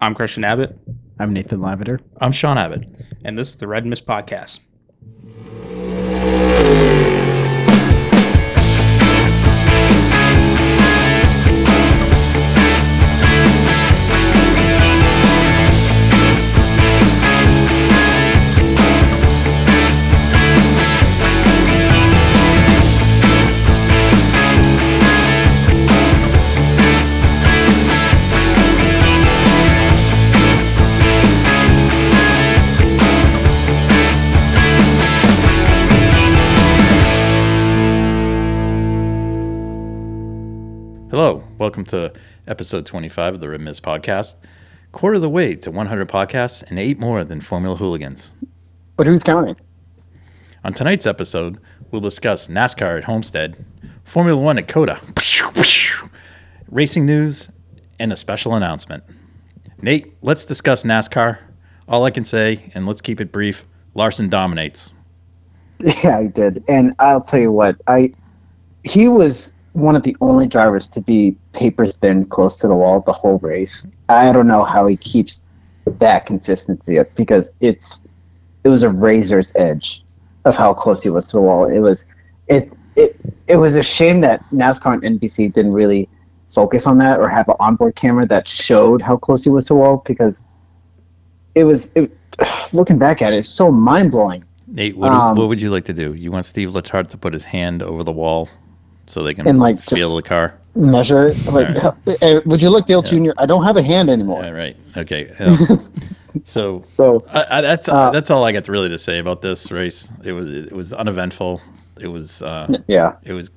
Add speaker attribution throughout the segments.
Speaker 1: I'm Christian Abbott.
Speaker 2: I'm Nathan Lavender.
Speaker 1: I'm Sean Abbott. And this is the Red Mist Podcast.
Speaker 3: Hello, welcome to episode 25 of the Red Mist Podcast. Quarter of the way to 100 podcasts and eight more than Formula Hooligans.
Speaker 4: But who's counting?
Speaker 3: On tonight's episode, we'll discuss NASCAR at Homestead, Formula One at Coda, racing news, and a special announcement. Nate, let's discuss NASCAR. All I can say, and let's keep it brief Larson dominates.
Speaker 4: Yeah, I did. And I'll tell you what, I he was one of the only drivers to be paper thin close to the wall the whole race. I don't know how he keeps that consistency up because it's it was a razor's edge of how close he was to the wall. It was it it it was a shame that NASCAR and NBC didn't really focus on that or have an onboard camera that showed how close he was to the wall because it was it, looking back at it, it's so mind blowing.
Speaker 3: Nate, what,
Speaker 4: Um,
Speaker 3: what would you like to do? You want Steve Letard to put his hand over the wall so they can
Speaker 4: And, like,
Speaker 3: feel
Speaker 4: just-
Speaker 3: the car?
Speaker 4: measure it. Like,
Speaker 3: All
Speaker 4: eh, would you look, Dale Jr.? I don't have a hand anymore.
Speaker 3: All right. Okay. Um, so
Speaker 4: So,
Speaker 3: I, I, that's
Speaker 4: Uh,
Speaker 3: that's all I got to really to say about this race. It was it was uneventful. It was uh,
Speaker 4: yeah.
Speaker 3: it was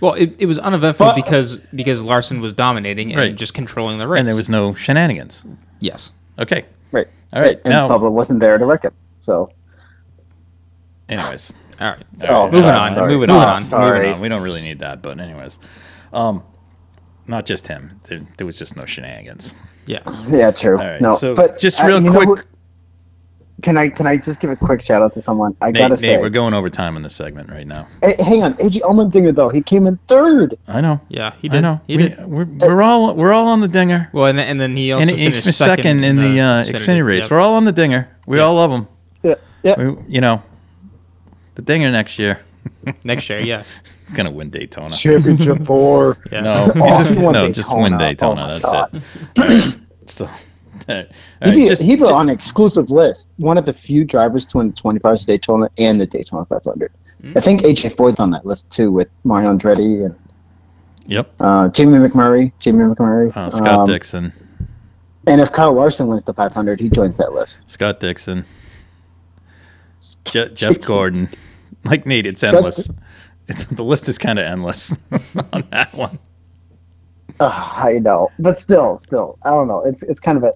Speaker 1: Well, it, it was uneventful
Speaker 4: But-
Speaker 1: because because Larson was dominating and
Speaker 3: Right.
Speaker 1: just controlling the race.
Speaker 3: and there was no shenanigans.
Speaker 1: yes.
Speaker 3: Okay.
Speaker 4: Right.
Speaker 3: All right,
Speaker 4: And
Speaker 3: now-
Speaker 4: Bubba wasn't there to wreck it. So,
Speaker 3: Anyways,
Speaker 1: All right.
Speaker 4: oh,
Speaker 1: Moving
Speaker 4: God,
Speaker 1: on,
Speaker 4: sorry.
Speaker 1: moving
Speaker 4: Oh,
Speaker 1: on, moving
Speaker 4: Sorry.
Speaker 3: moving on. We don't really need that, but anyways, um, not just him. There, there was just no shenanigans.
Speaker 1: Yeah.
Speaker 4: Yeah, true.
Speaker 3: All right.
Speaker 4: No,
Speaker 3: so
Speaker 4: but
Speaker 3: just
Speaker 4: I-
Speaker 3: real
Speaker 4: you know
Speaker 3: quick,
Speaker 4: who- can I can I just give a quick shout out to someone? I
Speaker 3: Nate,
Speaker 4: gotta
Speaker 3: Nate,
Speaker 4: say,
Speaker 3: we're going over time in this segment right now.
Speaker 4: Eh, hang on, AJ Allmendinger though he came in third.
Speaker 3: I know.
Speaker 1: Yeah, he
Speaker 3: I
Speaker 1: did.
Speaker 3: know.
Speaker 1: He
Speaker 3: we,
Speaker 1: did.
Speaker 3: We're, we're all we're all on the dinger.
Speaker 1: Well, and then, and then he also
Speaker 3: And
Speaker 1: finished
Speaker 3: each second in the uh, Xfinity race.
Speaker 1: Yep.
Speaker 3: We're all on the dinger. We all love them.
Speaker 4: Yeah, yeah.
Speaker 3: We, you know, the dinger next year.
Speaker 1: Next year, yeah.
Speaker 3: It's gonna win Daytona.
Speaker 4: Championship four.
Speaker 1: Yeah.
Speaker 3: No,
Speaker 4: Oh,
Speaker 3: he's just,
Speaker 4: he won
Speaker 3: no, just win
Speaker 4: Oh,
Speaker 3: Daytona.
Speaker 4: my
Speaker 3: that's
Speaker 4: God.
Speaker 3: it. So, all right,
Speaker 4: He'd be,
Speaker 3: just-
Speaker 4: he'd be on an exclusive list. One of the few drivers to win the 25 hours of Daytona and the Daytona 500. I
Speaker 3: Mm.
Speaker 4: think AJ Ford's on that list too, with Mario Andretti and
Speaker 3: yep.
Speaker 4: uh, Jamie McMurray. Jamie McMurray.
Speaker 3: Uh, Scott
Speaker 4: Um,
Speaker 3: Dixon.
Speaker 4: And if Kyle Larson wins the 500, he joins that list.
Speaker 3: Scott Dixon. Je- Jeff Gordon. Like Nate, it's endless. It's, the list is kind of endless on that one.
Speaker 4: Ugh, Ah, I know, but still, still, I don't know. It's it's kind of a,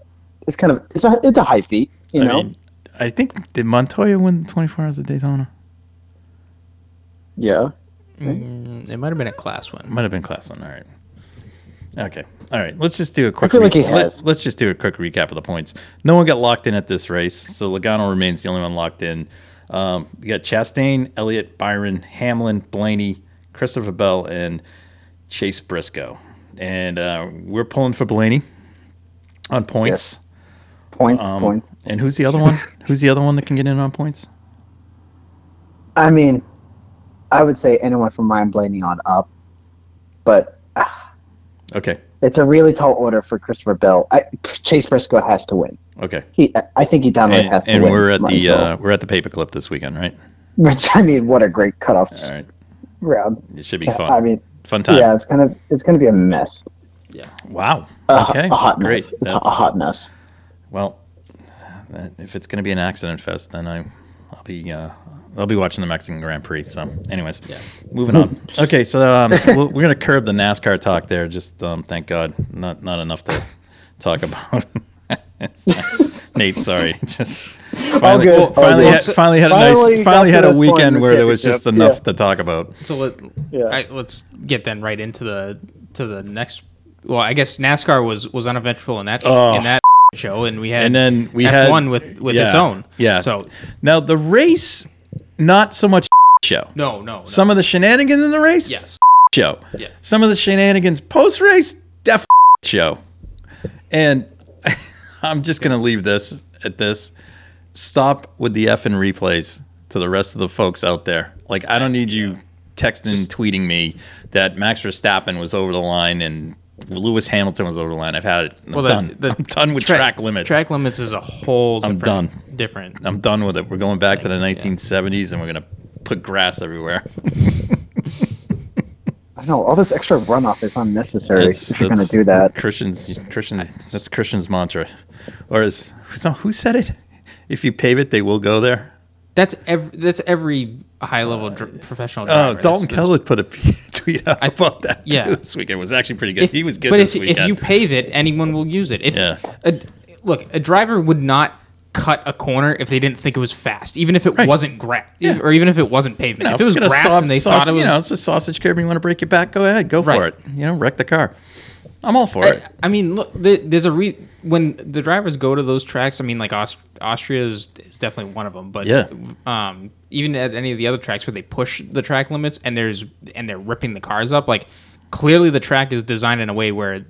Speaker 4: it's kind of it's a it's a high feat, you
Speaker 3: I
Speaker 4: know.
Speaker 3: mean, I think did Montoya win 24 Hours of Daytona?
Speaker 4: yeah.
Speaker 1: Mm, It might have been a class one.
Speaker 3: Might have been class one. All right. Okay. All right. Let's just do a quick.
Speaker 4: feel like he
Speaker 3: let-
Speaker 4: has.
Speaker 3: Let's just do a quick recap of the points. No one got locked in at this race, so Logano remains the only one locked in. Um, you got Chastain, Elliott, Byron, Hamlin, Blaney, Christopher Bell, and Chase Briscoe. And uh, we're pulling for Blaney on points.
Speaker 4: Points,
Speaker 3: Um,
Speaker 4: points.
Speaker 3: And who's the other one? who's the other one that can get in on points?
Speaker 4: I mean, I would say anyone from Ryan Blaney on up, but
Speaker 3: Okay.
Speaker 4: it's a really tall order for Christopher Bell. I, Chase Briscoe has to win.
Speaker 3: Okay.
Speaker 4: He, I- I think he downright
Speaker 3: And,
Speaker 4: has to
Speaker 3: and
Speaker 4: win.
Speaker 3: we're at
Speaker 4: my
Speaker 3: the
Speaker 4: soul.
Speaker 3: uh, we're at the paperclip this weekend, right?
Speaker 4: which I mean, what a great cutoff
Speaker 3: All right.
Speaker 4: round.
Speaker 3: It should be fun.
Speaker 4: I mean,
Speaker 3: fun time.
Speaker 4: yeah, it's kind of it's going to be a mess.
Speaker 3: Wow.
Speaker 4: A,
Speaker 3: okay.
Speaker 4: a hot
Speaker 3: Great.
Speaker 4: mess. It's a
Speaker 3: That's-
Speaker 4: hot mess.
Speaker 3: Well, that- if it's going to be an accident fest, then I, I'll be uh, I'll be watching the Mexican Grand Prix. So, anyways, moving on. Okay, so um, we'll, we're going to curb the NASCAR talk there. Just um, thank God, not not enough to talk about. Nate, sorry. Just finally,
Speaker 4: good.
Speaker 3: well,
Speaker 4: All
Speaker 3: finally,
Speaker 4: good.
Speaker 3: had, finally had a
Speaker 4: Finally
Speaker 3: nice,
Speaker 4: got
Speaker 3: finally
Speaker 4: to
Speaker 3: had a
Speaker 4: this point in
Speaker 3: weekend
Speaker 4: the
Speaker 3: where there was just
Speaker 4: championship. Yeah.
Speaker 3: enough to talk about.
Speaker 1: So let,
Speaker 4: Yeah.
Speaker 1: I, let's get then right into the to the next. Well, I guess NASCAR was was uneventful in that
Speaker 3: Oh.
Speaker 1: in that show, and we had
Speaker 3: and then we
Speaker 1: F1
Speaker 3: had
Speaker 1: one with with its
Speaker 3: yeah,
Speaker 1: own.
Speaker 3: Yeah.
Speaker 1: So
Speaker 3: now the race, not so much show.
Speaker 1: no, no, no.
Speaker 3: Some of the shenanigans in the race,
Speaker 1: yes,
Speaker 3: show.
Speaker 1: Yeah.
Speaker 3: Some of the shenanigans post race, def show. And I'm just gonna leave this at this. Stop with the effing replays to the rest of the folks out there. Like I don't need you texting, tweeting me that Max Verstappen was over the line and Lewis Hamilton was over the line. I've had it. I'm
Speaker 1: Well, the-
Speaker 3: done.
Speaker 1: the
Speaker 3: I'm done with
Speaker 1: track-
Speaker 3: track limits.
Speaker 1: Track limits is a whole.
Speaker 3: I'm
Speaker 1: Different,
Speaker 3: done.
Speaker 1: Different.
Speaker 3: I'm done with it. We're going back to the 1970s and we're gonna put grass everywhere.
Speaker 4: I know all this extra runoff is unnecessary
Speaker 3: That's-
Speaker 4: if you're going to
Speaker 3: that's
Speaker 4: do that.
Speaker 3: Christian's Christian's that's Christian's mantra, or is so who said it? If you pave it, they will go there.
Speaker 1: That's every. That's every high level dr- professional.
Speaker 3: Oh,
Speaker 1: driver.
Speaker 3: Dalton
Speaker 1: That's- that's-
Speaker 3: Kellogg put a tweet out about that. too
Speaker 1: yeah.
Speaker 3: this weekend It was actually pretty good.
Speaker 1: If,
Speaker 3: he was good
Speaker 1: But
Speaker 3: this
Speaker 1: if,
Speaker 3: weekend.
Speaker 1: if you pave it, anyone will use it. If
Speaker 3: Yeah.
Speaker 1: a, look, a driver would not cut a corner if they didn't think it was fast, even if it wasn't grass,
Speaker 3: Yeah.
Speaker 1: or even if it wasn't pavement.
Speaker 3: You know,
Speaker 1: if it was
Speaker 3: it's gonna
Speaker 1: grass
Speaker 3: sau-
Speaker 1: and they
Speaker 3: sausage-
Speaker 1: thought it was,
Speaker 3: you know, it's a sausage curb. You want to break your back? Go ahead, go for
Speaker 1: Right.
Speaker 3: it. You know, wreck the car. I'm all for
Speaker 1: I-
Speaker 3: it.
Speaker 1: I mean, look, the- there's a re when the drivers go to those tracks. I mean, like Aust- Austria is, is definitely one of them, but
Speaker 3: Yeah.
Speaker 1: um, even at any of the other tracks where they push the track limits and there's and they're ripping the cars up, like clearly the track is designed in a way where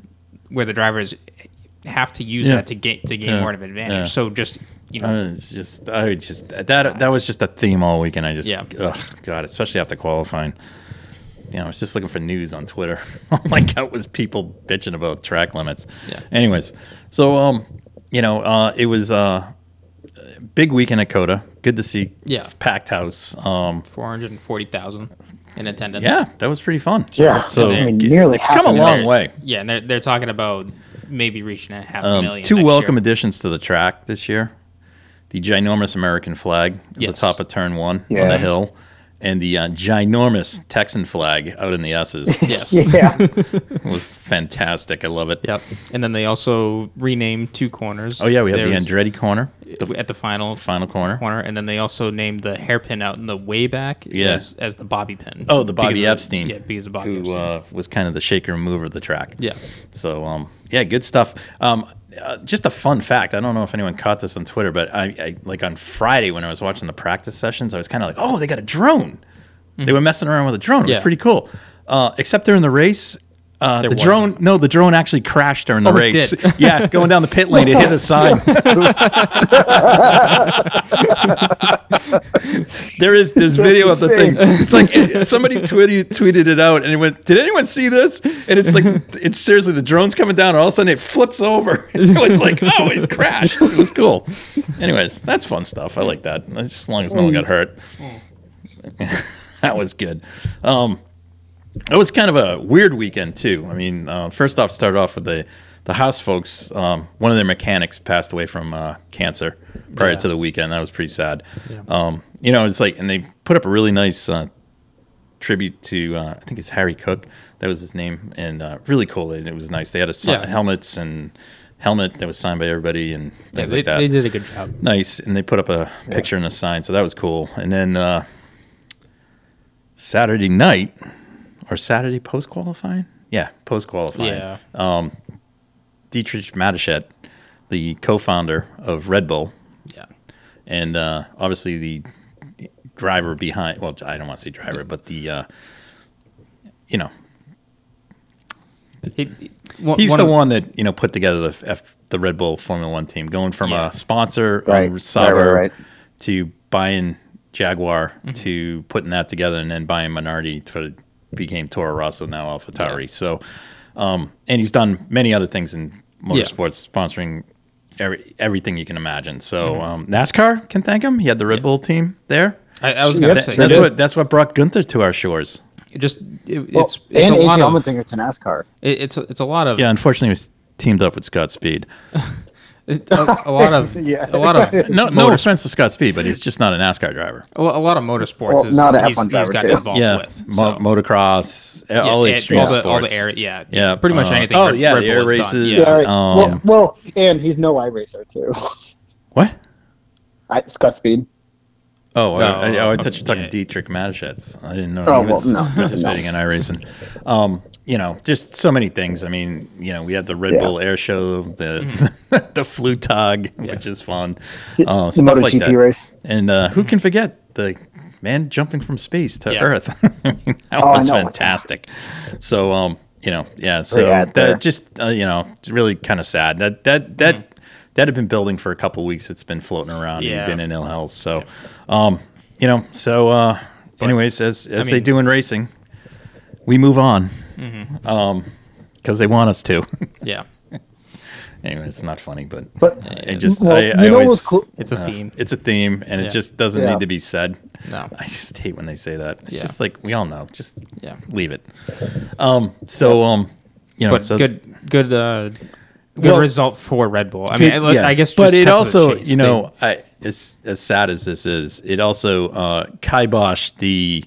Speaker 1: where the drivers have to use
Speaker 3: Yeah.
Speaker 1: that to gain to gain
Speaker 3: Yeah.
Speaker 1: more of an advantage.
Speaker 3: Yeah.
Speaker 1: So just you know,
Speaker 3: Uh, It's just, I would just that that was just a theme all weekend. I just,
Speaker 1: Yeah.
Speaker 3: ugh, God, especially after qualifying. You know, I was just looking for news on Twitter. all I got was people bitching about track limits.
Speaker 1: Yeah.
Speaker 3: Anyways, so um, you know, uh, it was uh, a big weekend at Coda. Good to see.
Speaker 1: Yeah.
Speaker 3: Packed house. Um,
Speaker 1: four hundred and forty thousand in attendance.
Speaker 3: yeah, that was pretty fun.
Speaker 4: Yeah,
Speaker 3: So
Speaker 4: I mean,
Speaker 3: it-
Speaker 4: nearly
Speaker 3: it's
Speaker 4: half
Speaker 3: come a
Speaker 4: a
Speaker 3: long
Speaker 4: million.
Speaker 3: way.
Speaker 1: yeah, and they're they're talking about maybe reaching a half a
Speaker 3: Um,
Speaker 1: million.
Speaker 3: two
Speaker 1: next
Speaker 3: welcome
Speaker 1: year.
Speaker 3: additions to the track this year the ginormous American flag at the
Speaker 1: Yes.
Speaker 3: top of turn one on the
Speaker 4: Yes.
Speaker 3: hill, and the uh, ginormous Texan flag out in the S's. it
Speaker 1: Yes.
Speaker 4: Yeah,
Speaker 3: was fantastic. I love it.
Speaker 1: Yep. And then they also renamed two corners.
Speaker 3: Oh, yeah, we have
Speaker 1: There was-
Speaker 3: the Andretti corner, the
Speaker 1: at the final
Speaker 3: final corner.
Speaker 1: corner, and then they also named the hairpin out in the way back
Speaker 3: Yeah.
Speaker 1: as, as the bobby pin.
Speaker 3: Oh, the Bobby
Speaker 1: Because of-
Speaker 3: Epstein,
Speaker 1: yeah, because of Bobby
Speaker 3: who
Speaker 1: Epstein.
Speaker 3: uh, was kind of the shaker and mover of the track.
Speaker 1: Yeah.
Speaker 3: So, um, yeah, good stuff. Um, uh, just a fun fact. I don't know if anyone caught this on Twitter, but I, I like on Friday when I was watching the practice sessions, I was kind of like, "Oh, they got a drone." They were messing around with a drone. It was
Speaker 1: Mm-hmm. Yeah.
Speaker 3: pretty cool. Uh, except during the race, uh, the
Speaker 1: There
Speaker 3: drone no, the drone actually crashed during the
Speaker 1: Oh, it
Speaker 3: race.
Speaker 1: did.
Speaker 3: yeah, going down the pit lane, it hit a sign. There is there's video of the thing. It's like it, somebody tweeted tweeted it out and it went, "Did anyone see this?" And it's like it's seriously the drone's coming down and all of a sudden it flips over. It was like, "Oh, it crashed." It was cool. Anyways, that's fun stuff. I like that. That's Just as long as no one got hurt. that was good. Um, it was kind of a weird weekend too. I mean, uh, first off, started off with the the house folks. Um, one of their mechanics passed away from uh, cancer prior
Speaker 1: Yeah.
Speaker 3: to the weekend. That was pretty sad. Um, you know, it's like, and they put up a really nice uh, tribute to uh, I think it's Harry Cook. That was his name, and uh, really cool. It, it was nice. They had a si-
Speaker 1: Yeah.
Speaker 3: helmets and helmet that was signed by everybody and things
Speaker 1: yeah,
Speaker 3: like
Speaker 1: they,
Speaker 3: that
Speaker 1: they did a good job.
Speaker 3: nice and they put up a picture and a sign so that was cool and then uh, saturday night or saturday post qualifying yeah post qualifying
Speaker 1: Yeah.
Speaker 3: dietrich Mateschet, the co-founder of red bull
Speaker 1: yeah.
Speaker 3: and uh, obviously the driver behind well i don't want to say driver but the uh, you know
Speaker 1: He, one,
Speaker 3: he's
Speaker 1: one
Speaker 3: the
Speaker 1: of-
Speaker 3: one that you know put together the F, the Red Bull Formula One team, going from
Speaker 1: Yeah.
Speaker 3: a sponsor
Speaker 4: Right,
Speaker 3: um,
Speaker 4: right,
Speaker 3: Sauber
Speaker 4: right, right.
Speaker 3: to buying Jaguar to putting that together and then buying Minardi to became Toro Rosso now AlphaTauri. So, um, and he's done many other things in motorsports, sponsoring every, everything you can imagine. So um, NASCAR can thank him. He had the Red Bull team there.
Speaker 1: I, I was gonna
Speaker 4: Yep.
Speaker 1: say
Speaker 4: They
Speaker 3: That's
Speaker 4: did.
Speaker 3: what that's what brought Gunther to our shores.
Speaker 1: it just it, it's
Speaker 4: well,
Speaker 1: it's
Speaker 4: and
Speaker 1: a
Speaker 4: AJ
Speaker 1: lot of
Speaker 4: Allmendinger to NASCAR.
Speaker 1: it, it's a, it's a lot of
Speaker 3: Yeah, unfortunately, he was teamed up with Scott Speed.
Speaker 1: it- a, a lot of
Speaker 4: Yeah.
Speaker 1: a lot of
Speaker 3: No, no
Speaker 1: motor-
Speaker 3: offense to Scott Speed, but he's just not a NASCAR driver.
Speaker 1: a lo- a lot of motorsports
Speaker 4: Well,
Speaker 1: is
Speaker 4: not a
Speaker 1: he's,
Speaker 4: F1
Speaker 1: he's
Speaker 4: driver,
Speaker 1: got
Speaker 4: too.
Speaker 1: involved with.
Speaker 3: Mo-
Speaker 1: so-
Speaker 3: motocross, eh, all the
Speaker 1: yeah,
Speaker 3: extreme
Speaker 1: all the,
Speaker 3: sports,
Speaker 1: all the air, yeah, Uh-huh.
Speaker 3: Yeah,
Speaker 1: pretty much
Speaker 3: uh,
Speaker 1: anything.
Speaker 3: oh,
Speaker 1: Red-
Speaker 3: yeah,
Speaker 1: Red
Speaker 3: the air
Speaker 1: Bull has done,
Speaker 3: races.
Speaker 1: yeah.
Speaker 4: Sorry.
Speaker 3: Um,
Speaker 4: well, well, and he's no iRacer too.
Speaker 3: What?
Speaker 4: I, Scott Speed.
Speaker 3: Oh, I, I,
Speaker 1: No,
Speaker 3: oh, I thought you were talking
Speaker 1: yeah.
Speaker 3: Dietrich Mateschitz. I didn't know
Speaker 4: Oh,
Speaker 3: he was
Speaker 4: well, no, no.
Speaker 3: participating in iRacing. Um, you know, just so many things. I mean, you know, we had the Red
Speaker 4: Yeah.
Speaker 3: Bull Air Show, the
Speaker 1: Mm-hmm.
Speaker 3: the Flutog, tug, which is fun, uh,
Speaker 4: the
Speaker 3: stuff like
Speaker 4: MotoGP
Speaker 3: that.
Speaker 4: race.
Speaker 3: And uh,
Speaker 4: Mm-hmm.
Speaker 3: who can forget the man jumping from space to
Speaker 1: Yeah.
Speaker 3: Earth? that
Speaker 4: Oh, I
Speaker 3: was
Speaker 4: know.
Speaker 3: fantastic. So, um, you know, yeah. So
Speaker 4: Great ad
Speaker 3: that
Speaker 4: there.
Speaker 3: just uh, you know, it's really kind of sad that that that
Speaker 4: Mm-hmm.
Speaker 3: that had been building for a couple weeks. It's been floating around. and
Speaker 1: Yeah.
Speaker 3: He'd been in ill health. So, um, you know, so uh, anyways, as, as they
Speaker 1: mean-
Speaker 3: do in racing, we move on because
Speaker 4: Mm-hmm.
Speaker 3: they want us to.
Speaker 1: Yeah.
Speaker 3: anyway, it's not funny, but,
Speaker 4: But
Speaker 3: I just,
Speaker 4: Well,
Speaker 3: I,
Speaker 4: you
Speaker 3: I
Speaker 4: know
Speaker 3: always,
Speaker 4: what's cool-
Speaker 1: It's a theme.
Speaker 3: Uh, It's a theme, and
Speaker 1: Yeah.
Speaker 3: it just doesn't
Speaker 4: Yeah.
Speaker 3: need to be said.
Speaker 1: No.
Speaker 3: I just hate when they say that. It's
Speaker 1: Yeah.
Speaker 3: just like we all know. Just
Speaker 1: Yeah.
Speaker 3: leave it. Um, so um, you know,
Speaker 1: But
Speaker 3: so
Speaker 1: good, good, uh, good
Speaker 3: Well-
Speaker 1: result for Red Bull. I mean,
Speaker 3: Good-
Speaker 1: I,
Speaker 3: yeah.
Speaker 1: I guess, just
Speaker 3: but it
Speaker 1: cut to the
Speaker 3: also,
Speaker 1: chase.
Speaker 3: you
Speaker 1: They-
Speaker 3: know, I, as as sad as this is, it also uh, kiboshed the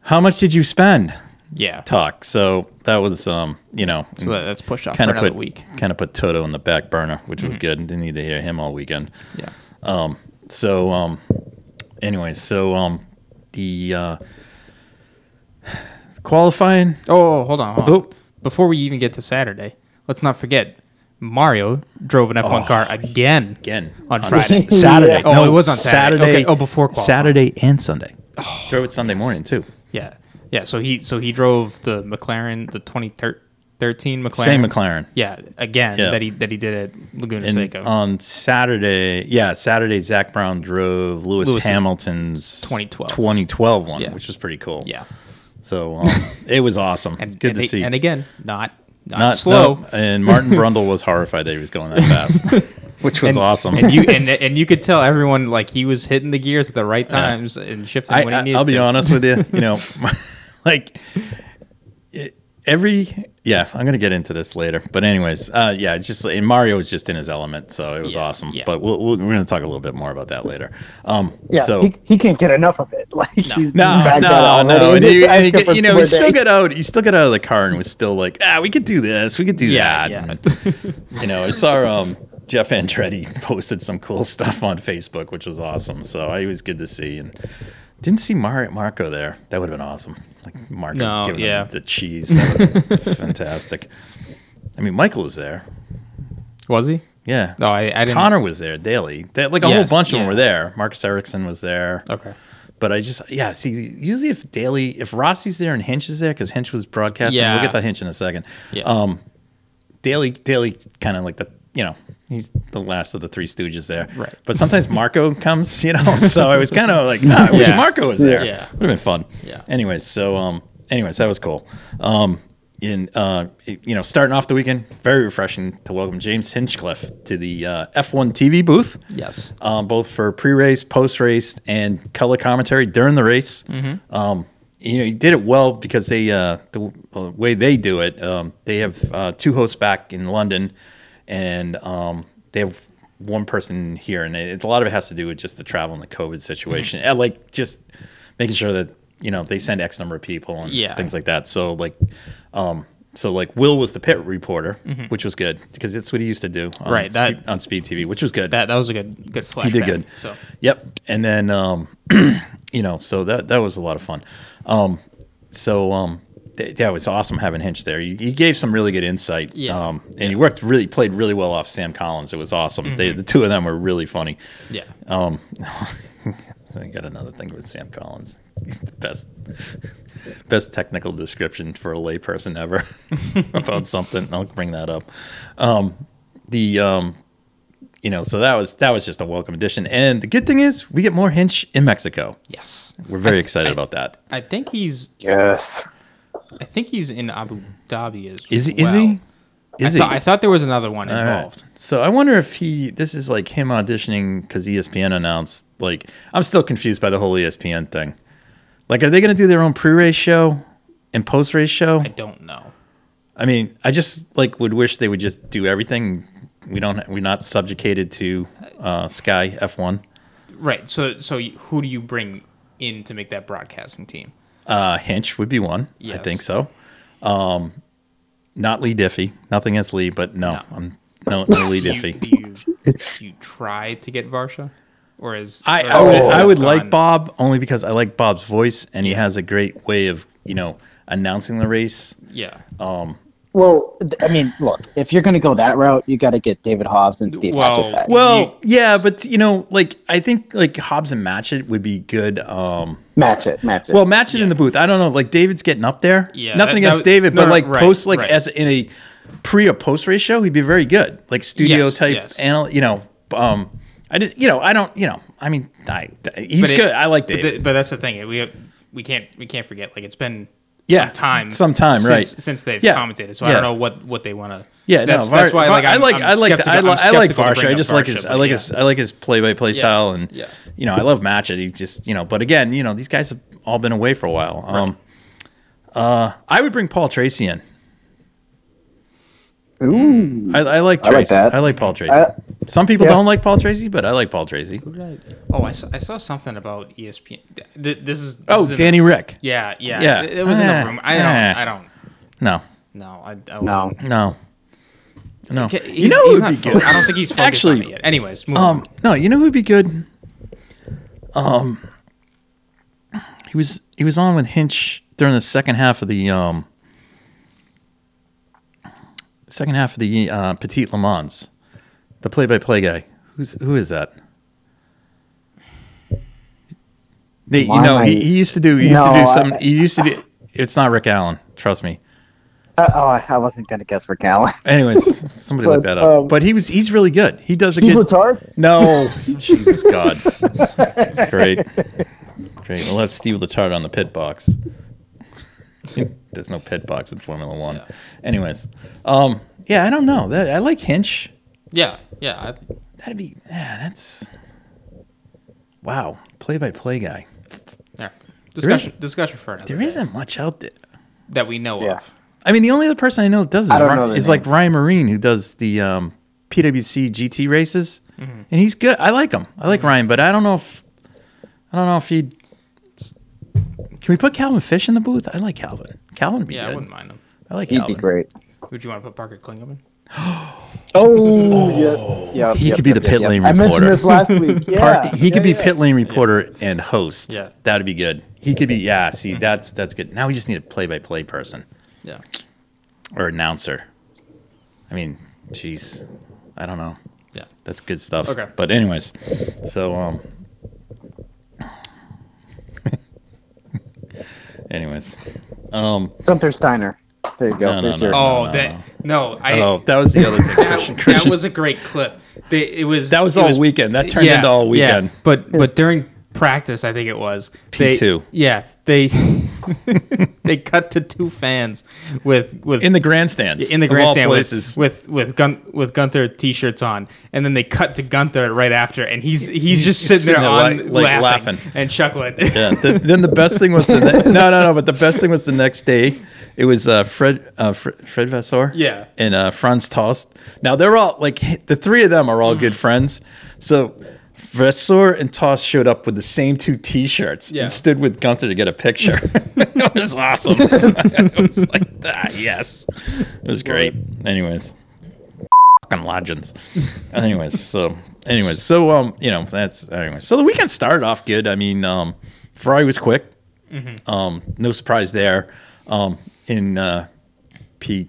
Speaker 3: how much did you spend
Speaker 1: yeah.
Speaker 3: talk. So that was um, you know,
Speaker 1: So that, that's pushed off for
Speaker 3: kind of
Speaker 1: another
Speaker 3: put
Speaker 1: week. Mm-hmm.
Speaker 3: kind of put Toto in the back burner, which was good. Didn't need to hear him all weekend.
Speaker 1: Yeah.
Speaker 3: so um anyway so um the uh qualifying
Speaker 1: Oh, hold on. Hold on.
Speaker 3: Oh.
Speaker 1: Before we even get to Saturday, let's not forget Mario drove an
Speaker 3: Oh.
Speaker 1: F1 car again.
Speaker 3: again
Speaker 1: On Friday.
Speaker 3: Sa- saturday
Speaker 1: Oh, it was on Saturday. Okay, oh, before qualifying. Oh.
Speaker 3: saturday and sunday drove it sunday morning too
Speaker 1: Yeah. Yeah. So he so he drove the McLaren, the 2013 McLaren.
Speaker 3: same mclaren
Speaker 1: Yeah. Again,
Speaker 3: Yeah.
Speaker 1: that he that he did at Laguna
Speaker 3: and
Speaker 1: Seca.
Speaker 3: on saturday yeah saturday zach brown drove lewis,
Speaker 1: Lewis's
Speaker 3: hamilton's
Speaker 1: 2012.
Speaker 3: 2012 one
Speaker 1: Yeah.
Speaker 3: which was pretty cool
Speaker 1: yeah.
Speaker 3: so um, it was awesome
Speaker 1: And
Speaker 3: good
Speaker 1: and
Speaker 3: to
Speaker 1: they-
Speaker 3: see
Speaker 1: And again, not not,
Speaker 3: Not-
Speaker 1: slow.
Speaker 3: no, and martin brundle was horrified that he was going that fast which was
Speaker 1: And-
Speaker 3: awesome
Speaker 1: and you and, and you could tell everyone like he was hitting the gears at the right times and shifting
Speaker 3: I,
Speaker 1: when he
Speaker 3: I,
Speaker 1: needed
Speaker 3: I'll
Speaker 1: to.
Speaker 3: be honest with you. You know, like it- every yeah, I'm gonna get into this later. But anyways, uh, yeah, it's just and Mario was just in his element, so it was
Speaker 1: Yeah,
Speaker 3: awesome.
Speaker 1: yeah.
Speaker 3: But we'll, we'll, we're gonna talk a little bit more about that later. Um,
Speaker 4: Yeah,
Speaker 3: so.
Speaker 4: he, he can't get enough of it. Like he's he's
Speaker 3: no,
Speaker 4: bagged
Speaker 3: no,
Speaker 4: out
Speaker 3: no.
Speaker 4: already.
Speaker 3: And he,
Speaker 4: He's
Speaker 3: and he,
Speaker 4: asking for
Speaker 3: get- you know,
Speaker 4: more
Speaker 3: he still
Speaker 4: days.
Speaker 3: got out. He still got out of the car and was still like, "Ah, we could do this. We could do
Speaker 1: Yeah,
Speaker 3: that."
Speaker 1: yeah.
Speaker 3: And, you know, I saw um, Jeff Andretti posted some cool stuff on Facebook, which was awesome. So it was good to see. And didn't see Mar- Marco there. That would have been awesome. Like Marco
Speaker 1: No,
Speaker 3: giving
Speaker 1: yeah.
Speaker 3: him the cheese. That would have been fantastic. I mean, Michael was there.
Speaker 1: Was he?
Speaker 3: Yeah.
Speaker 1: No, I, I didn't.
Speaker 3: Connor was there daily. They, like a
Speaker 1: Oh, Yes,
Speaker 3: whole bunch of
Speaker 1: yeah.
Speaker 3: them were there. Marcus Erickson was there.
Speaker 1: Okay.
Speaker 3: But I just, yeah, see, usually if Daly, if Rossi's there and Hinch is there, because Hinch was broadcasting,
Speaker 1: Yeah.
Speaker 3: we'll get to Hinch in a second.
Speaker 1: Yeah.
Speaker 3: Um, Daly, Daly kind of like the, you know, he's the last of the three stooges there.
Speaker 1: Right.
Speaker 3: But sometimes Marco comes, you know, so I was kind of like, nah, I wish
Speaker 1: Yeah.
Speaker 3: Marco was there.
Speaker 1: Yeah.
Speaker 3: Would have been fun.
Speaker 1: Yeah.
Speaker 3: Anyways, so, um, anyways, that was cool. Um, in, uh, it- you know, starting off the weekend, very refreshing to welcome James Hinchcliffe to the uh, F1 TV booth
Speaker 1: Yes.
Speaker 3: um, both for pre-race, post-race, and color commentary during the race.
Speaker 1: Mm-hmm.
Speaker 3: Um, you know, he did it well because they uh, the uh, way they do it, um, they have uh, two hosts back in London, and um, they have one person here, and it, a lot of it has to do with just the travel and the COVID situation,
Speaker 1: Mm-hmm.
Speaker 3: and like just making sure that you know they send X number of people and
Speaker 1: Yeah.
Speaker 3: things like that. So like. Um, so like Will was the pit reporter, which was good because that's what he used to do on
Speaker 1: Mm-hmm. Right, that-
Speaker 3: Speed- on Speed TV, which was good.
Speaker 1: That that was a good good flashback.
Speaker 3: He did good.
Speaker 1: So
Speaker 3: Yep. And then um, you know, so that that was a lot of fun. Um, so um, th- yeah, it was awesome having Hinch there. You, you gave some really good insight.
Speaker 1: Yeah. Mm-hmm.
Speaker 3: Um, and you worked really played really well off Sam Collins. It was awesome. They, the two of them were really funny.
Speaker 1: yeah.
Speaker 3: Um, so I got another thing with Sam Collins. The best, best technical description for a layperson ever about something. I'll bring that up. Um, the um, you know, so that was that was just a welcome addition. And the good thing is, we get more Hinch in Mexico.
Speaker 1: Yes.
Speaker 3: We're very
Speaker 1: I-
Speaker 3: excited
Speaker 1: I-
Speaker 3: about that.
Speaker 1: I think he's
Speaker 4: Yes.
Speaker 1: I think he's in Abu Dhabi as
Speaker 3: Is he?
Speaker 1: well.
Speaker 3: Is he?
Speaker 1: I,
Speaker 3: Is he?
Speaker 1: thought- I thought there was another one
Speaker 3: All right.
Speaker 1: involved.
Speaker 3: So I wonder if he this is like him auditioning E because ESPN announced like I'm still confused by the whole E ESPN thing. Like, are they going to do their own pre-race show and post-race show?
Speaker 1: I don't know.
Speaker 3: I mean, I just like would wish they would just do everything. We don't. We're not subjugated to uh, Sky F1.
Speaker 1: Right. So so who do you bring in to make that broadcasting team?
Speaker 3: Uh, Hinch would be one. I
Speaker 1: Yes.
Speaker 3: think so. Um, not Lee Diffie. Nothing against Lee, but no,
Speaker 1: No.
Speaker 3: I'm no, no Lee
Speaker 1: Do you,
Speaker 3: Diffie.
Speaker 1: do you, do you try to get Varsha, or is
Speaker 3: I,
Speaker 1: or
Speaker 3: I
Speaker 1: is
Speaker 3: would,
Speaker 1: it
Speaker 3: I would
Speaker 1: gone?
Speaker 3: like Bob only because I like Bob's voice and he has a great way of you know announcing the race.
Speaker 1: Yeah.
Speaker 4: Well, th- I mean, look, if you're going to go that route, you got to get David Hobbs and Steve
Speaker 1: Well,
Speaker 4: Hatchett back.
Speaker 3: Well, yeah, but you know, like I think like Hobbs and Matchett would be good. Um,
Speaker 4: match it, match it.
Speaker 3: well, Matchett in the booth. I don't know. Like David's getting up there.
Speaker 1: Yeah, that-
Speaker 3: Nothing
Speaker 1: that
Speaker 3: against
Speaker 1: would-
Speaker 3: David,
Speaker 1: no,
Speaker 3: but
Speaker 1: no,
Speaker 3: like
Speaker 1: right,
Speaker 3: post like
Speaker 1: right.
Speaker 3: as in a pre or post race show, he'd be very good. Like studio
Speaker 1: Yes,
Speaker 3: type,
Speaker 1: yes.
Speaker 3: anal, you know. Um, I just, you know, I don't, you know, I mean, I, he's
Speaker 1: But it-
Speaker 3: good. I like
Speaker 1: but,
Speaker 3: David.
Speaker 1: the- but that's the thing. We we can't we can't forget. Like it's been
Speaker 3: Yeah,
Speaker 1: some time,
Speaker 3: some time,
Speaker 1: since,
Speaker 3: right.
Speaker 1: since they've
Speaker 3: Yeah,
Speaker 1: commentated. So
Speaker 3: yeah.
Speaker 1: I don't know what what they want to.
Speaker 3: Yeah,
Speaker 1: that's,
Speaker 3: no,
Speaker 1: that's
Speaker 3: Var-
Speaker 1: why.
Speaker 3: Var-
Speaker 1: Like,
Speaker 3: I
Speaker 1: I'm,
Speaker 3: like
Speaker 1: I'm
Speaker 3: I like the-
Speaker 1: skeptical-
Speaker 3: I, li-
Speaker 1: I'm
Speaker 3: I like
Speaker 1: skeptical to
Speaker 3: Varsha.
Speaker 1: bring
Speaker 3: I
Speaker 1: up
Speaker 3: just like his
Speaker 1: Varsha,
Speaker 3: I
Speaker 1: but
Speaker 3: like
Speaker 1: yeah.
Speaker 3: his I like his play by play style and
Speaker 1: yeah.
Speaker 3: you know I love Matchett. He just you know, but again, you know these guys have all been away for a while. Um, uh, I would bring Paul Tracy in.
Speaker 4: Ooh.
Speaker 3: I, I like
Speaker 4: I
Speaker 3: Tracy. I
Speaker 4: like
Speaker 3: like,
Speaker 4: that.
Speaker 3: Paul Tracy.
Speaker 4: I-
Speaker 3: Some people
Speaker 4: yeah.
Speaker 3: don't like Paul Tracy, but I like Paul Tracy.
Speaker 1: Oh, I saw, I saw something about E ESPN. Th- th- This is this
Speaker 3: Oh,
Speaker 1: is in
Speaker 3: Danny
Speaker 1: The,
Speaker 3: Rick.
Speaker 1: yeah, yeah,
Speaker 3: Yeah.
Speaker 1: It, it was in
Speaker 3: Eh,
Speaker 1: the room. I don't.
Speaker 3: eh.
Speaker 1: I don't.
Speaker 3: No,
Speaker 1: No, I, I wasn't-
Speaker 4: No.
Speaker 3: no, no.
Speaker 1: Okay,
Speaker 3: you
Speaker 1: he's-
Speaker 3: know who
Speaker 1: he's
Speaker 3: would
Speaker 1: not
Speaker 3: be
Speaker 1: fo-
Speaker 3: good?
Speaker 1: I don't think he's focused
Speaker 3: Actually,
Speaker 1: on it yet. Anyways, move
Speaker 3: Um,
Speaker 1: on.
Speaker 3: no, you know who'd be good? Um, he was he was on with Hinch during the second half of the um second half of the uh, Petite Le Mans, the play-by-play guy. Who's who is that? The- you
Speaker 4: Why
Speaker 3: know,
Speaker 4: am I-
Speaker 3: he, he used to do. He used to
Speaker 4: No,
Speaker 3: do
Speaker 4: I-
Speaker 3: some. He used to do. It's not Rick Allen. Trust me.
Speaker 4: Uh, oh, I I wasn't gonna guess for Allen.
Speaker 3: Anyways, somebody look
Speaker 4: But,
Speaker 3: that up.
Speaker 4: um,
Speaker 3: but he was. He's really good. He does a
Speaker 4: Steve
Speaker 3: good.
Speaker 4: Letard.
Speaker 3: No, Jesus God. Great, great. We'll have Steve Letard on the pit box. There's no pit box in Formula One.
Speaker 1: Yeah.
Speaker 3: Anyways, um, yeah, I don't know. That I like Hinch.
Speaker 1: Yeah, yeah. I,
Speaker 3: That'd be yeah. That's wow. Play-by-play guy.
Speaker 1: yeah. Discussion. discussion for another.
Speaker 3: There
Speaker 1: day
Speaker 3: isn't much out there.
Speaker 1: that we know
Speaker 4: Yeah.
Speaker 1: of.
Speaker 3: I mean, the only other person I know that does is,
Speaker 4: I don't
Speaker 3: Ry-
Speaker 4: know their
Speaker 3: is
Speaker 4: name.
Speaker 3: like Ryan Marine, who does the um, PwC GT races,
Speaker 1: Mm-hmm.
Speaker 3: and he's good. I like him. I like Ryan, but I don't know if I don't know if he. Can we put Calvin Fish in the booth? I like Calvin. Calvin would be
Speaker 1: Yeah, I
Speaker 3: good.
Speaker 1: wouldn't mind him.
Speaker 3: I like
Speaker 4: He'd
Speaker 3: Calvin.
Speaker 4: be great.
Speaker 1: Would you want to put Parker Klingelman?
Speaker 4: Oh, yes. Yep,
Speaker 3: He
Speaker 4: yep,
Speaker 3: could be
Speaker 4: yep,
Speaker 3: the
Speaker 4: yep,
Speaker 3: pit
Speaker 4: yep.
Speaker 3: lane
Speaker 4: I mentioned
Speaker 3: reporter.
Speaker 4: this last week. Yeah,
Speaker 3: Park- he could
Speaker 4: yeah,
Speaker 3: be
Speaker 4: yeah.
Speaker 3: pit lane reporter and host.
Speaker 1: Yeah. Mm-hmm.
Speaker 3: that'd be good. He could be yeah. See, that's that's good. Now we just need a play-by-play person.
Speaker 1: Yeah.
Speaker 3: or announcer. I mean, jeez, I don't know.
Speaker 1: Yeah.
Speaker 3: That's good stuff.
Speaker 1: Okay.
Speaker 3: But anyways, so um. anyways, um.
Speaker 4: Gunther Steiner. There you go.
Speaker 3: No, no,
Speaker 4: There's
Speaker 3: no.
Speaker 4: your-
Speaker 1: Oh,
Speaker 3: no,
Speaker 1: that no. I
Speaker 3: Oh, that was the other thing. Christian,
Speaker 1: that, that
Speaker 3: Christian-
Speaker 1: was a great clip. They, it was
Speaker 3: That was
Speaker 1: it
Speaker 3: all weekend. That turned into all weekend.
Speaker 1: But but during practice, I think it was they-
Speaker 3: P2.
Speaker 1: Yeah, they they cut to two fans with with
Speaker 3: in the grandstands.
Speaker 1: in the
Speaker 3: of all
Speaker 1: grandstand
Speaker 3: places.
Speaker 1: with with with, Gun, with Gunther t-shirts on, and then they cut to Gunther right after, and he's he's, just sitting, there,
Speaker 3: sitting there
Speaker 1: on,
Speaker 3: li- like
Speaker 1: laughing,
Speaker 3: laughing.
Speaker 1: and chuckling.
Speaker 3: yeah. th- then the best thing was the ne- no, no, no. But the best thing was the next day. It was uh, Fred, uh, Fr- Fred Vassor,
Speaker 1: Yeah.
Speaker 3: and uh, Franz Tost. Now they're all like h- the three of them are all
Speaker 1: Mm-hmm.
Speaker 3: good friends. So Vassor and Tost showed up with the same two T-shirts
Speaker 1: Yeah.
Speaker 3: and stood with Gunther to get a picture. it was awesome. it was like ah, yes, it was great. Anyways fucking legends. anyways, so anyways, so um, you know, that's anyway. So the weekend started off good. I mean, um, Ferrari was quick.
Speaker 1: Mm-hmm.
Speaker 3: Um, no surprise there. Um, in uh, P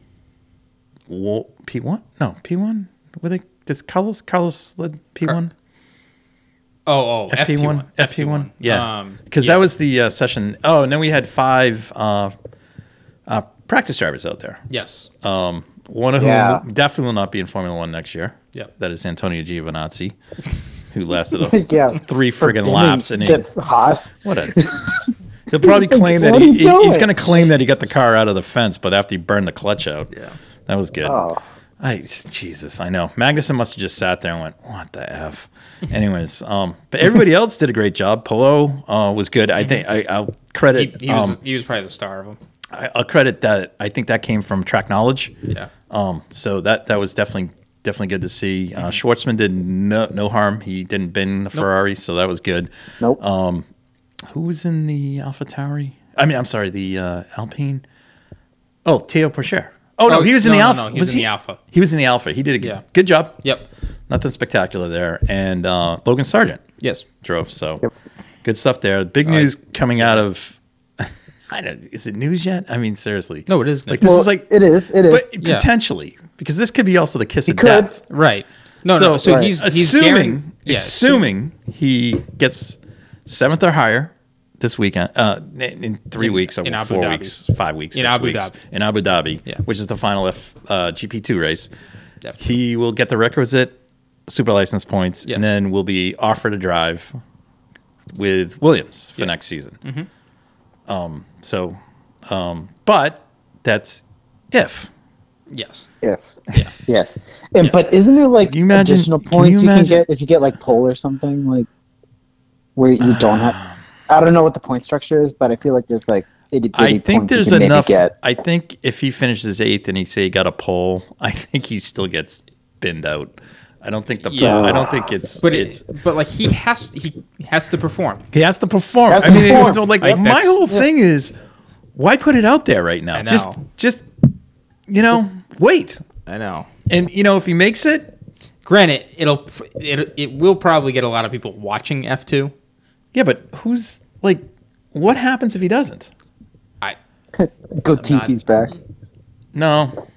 Speaker 3: wo- P one? No, P one. Were they? Does Carlos Carlos led P one?
Speaker 1: Oh oh, FP one,
Speaker 3: FP one. Yeah,
Speaker 1: Um,
Speaker 3: because
Speaker 1: yeah.
Speaker 3: that was the uh, session. Oh, and then we had five uh, uh, practice drivers out there.
Speaker 1: yes,
Speaker 3: Um, one of
Speaker 4: Yeah.
Speaker 3: whom definitely will not be in Formula One next year.
Speaker 1: Yep.
Speaker 3: That is Antonio Giovinazzi, who lasted a,
Speaker 4: yeah.
Speaker 3: three
Speaker 4: for
Speaker 3: Oh. friggin'
Speaker 4: being
Speaker 3: laps. And he,
Speaker 4: the Haas.
Speaker 3: what a. He'll probably claim that
Speaker 4: What
Speaker 3: he,
Speaker 4: are you
Speaker 3: he- he's
Speaker 4: doing?
Speaker 3: going to claim that he got the car out of the fence, but after he burned the clutch out.
Speaker 1: Yeah.
Speaker 3: That was good.
Speaker 4: Oh.
Speaker 3: I Jesus, I know. Magnuson must have just sat there and went, "What the f." Anyways, um, but everybody else did a great job. Polo uh, was good. I think I, I'll
Speaker 1: he,
Speaker 3: credit.
Speaker 1: Mm-hmm. he was
Speaker 3: um,
Speaker 1: he was probably the star of them.
Speaker 3: I, I'll credit that. I think that came from track knowledge.
Speaker 1: Yeah.
Speaker 3: Um, so that that was definitely definitely good to see.
Speaker 1: Mm-hmm.
Speaker 3: Uh, Schwartzman did no no harm. He didn't bend the Ferrari, so that was good.
Speaker 4: Nope.
Speaker 3: Who was in the AlphaTauri? I mean, I'm sorry, the uh, Alpine. Oh, Theo Porcher. Oh no,
Speaker 1: Oh,
Speaker 3: he was in
Speaker 1: no,
Speaker 3: the
Speaker 1: no,
Speaker 3: Alpha.
Speaker 1: no, he was in the Alpha.
Speaker 3: He was in the Alpha. He did a g-
Speaker 1: Yeah.
Speaker 3: good job.
Speaker 1: Yep.
Speaker 3: Nothing spectacular there. And uh, Logan Sargent
Speaker 1: Yes.
Speaker 3: drove. So good stuff there. Big news coming out of. I don't. Is it news yet? I mean, seriously.
Speaker 1: No, it is
Speaker 3: Like
Speaker 1: news.
Speaker 3: this
Speaker 4: Well,
Speaker 3: is like
Speaker 4: it is. It is.
Speaker 3: but
Speaker 1: Yeah.
Speaker 3: potentially because this could be also the kiss of
Speaker 4: could.
Speaker 3: death.
Speaker 1: Right. No,
Speaker 3: so
Speaker 1: no. So
Speaker 4: Right.
Speaker 1: he's he's
Speaker 3: assuming
Speaker 1: guaran- yeah,
Speaker 3: assuming he gets seventh or higher, this weekend, uh, in- in three
Speaker 1: In-
Speaker 3: weeks, or
Speaker 1: in Abu
Speaker 3: four
Speaker 1: Dhabi.
Speaker 3: weeks, five weeks,
Speaker 1: In
Speaker 3: six
Speaker 1: Abu
Speaker 3: weeks
Speaker 1: Dhabi.
Speaker 3: in Abu Dhabi,
Speaker 1: Yeah.
Speaker 3: which is the final F, uh, GP2 race.
Speaker 1: Definitely.
Speaker 3: He will get the requisite super license points,
Speaker 1: Yes.
Speaker 3: and then will be offered a drive with Williams for
Speaker 1: Yeah. Mm-hmm.
Speaker 3: next season. Um, so, um, but that's if
Speaker 1: Yes.
Speaker 4: If
Speaker 1: Yeah.
Speaker 4: yes, and
Speaker 3: Yeah.
Speaker 4: but isn't there like
Speaker 3: Can you imagine-
Speaker 4: additional
Speaker 3: can you
Speaker 4: points you can,
Speaker 3: imagine-
Speaker 4: get if you get like pole or something like where you
Speaker 3: Um,
Speaker 4: don't have? I don't know what the point structure is, but I feel like there's like itty bitty
Speaker 3: I think
Speaker 4: points you
Speaker 3: there's
Speaker 4: can maybe
Speaker 3: enough.
Speaker 4: Get.
Speaker 3: I think if he finishes eighth and he say he got a pole, I think he still gets binned out. I don't think the.
Speaker 1: Yeah.
Speaker 3: I don't think it's.
Speaker 1: But
Speaker 3: it's.
Speaker 1: it, but like he has he has to perform.
Speaker 3: he has to perform.
Speaker 4: Has
Speaker 3: I
Speaker 4: to
Speaker 3: mean,
Speaker 4: perform.
Speaker 3: it's all like
Speaker 1: Like,
Speaker 3: my
Speaker 1: that's-
Speaker 3: whole thing is, why put it out there right now?
Speaker 1: I
Speaker 3: Just,
Speaker 1: know.
Speaker 3: just, you know, wait.
Speaker 1: I know.
Speaker 3: And you know, if he makes it,
Speaker 1: Granted, it'll it it will probably get a lot of people watching F two.
Speaker 3: yeah. But who's like, what happens if he doesn't?
Speaker 1: I
Speaker 4: Go Tiki's back.
Speaker 3: No.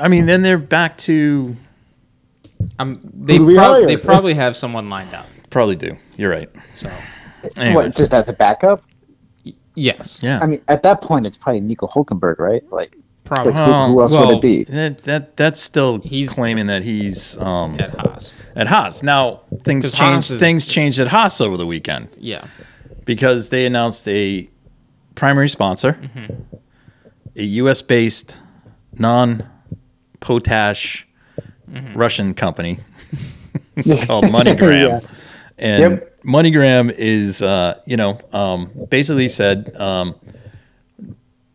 Speaker 3: I mean, then they're back to
Speaker 1: I'm they
Speaker 4: do we
Speaker 1: prob-
Speaker 4: hire?
Speaker 1: they probably have someone lined up.
Speaker 3: probably do. You're right.
Speaker 1: So
Speaker 3: Anyways.
Speaker 4: What just as a backup?
Speaker 1: yes,
Speaker 3: Yeah.
Speaker 4: I mean, at that point, it's probably Nico Hulkenberg, right? Like,
Speaker 1: probably
Speaker 4: who, who else would
Speaker 1: well,
Speaker 4: it be?
Speaker 3: That that that's still
Speaker 1: He's-
Speaker 3: claiming that he's um,
Speaker 1: at Haas.
Speaker 3: at Haas. Now things
Speaker 1: 'Cause Haas
Speaker 3: changed.
Speaker 1: is-
Speaker 3: things changed at Haas over the weekend
Speaker 1: Yeah,
Speaker 3: because they announced a primary sponsor,
Speaker 1: Mm-hmm.
Speaker 3: a U.S. based non potash
Speaker 1: Mm-hmm.
Speaker 3: Russian company called MoneyGram, and
Speaker 4: Yep.
Speaker 3: MoneyGram is uh, you know um, basically said um,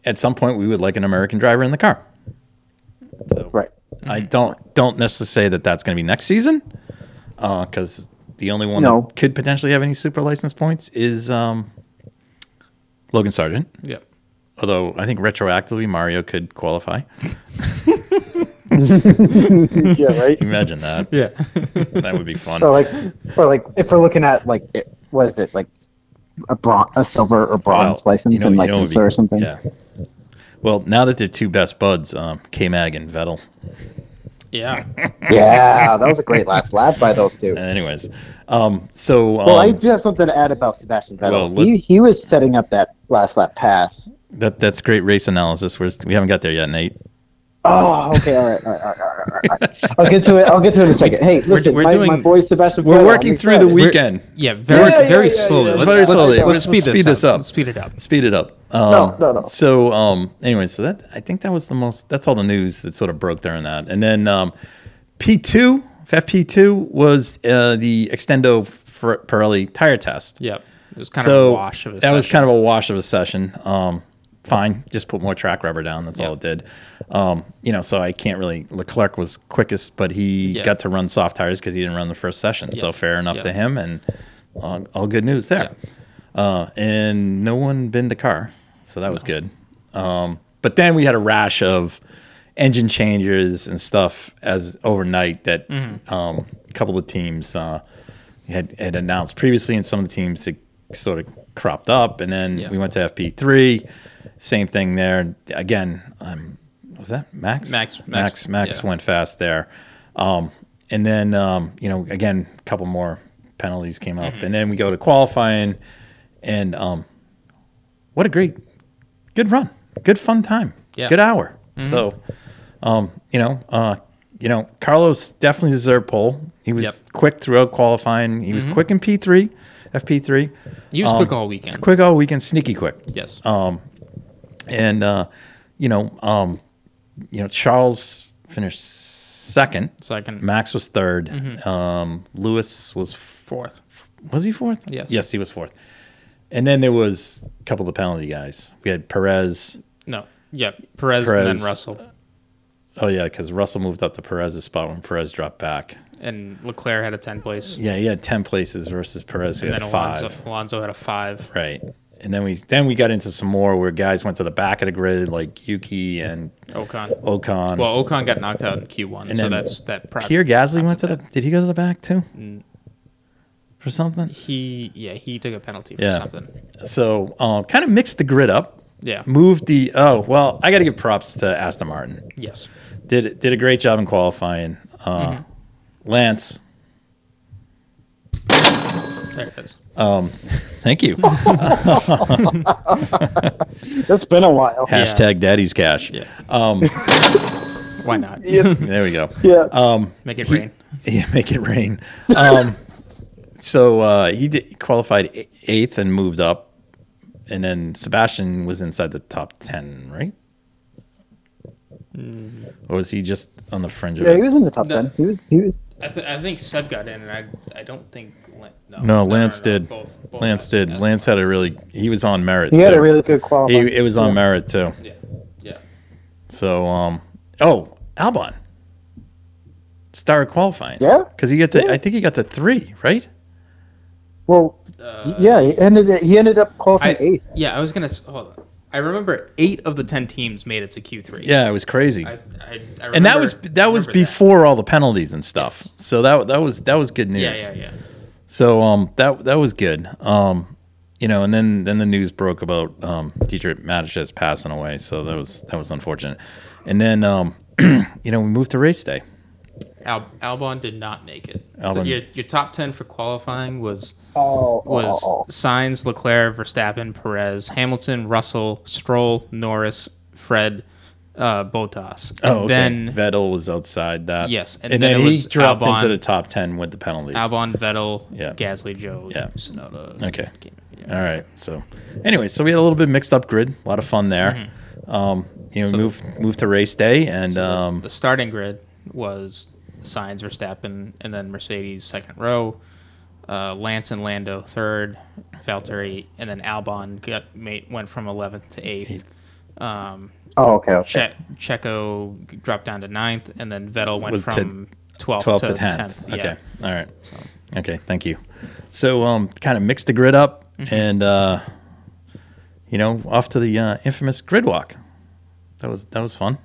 Speaker 3: at some point we would like an American driver in the car. So
Speaker 4: Right.
Speaker 3: I don't don't necessarily say that that's going to be next season, because the only one
Speaker 4: No.
Speaker 3: that could potentially have any super license points is um, Logan Sargent.
Speaker 1: yep.
Speaker 3: Although I think retroactively Mario could qualify.
Speaker 4: yeah, right.
Speaker 3: Imagine that.
Speaker 1: Yeah,
Speaker 3: that would be fun.
Speaker 4: Or like, or like, if we're looking at like, it, was it like a bron- a silver or bronze
Speaker 3: Well,
Speaker 4: license
Speaker 3: you know-
Speaker 4: in
Speaker 3: you
Speaker 4: like
Speaker 3: know it'd
Speaker 4: IMSA or
Speaker 3: be-
Speaker 4: something?
Speaker 3: yeah. Well, now that they're two best buds, um, K Mag and Vettel.
Speaker 1: yeah.
Speaker 4: Yeah, that was a great last lap by those two.
Speaker 3: Anyways, um, so um,
Speaker 4: Well, I do have something to add about Sebastian Vettel.
Speaker 3: Well, let-
Speaker 4: he, he was setting up that last lap pass.
Speaker 3: that that's great race analysis. We're, we haven't got there yet, Nate.
Speaker 4: Oh, okay, all right, all right, all right, all right, all right. I'll get to it. I'll get to it in a second. Hey, listen,
Speaker 1: we're
Speaker 4: my,
Speaker 1: doing-
Speaker 4: my boy Sebastian.
Speaker 3: We're
Speaker 4: Vettel,
Speaker 3: working
Speaker 4: I'm
Speaker 3: through the
Speaker 4: excited.
Speaker 1: We're-
Speaker 3: weekend.
Speaker 1: Yeah, very,
Speaker 4: Yeah, yeah,
Speaker 1: very
Speaker 4: yeah, yeah,
Speaker 1: slowly.
Speaker 4: yeah.
Speaker 1: Let's,
Speaker 4: Very
Speaker 1: let's,
Speaker 4: slowly.
Speaker 1: let's
Speaker 4: Let's
Speaker 1: speed,
Speaker 3: speed
Speaker 1: this
Speaker 3: this
Speaker 1: up.
Speaker 3: up.
Speaker 1: Let's speed it up.
Speaker 3: Speed it up. Um,
Speaker 4: No, no, no.
Speaker 3: So, um, anyway, so that I think that was the most. That's all the news that sort of broke during that. And then um, P two, FP two was uh, the Extendo Fer- Pirelli tire test.
Speaker 1: Yep. It was kind
Speaker 3: so
Speaker 1: of a wash of a
Speaker 3: that was kind of a wash of a session. Um, fine, just put more track rubber down. That's all
Speaker 1: Yeah.
Speaker 3: it did. Um, you know, so I can't really. Leclerc was quickest, but he
Speaker 1: Yeah.
Speaker 3: got to run soft tires because he didn't run the first session. So
Speaker 1: Yes.
Speaker 3: fair enough
Speaker 1: Yeah.
Speaker 3: to him, and uh, all good news there. Uh, and no one binned the car, so that was good. Um, but then we had a rash of engine changes and stuff as overnight that
Speaker 1: Mm-hmm.
Speaker 3: um, a couple of teams uh, had, had announced previously, and some of the teams had sort of cropped up. And then
Speaker 1: Yeah.
Speaker 3: we went to FP3, same thing there. And Again, um, was that Max?
Speaker 1: Max- Max-
Speaker 3: Max, Max
Speaker 1: yeah.
Speaker 3: went fast there. Um, and then, um, you know, again, a couple more penalties came
Speaker 1: Mm-hmm.
Speaker 3: up. And then we go to qualifying, and um, what a great, good run, good fun time,
Speaker 1: Yeah. Mm-hmm.
Speaker 3: good hour. So, um, you know, uh, you know, Carlos definitely deserved pole. He was
Speaker 1: Yep. Mm-hmm.
Speaker 3: quick throughout qualifying. He was quick in P three, FP three,
Speaker 1: He was quick all weekend.
Speaker 3: um, quick um, all weekend, sneaky quick,
Speaker 1: Yes.
Speaker 3: and uh, you know, um, you know, Charles finished second,
Speaker 1: Second.
Speaker 3: Max was 3rd
Speaker 1: Mm-hmm.
Speaker 3: um, Lewis was
Speaker 1: Fourth.
Speaker 3: was he fourth?
Speaker 1: Yes.
Speaker 3: yes, he was fourth. And then there was a couple of penalty guys. We had Perez.
Speaker 1: No. Yeah. Perez, and
Speaker 3: Perez.
Speaker 1: then Russell.
Speaker 3: Oh yeah, because Russell moved up to Perez's spot when Perez dropped back.
Speaker 1: And Leclerc had a 10 place.
Speaker 3: Yeah, he had ten places versus Perez who
Speaker 1: and
Speaker 3: had
Speaker 1: then
Speaker 3: five.
Speaker 1: Alonso, Alonso had a five.
Speaker 3: Right. And then we then we got into some more where guys went to the back of the grid like Yuki and
Speaker 1: Ocon.
Speaker 3: Ocon.
Speaker 1: Well, Ocon got knocked out in Q1.
Speaker 3: And
Speaker 1: so
Speaker 3: then
Speaker 1: that's that. Pro-
Speaker 3: Pierre Gasly went to the did he go to the back too?
Speaker 1: Mm.
Speaker 3: For something?
Speaker 1: He, yeah, he took a penalty for
Speaker 3: Yeah.
Speaker 1: something.
Speaker 3: So um, kind of mixed the grid up.
Speaker 1: Yeah.
Speaker 3: Moved the oh well, I gotta give props to Aston Martin.
Speaker 1: Yes.
Speaker 3: Did did a great job in qualifying. Uh, Lance,
Speaker 1: There it is.
Speaker 3: Um, thank you.
Speaker 4: That's been a while.
Speaker 3: Hashtag Daddy's Cash.
Speaker 1: Yeah.
Speaker 3: Um,
Speaker 1: Why not?
Speaker 4: Yeah.
Speaker 3: there we go.
Speaker 4: Yeah.
Speaker 3: Um,
Speaker 1: Make it
Speaker 3: he-
Speaker 1: rain.
Speaker 3: Yeah, make it rain. Um, so uh, he did, qualified e- eighth and moved up, and then Sebastian was inside the top ten, right? Or was he just on the fringe?
Speaker 4: yeah,
Speaker 3: of
Speaker 4: he
Speaker 3: it?
Speaker 4: was in the top
Speaker 1: No.
Speaker 4: ten. He was. He was.
Speaker 1: I, th- I think Seb got in, and I I don't think Lan- no.
Speaker 3: No, Lance did. Lance
Speaker 1: guys-
Speaker 3: did.
Speaker 1: guys
Speaker 3: Lance had a really. He was on merit.
Speaker 4: He had
Speaker 3: too.
Speaker 4: a really good qualify.
Speaker 3: He, it was on
Speaker 4: Yeah.
Speaker 3: merit too.
Speaker 1: Yeah, yeah.
Speaker 3: So, um, oh, Albon started qualifying.
Speaker 4: Yeah?
Speaker 3: because he got to.
Speaker 4: Yeah.
Speaker 3: I think he got to three, right?
Speaker 4: Well,
Speaker 1: Uh,
Speaker 4: yeah, he ended. He ended up
Speaker 1: I,
Speaker 4: qualifying eighth.
Speaker 1: yeah, I was gonna. s- Hold on. I remember eight of the ten teams made it to Q three.
Speaker 3: Yeah, it was crazy.
Speaker 1: I, I, I remember,
Speaker 3: and that was that was
Speaker 1: remember
Speaker 3: before all the penalties and stuff. So that that was that was good news.
Speaker 1: Yeah, yeah, yeah.
Speaker 3: So um that that was good. Um you know, and then then the news broke about um Dietrich Mateschitz passing away. So that was that was unfortunate. And then um you know, we moved to race day.
Speaker 1: Al- Albon did not make it. So
Speaker 3: Albon-
Speaker 1: your your top ten for qualifying was
Speaker 4: Oh,
Speaker 1: was
Speaker 4: oh, oh.
Speaker 1: Signs, Leclerc, Verstappen, Perez, Hamilton, Russell, Stroll, Norris, Fred, uh, Botas.
Speaker 3: Oh, okay.
Speaker 1: Then
Speaker 3: Vettel was outside that.
Speaker 1: Yes,
Speaker 3: And, then,
Speaker 1: it
Speaker 3: he
Speaker 1: was
Speaker 3: dropped
Speaker 1: Albon-
Speaker 3: into the top 10 with the penalties.
Speaker 1: Albon, Vettel,
Speaker 3: Yeah.
Speaker 1: Gasly, Joe,
Speaker 3: Yeah.
Speaker 1: Sonoda.
Speaker 3: Okay.
Speaker 1: Yeah.
Speaker 3: All right. So, anyway, so we had a little bit mixed up grid. A lot of fun there.
Speaker 1: Mm-hmm.
Speaker 3: Um, you know, we moved moved to race day, and um,
Speaker 1: the starting grid was Signs, Verstappen, and then Mercedes second row, uh, Lance and Lando third, Valtteri, and then Albon got made, went from 11th to 8th. Um,
Speaker 4: Oh, okay. okay.
Speaker 1: che- Checo dropped down to 9th, and then Vettel went
Speaker 3: Was to
Speaker 1: from 12th,
Speaker 3: 12
Speaker 1: to,
Speaker 3: to 10th.
Speaker 1: 10th.
Speaker 3: Okay.
Speaker 1: Yeah.
Speaker 3: All right. Okay. Thank you. So, um, kind of mixed the grid up
Speaker 1: Mm-hmm.
Speaker 3: and, uh, you know, off to the uh, infamous grid walk. That was, that was fun.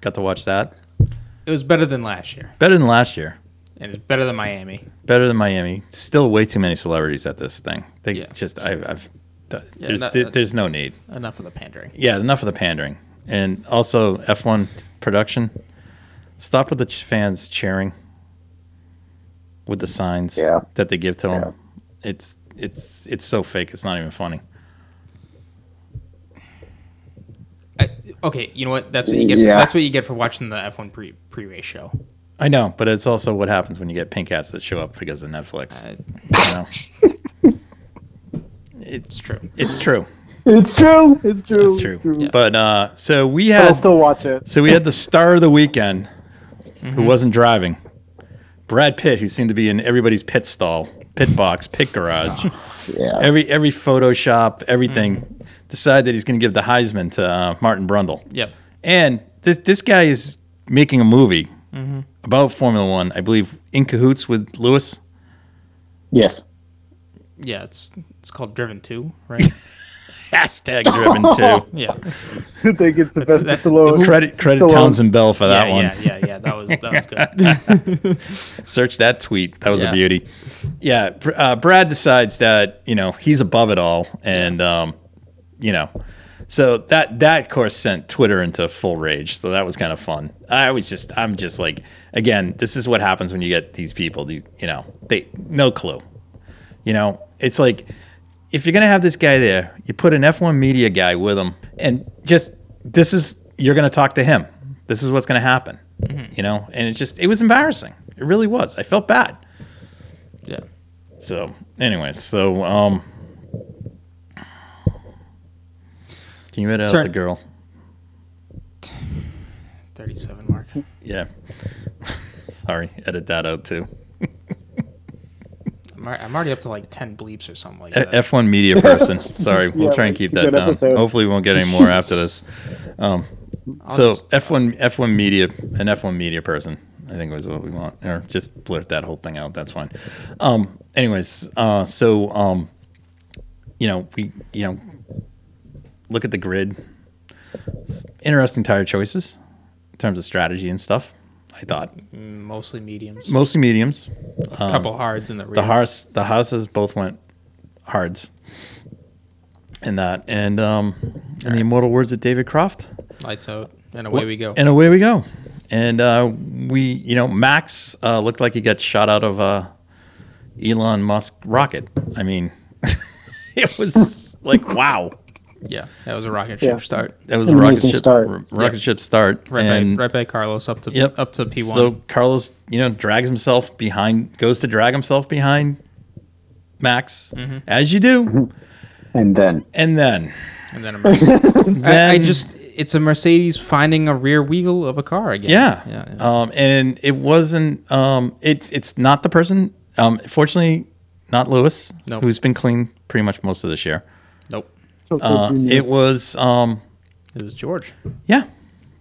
Speaker 3: Got to watch that.
Speaker 1: It was better than last year,
Speaker 3: Better than last year.
Speaker 1: and it's better than Miami.
Speaker 3: Better than Miami. Still way too many celebrities at this thing. They
Speaker 1: Yeah. uh,
Speaker 3: just, I, I've, th- there's,
Speaker 1: that-
Speaker 3: th-
Speaker 1: that-
Speaker 3: there's no need.
Speaker 1: Enough of the pandering.
Speaker 3: Yeah. Enough of the pandering. And also F1 production. Stop with the ch- fans cheering with the signs
Speaker 4: Yeah.
Speaker 3: that they give to them. It's it's it's so fake. It's not even funny.
Speaker 1: I, okay, you know what? That's what you get.
Speaker 4: Yeah.
Speaker 1: That's what you get for watching the F1 pre pre race show.
Speaker 3: I know, but it's also what happens when you get pink hats that show up because of Netflix.
Speaker 1: Uh,
Speaker 3: you know?
Speaker 1: it's
Speaker 3: it's
Speaker 1: true.
Speaker 3: it's true.
Speaker 4: It's true. It's true.
Speaker 3: It's true. But uh, so we
Speaker 4: But I'll
Speaker 3: had
Speaker 4: still watch it.
Speaker 3: so we had the star of the weekend who wasn't driving, Brad Pitt, who seemed to be in everybody's pit stall, pit box, pit garage.
Speaker 4: Yeah.
Speaker 3: every every Photoshop, everything, decide that he's going to give the Heisman to uh, Martin Brundle.
Speaker 1: Yep.
Speaker 3: And this this guy is making a movie about Formula One, I believe, in cahoots with Lewis.
Speaker 4: yes.
Speaker 1: Yeah, it's it's called Driven Two, right?
Speaker 3: Hashtag driven too.
Speaker 1: yeah.
Speaker 4: they get Sylvester
Speaker 1: that's-
Speaker 4: Stallone.
Speaker 3: Credit credit
Speaker 4: Stallone.
Speaker 3: Townsend Bell for that
Speaker 1: yeah,
Speaker 3: one.
Speaker 1: yeah, yeah, yeah. That was that was good.
Speaker 3: Search that tweet. That was
Speaker 1: Yeah.
Speaker 3: a beauty. Yeah, Br- uh, Brad decides that you know he's above it all, and um, you know, so that that of course sent Twitter into full rage. So that was kind of fun. I was just, I'm just like, again, this is what happens when you get these people. These, you know, they no clue. You know, it's like if you're gonna have this guy there, you put an F1 media guy with him, and just this is you're gonna talk to him. This is what's gonna happen. You know, and it just it was embarrassing. It really was. I felt bad.
Speaker 1: yeah.
Speaker 3: So, anyways, so um, can you edit out
Speaker 1: Turn-
Speaker 3: the girl?
Speaker 1: Thirty-seven mark.
Speaker 3: Yeah. Sorry, edit that out too.
Speaker 1: I'm, al- I'm already up to like ten bleeps or something like
Speaker 3: A-
Speaker 1: that.
Speaker 3: F1 E, media person. Sorry, we'll
Speaker 4: Yeah,
Speaker 3: try and keep
Speaker 4: it's a
Speaker 3: that
Speaker 4: good
Speaker 3: down.
Speaker 4: episode.
Speaker 3: Hopefully, we won't get any more after this. Um,
Speaker 1: I'll
Speaker 3: so
Speaker 1: just-
Speaker 3: F1 F1 media an F1 media person. I think was what we want, or just blurt that whole thing out. That's fine. Um, anyways, uh, so um, you know we you know look at the grid. S- Interesting tire choices in terms of strategy and stuff. I thought
Speaker 1: mostly mediums.
Speaker 3: mostly mediums.
Speaker 1: A couple hards in the rear.
Speaker 3: The Haas, the Haas's both went hards in that, and um, in the immortal words of David Croft,
Speaker 1: lights out, and away we go.
Speaker 3: and away we go. And uh, we, you know, Max uh, looked like he got shot out of, uh, Elon Musk rocket. I mean, it was like wow.
Speaker 1: Yeah, that was a rocket ship
Speaker 4: Yeah.
Speaker 1: start.
Speaker 3: That was a
Speaker 4: Amazing
Speaker 3: rocket ship
Speaker 4: start.
Speaker 3: r- rocket ship start.
Speaker 1: Right
Speaker 3: and-
Speaker 1: by right by Carlos up to
Speaker 3: Yep.
Speaker 1: up to P one.
Speaker 3: So Carlos, you know, drags himself behind, goes to drag himself behind Max,
Speaker 1: Mm-hmm.
Speaker 3: as you do.
Speaker 4: and then
Speaker 3: And then,
Speaker 1: and then a Mercedes. I, I
Speaker 3: Then-
Speaker 1: just it's a Mercedes finding a rear wheel of a car again.
Speaker 3: yeah.
Speaker 1: yeah, yeah.
Speaker 3: Um, and it wasn't, um, it's, it's not the person, um, fortunately, not Lewis,
Speaker 1: Nope.
Speaker 3: who's been clean pretty much most of this year.
Speaker 1: nope.
Speaker 4: Oh,
Speaker 3: Uh, it was, um,
Speaker 1: It was George.
Speaker 3: yeah,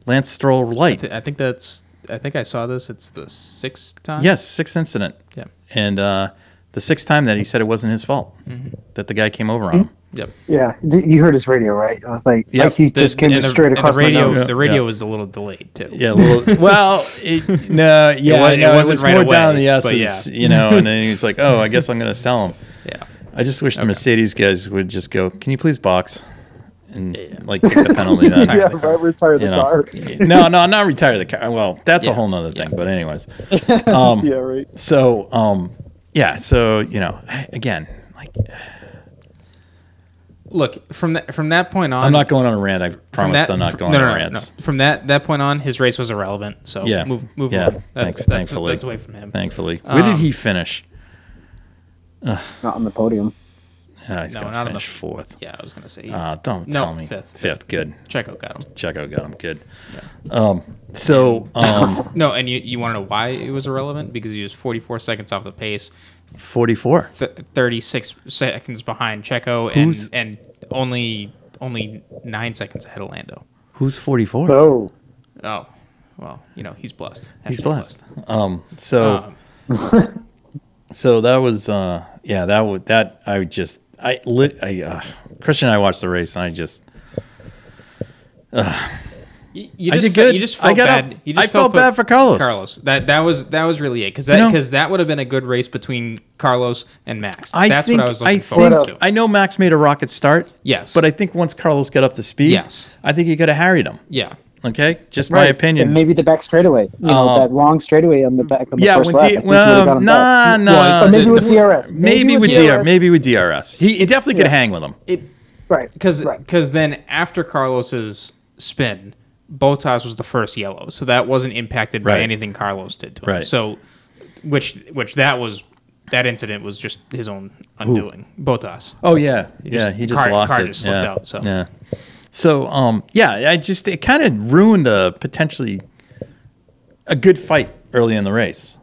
Speaker 3: Lance Stroll Light.
Speaker 1: Th- I think that's. I think I saw this. It's the sixth time.
Speaker 3: Yes, sixth incident.
Speaker 1: Yeah.
Speaker 3: And uh, the sixth time that he said it wasn't his fault,
Speaker 1: Mm-hmm.
Speaker 3: that the guy came over on him.
Speaker 1: Yep.
Speaker 4: yeah, Th- you heard his radio, right? I was like,
Speaker 3: Yep.
Speaker 4: like he
Speaker 3: The-
Speaker 4: just came
Speaker 1: And the-
Speaker 4: straight
Speaker 1: and
Speaker 4: across
Speaker 1: the radio.
Speaker 4: my nose.
Speaker 1: The radio
Speaker 3: Yeah.
Speaker 1: was a little delayed too.
Speaker 3: Yeah, a little, well, it, no, yeah,
Speaker 1: wa- it
Speaker 3: no,
Speaker 1: wasn't
Speaker 3: was
Speaker 1: right
Speaker 3: more
Speaker 1: away,
Speaker 3: down the
Speaker 1: but
Speaker 3: S's,
Speaker 1: yeah.
Speaker 3: you know. And then he's like, "Oh, I guess I'm gonna sell him."
Speaker 1: Yeah.
Speaker 3: I just wish the Mercedes guys would just go, "Can you please box?" And like take the penalty. Then,
Speaker 4: Yeah, right. Retire the
Speaker 3: you
Speaker 4: car.
Speaker 3: know. no, no, not retire the car. Well, that's a
Speaker 1: Yeah.
Speaker 3: whole nother thing. But anyways, Um,
Speaker 4: yeah, right.
Speaker 3: so um, yeah, so you know, again, like
Speaker 1: Look from that from that point on.
Speaker 3: I'm not going on a rant. I
Speaker 1: Um, from
Speaker 3: promise
Speaker 1: that-
Speaker 3: I'm not
Speaker 1: fr-
Speaker 3: going
Speaker 1: no,
Speaker 3: on
Speaker 1: no, no,
Speaker 3: rants.
Speaker 1: no. From that that point on, his race was irrelevant. So
Speaker 3: Yeah,
Speaker 1: move move
Speaker 3: yeah.
Speaker 1: on. That's,
Speaker 3: Thanks,
Speaker 1: that's,
Speaker 3: thankfully.
Speaker 1: that's away from him.
Speaker 3: Thankfully, where did
Speaker 1: Um,
Speaker 3: he finish?
Speaker 4: Not on the podium.
Speaker 3: Oh, he's
Speaker 1: No,
Speaker 3: gonna
Speaker 1: not on the-
Speaker 3: finish fourth.
Speaker 1: Yeah, I was gonna say.
Speaker 3: Uh, don't
Speaker 1: No,
Speaker 3: tell me
Speaker 1: fifth.
Speaker 3: Fifth, good.
Speaker 1: Checo got him.
Speaker 3: Checo got him good. Um, so um,
Speaker 1: No, and you you want to know why it was irrelevant? Because he was 44 seconds off the pace,
Speaker 3: 44.
Speaker 1: th- 36 seconds behind Checo, and
Speaker 3: Who's-
Speaker 1: and only only nine seconds ahead of Lando.
Speaker 3: Who's 44?
Speaker 4: Oh,
Speaker 1: Oh, well, you know he's blessed.
Speaker 3: He's
Speaker 1: Hashtag
Speaker 3: blessed. Um, so
Speaker 1: Um,
Speaker 3: so that was uh, yeah that would that I would just I lit I uh, Christian and I watched the race and I just
Speaker 1: You, you
Speaker 3: I
Speaker 1: just
Speaker 3: did
Speaker 1: fe-
Speaker 3: good.
Speaker 1: You just
Speaker 3: I
Speaker 1: felt
Speaker 3: got
Speaker 1: bad.
Speaker 3: up.
Speaker 1: You just
Speaker 3: I felt bad for Carlos.
Speaker 1: Carlos. That that was that was really it because
Speaker 3: You
Speaker 1: that
Speaker 3: know-
Speaker 1: because that would have been a good race between Carlos and Max.
Speaker 3: I
Speaker 1: That's
Speaker 3: think
Speaker 1: what I was looking
Speaker 3: I
Speaker 1: forward
Speaker 3: think
Speaker 1: to.
Speaker 3: I know Max made a rocket start.
Speaker 1: Yes.
Speaker 3: but I think once Carlos got up to speed,
Speaker 1: Yes.
Speaker 3: I think he could have harried him.
Speaker 1: yeah.
Speaker 3: Okay, just my opinion.
Speaker 4: And maybe the back straightaway. You know,
Speaker 3: Um,
Speaker 4: that long straightaway on the back. On the
Speaker 3: yeah,
Speaker 4: first
Speaker 3: with
Speaker 4: lap, I
Speaker 3: D-
Speaker 4: think he would've
Speaker 3: well,
Speaker 4: got him
Speaker 3: nah,
Speaker 4: back.
Speaker 3: nah.
Speaker 4: Or maybe
Speaker 3: the-
Speaker 4: with DRS.
Speaker 3: Maybe with DR, maybe with DRS. He, he definitely could hang with him.
Speaker 1: It
Speaker 4: Right.
Speaker 1: because
Speaker 4: Right.
Speaker 1: because then after Carlos's spin, Botas was the first yellow, so that wasn't impacted by
Speaker 3: Right.
Speaker 1: anything Carlos did to him.
Speaker 3: Right.
Speaker 1: So, which which that was that incident was just his own undoing. Botas.
Speaker 3: Oh yeah, yeah.
Speaker 1: just-
Speaker 3: He just
Speaker 1: car-
Speaker 3: lost
Speaker 1: car
Speaker 3: it.
Speaker 1: just
Speaker 3: yeah.
Speaker 1: slipped out, so.
Speaker 3: yeah. So um, yeah. I just it kind of ruined a potentially a good fight early in the race.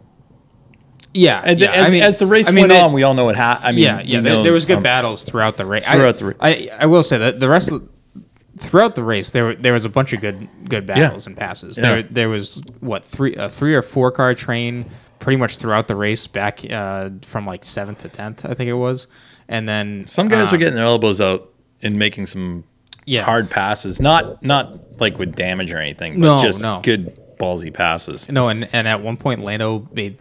Speaker 1: Yeah,
Speaker 3: And
Speaker 1: yeah.
Speaker 3: as,
Speaker 1: I mean,
Speaker 3: as the race
Speaker 1: I mean,
Speaker 3: went
Speaker 1: that-
Speaker 3: on, we all know what happened. I mean,
Speaker 1: yeah, yeah.
Speaker 3: we
Speaker 1: There,
Speaker 3: know,
Speaker 1: there was good
Speaker 3: um,
Speaker 1: battles throughout the race.
Speaker 3: throughout the ra-
Speaker 1: I, I will say that the rest of the, throughout the race there were, there was a bunch of good good battles and passes.
Speaker 3: Yeah.
Speaker 1: There there was what three a three or four car train pretty much throughout the race back uh, from like seventh to tenth I think it was, and then
Speaker 3: Some guys
Speaker 1: um,
Speaker 3: were getting their elbows out and making some
Speaker 1: Yeah.
Speaker 3: hard passes. Not not like with damage or anything, but
Speaker 1: No,
Speaker 3: just
Speaker 1: no.
Speaker 3: good ballsy passes.
Speaker 1: no and and at one point Lando made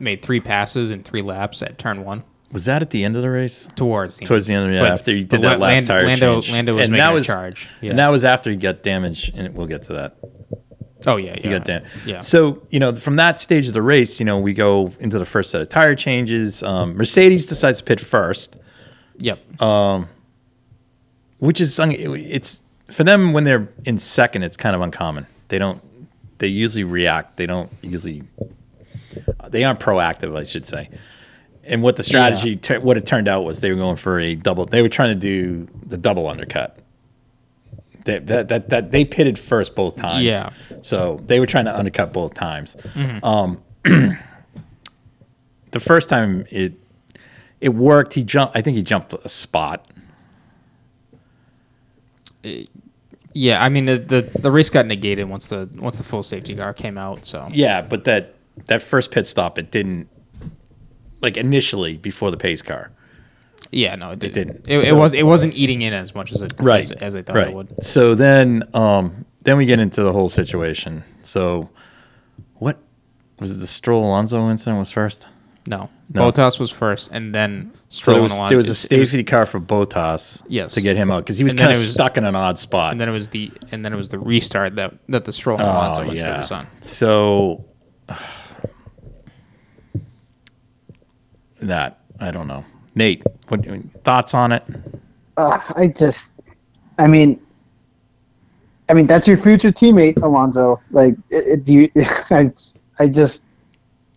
Speaker 1: made three passes in three laps at turn one.
Speaker 3: Was that at the end of the race?
Speaker 1: Towards the end.
Speaker 3: Towards the end, yeah.
Speaker 1: But-
Speaker 3: after you
Speaker 1: but
Speaker 3: did that
Speaker 1: La-
Speaker 3: last
Speaker 1: Lan-
Speaker 3: tire
Speaker 1: Lando,
Speaker 3: change,
Speaker 1: Lando was
Speaker 3: and
Speaker 1: making
Speaker 3: that
Speaker 1: a
Speaker 3: was
Speaker 1: charge. Yeah.
Speaker 3: and that was after he got damaged, and we'll get to that.
Speaker 1: oh yeah, yeah.
Speaker 3: You got that.
Speaker 1: Yeah.
Speaker 3: So, you know, from that stage of the race, you know, we go into the first set of tire changes. Um, Mercedes decides to pit first,
Speaker 1: yep.
Speaker 3: which is un- it's for them when they're in second, it's kind of uncommon. They don't they usually react. They don't usually they aren't proactive, I should say. And what the strategy tur- what it turned out was they were going for a double. They were trying to do the double undercut. They, that, that, that they pitted first both times.
Speaker 1: Yeah.
Speaker 3: So they were trying to undercut both times. Um, the first time it it worked. He jumped. I think he jumped a spot.
Speaker 1: Yeah, I mean the, the the race got negated once the once the full safety car came out. So
Speaker 3: Yeah, but that that first pit stop, it didn't like initially before the pace car.
Speaker 1: yeah, no, it,
Speaker 3: didn't.
Speaker 1: It, it
Speaker 3: So-
Speaker 1: was it wasn't eating in as much as it as, as I thought
Speaker 3: right.
Speaker 1: it would.
Speaker 3: So then, um, then we get into the whole situation. So, what was it? The Stroll Alonso incident was first.
Speaker 1: No,
Speaker 3: No.
Speaker 1: Botas was first, and then
Speaker 3: So
Speaker 1: Stroll
Speaker 3: there
Speaker 1: and
Speaker 3: was,
Speaker 1: Alon-
Speaker 3: there was a
Speaker 1: it's- it was-
Speaker 3: safety car for Botas
Speaker 1: Yes.
Speaker 3: to get him out because he was
Speaker 1: And then
Speaker 3: kind
Speaker 1: it
Speaker 3: of
Speaker 1: was-
Speaker 3: stuck in an odd spot.
Speaker 1: and then it was the and then it was the restart that that the Stroll and
Speaker 3: Oh,
Speaker 1: Alonso incident was on.
Speaker 3: So that. I don't know. Nate, what thoughts on it?
Speaker 4: Uh, I just, I mean, I mean that's your future teammate, Alonso. Like, it, it- do you? I, I just,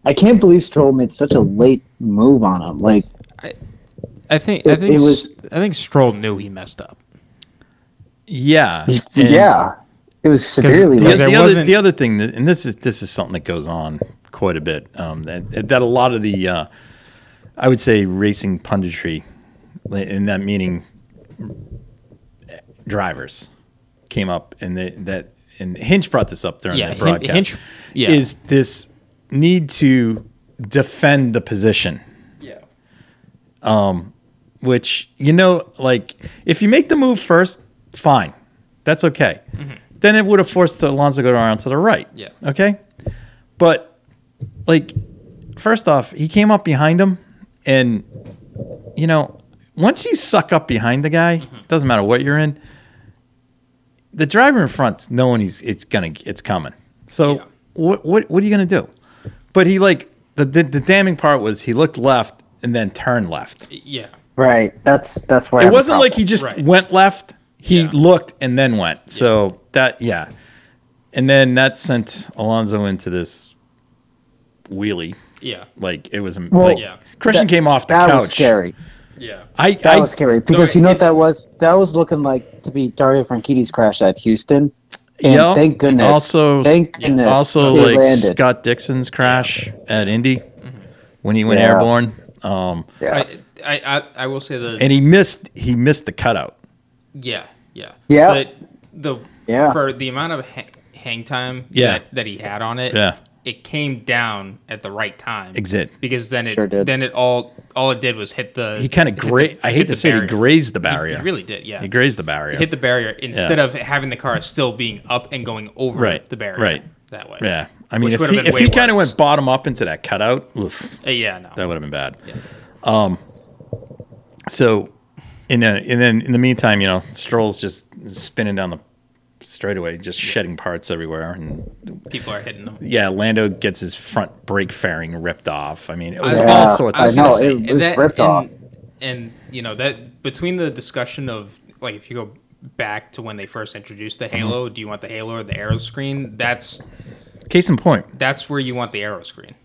Speaker 4: I can't believe Stroll made such a late move on him. Like,
Speaker 1: I think I
Speaker 4: It-
Speaker 1: think
Speaker 4: it
Speaker 1: it
Speaker 4: was-
Speaker 1: I think Stroll knew he messed up.
Speaker 3: Yeah. and-
Speaker 4: yeah, it was severely
Speaker 1: Because
Speaker 3: the,
Speaker 4: late.
Speaker 1: there
Speaker 3: the other,
Speaker 1: wasn't-
Speaker 3: the other thing, that, and this is this is something that goes on quite a bit, um, that, that a lot of the, uh, I would say, racing punditry, in that meaning, drivers came up and they, that and Hinch brought this up during
Speaker 1: Yeah,
Speaker 3: the
Speaker 1: Hin-
Speaker 3: broadcast.
Speaker 1: Hinch- yeah.
Speaker 3: is this need to defend the position?
Speaker 1: Yeah.
Speaker 3: which you know like if you make the move first fine that's okay then it would have forced alonso to go around to the right
Speaker 1: Mm-hmm. Yeah.
Speaker 3: okay but like first off he came up behind him and you know once you suck up behind the guy
Speaker 1: Mm-hmm.
Speaker 3: it doesn't matter what you're in the driver in front's knowing he's it's gonna it's coming so
Speaker 1: Yeah.
Speaker 3: what, what what are you gonna do but he like the, the the damning part was he looked left and then turned left
Speaker 1: Yeah.
Speaker 4: Right. That's that's where I
Speaker 3: it
Speaker 4: have a
Speaker 3: wasn't like
Speaker 4: problem.
Speaker 3: he just
Speaker 1: Right.
Speaker 3: went left. He
Speaker 1: Yeah.
Speaker 3: looked and then went. So that yeah, and then that sent Alonso into this wheelie.
Speaker 1: Yeah.
Speaker 3: Like it was
Speaker 4: Well,
Speaker 3: like
Speaker 1: Yeah.
Speaker 3: Christian
Speaker 4: that-
Speaker 3: came off the
Speaker 4: that
Speaker 3: couch.
Speaker 4: was scary.
Speaker 1: Yeah.
Speaker 3: I,
Speaker 4: That
Speaker 3: I
Speaker 4: was scary because
Speaker 1: sorry,
Speaker 4: you know
Speaker 1: it-
Speaker 4: what that was? That was looking like to be Dario Franchitti's crash at Houston. And
Speaker 3: yep.
Speaker 4: thank goodness.
Speaker 3: Also,
Speaker 4: thank goodness.
Speaker 3: also
Speaker 4: he
Speaker 3: like
Speaker 4: landed.
Speaker 3: Scott Dixon's crash at Indy
Speaker 1: Mm-hmm.
Speaker 3: when he went
Speaker 4: Yeah.
Speaker 3: airborne. Um,
Speaker 4: yeah.
Speaker 1: I, I, I, I will say the
Speaker 3: and he missed he missed the cutout.
Speaker 1: yeah yeah
Speaker 4: Yeah.
Speaker 1: But the
Speaker 4: Yeah.
Speaker 1: for the amount of ha- hang time
Speaker 3: Yeah.
Speaker 1: that, that he had on it
Speaker 3: Yeah.
Speaker 1: it came down at the right time
Speaker 3: Exit.
Speaker 1: because then it
Speaker 4: Sure did.
Speaker 1: then it all all it did was hit the
Speaker 3: He kind of gra- I hate
Speaker 1: hit
Speaker 3: to
Speaker 1: the
Speaker 3: say he
Speaker 1: barrier.
Speaker 3: grazed the
Speaker 1: He-
Speaker 3: barrier.
Speaker 1: he really did yeah
Speaker 3: He grazed the barrier.
Speaker 1: hit the barrier instead of having the car still being up and going over
Speaker 3: Right,
Speaker 1: the barrier
Speaker 3: right.
Speaker 1: that way
Speaker 3: yeah, I mean,
Speaker 1: Which
Speaker 3: if
Speaker 1: would've
Speaker 3: he,
Speaker 1: been
Speaker 3: if
Speaker 1: way
Speaker 3: he kind of
Speaker 1: worse.
Speaker 3: went bottom up into that cutout, oof,
Speaker 1: Uh, yeah no
Speaker 3: that would have been bad. Um, so, in a, and then in the meantime, you know, Stroll's just spinning down the straightaway, just shedding parts everywhere, and
Speaker 1: people are hitting them
Speaker 3: yeah, Lando gets his front brake fairing ripped off. I mean, it was
Speaker 1: I-
Speaker 3: all sorts.
Speaker 4: I
Speaker 3: of
Speaker 4: know,
Speaker 3: stuff.
Speaker 4: it
Speaker 1: And
Speaker 4: was ripped
Speaker 1: and,
Speaker 4: off.
Speaker 1: And you know that between the discussion of like if you go back to when they first introduced the halo,
Speaker 3: Mm-hmm.
Speaker 1: do you want the halo or the arrow screen? That's
Speaker 3: Case in point,
Speaker 1: that's where you want the arrow screen.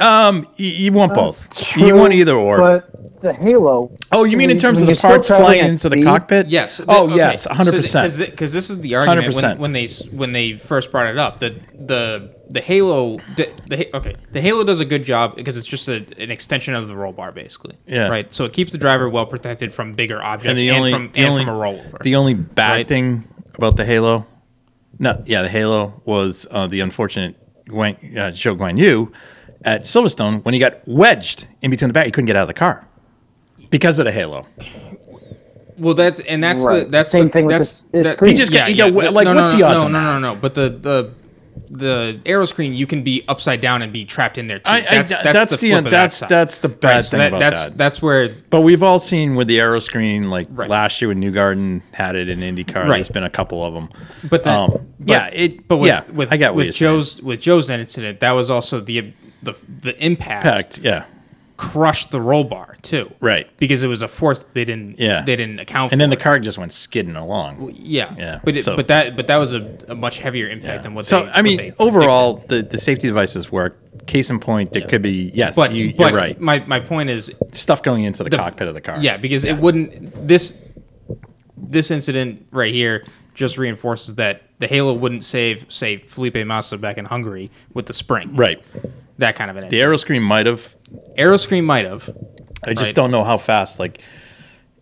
Speaker 3: um, you, you want both. you
Speaker 4: True,
Speaker 3: want either or.
Speaker 4: But the Halo.
Speaker 3: oh, you mean in
Speaker 4: when-
Speaker 3: terms of
Speaker 4: when
Speaker 3: the
Speaker 4: you're still
Speaker 3: parts
Speaker 4: traveling
Speaker 3: flying
Speaker 4: at
Speaker 3: into the
Speaker 4: speed,
Speaker 3: cockpit?
Speaker 1: Yes. the-
Speaker 3: oh
Speaker 1: okay,
Speaker 3: yes, hundred percent.
Speaker 1: Because this is the argument when,
Speaker 3: 100%.
Speaker 1: when they s- when they first brought it up. The the the Halo the, the Ha- okay the Halo does a good job because it's just a, an extension of the roll bar basically.
Speaker 3: Yeah.
Speaker 1: Right. So it keeps the driver well protected from bigger objects and, from and from a rollover.
Speaker 3: The only bad
Speaker 1: Right?
Speaker 3: thing about the Halo, no, yeah, the Halo was uh, the unfortunate Guan, uh, Zhou Guan Yu at Silverstone when he got wedged in between the back. He couldn't get out of the car because of the Halo.
Speaker 1: Well, that's and that's the
Speaker 4: Right.
Speaker 1: that's
Speaker 4: Same
Speaker 1: the,
Speaker 4: thing with
Speaker 1: that's,
Speaker 4: the s- the screen.
Speaker 3: He just got- he got wet- like,
Speaker 1: no,
Speaker 3: what's
Speaker 1: no,
Speaker 3: the
Speaker 1: no,
Speaker 3: odds
Speaker 1: No,
Speaker 3: on
Speaker 1: no, no, no. But the the the arrow screen you can be upside down and be trapped in there too.
Speaker 3: I- I-
Speaker 1: that's, that's,
Speaker 3: that's
Speaker 1: the,
Speaker 3: the-
Speaker 1: flip of that
Speaker 3: that's-
Speaker 1: side.
Speaker 3: that's the bad
Speaker 1: Right, so
Speaker 3: thing about
Speaker 1: that's,
Speaker 3: that.
Speaker 1: That's where
Speaker 3: But we've all seen where the arrow screen, like
Speaker 1: Right.
Speaker 3: last year when New Garden had it in IndyCar. There's
Speaker 1: Right.
Speaker 3: been a couple of them.
Speaker 1: But then,
Speaker 3: Um,
Speaker 1: but-
Speaker 3: yeah, it-
Speaker 1: But with
Speaker 3: yeah,
Speaker 1: with
Speaker 3: I got what
Speaker 1: with
Speaker 3: you're saying.
Speaker 1: Joe's with Joe's incident, that was also the the the impact
Speaker 3: Packed, yeah.
Speaker 1: crushed the roll bar too.
Speaker 3: Right.
Speaker 1: Because it was a force that they didn't
Speaker 3: Yeah.
Speaker 1: they didn't account for.
Speaker 3: And then the car just went skidding along.
Speaker 1: yeah
Speaker 3: Yeah,
Speaker 1: But it,
Speaker 3: so-
Speaker 1: but that but that was a, a much heavier impact than what.
Speaker 3: so
Speaker 1: they,
Speaker 3: I mean,
Speaker 1: what they
Speaker 3: overall, the, the safety devices work. Case in point, there could be yes,
Speaker 1: But,
Speaker 3: you,
Speaker 1: but
Speaker 3: you're right.
Speaker 1: My, my point is,
Speaker 3: Stuff going into the,
Speaker 1: the-
Speaker 3: cockpit of the car.
Speaker 1: Yeah, because it wouldn't this this incident right here just reinforces that the Halo wouldn't save say Felipe Massa back in Hungary with the spring.
Speaker 3: right.
Speaker 1: That kind of an
Speaker 3: The
Speaker 1: incident.
Speaker 3: aero screen might have.
Speaker 1: Arrow screen might have.
Speaker 3: I just
Speaker 1: Right.
Speaker 3: don't know how fast like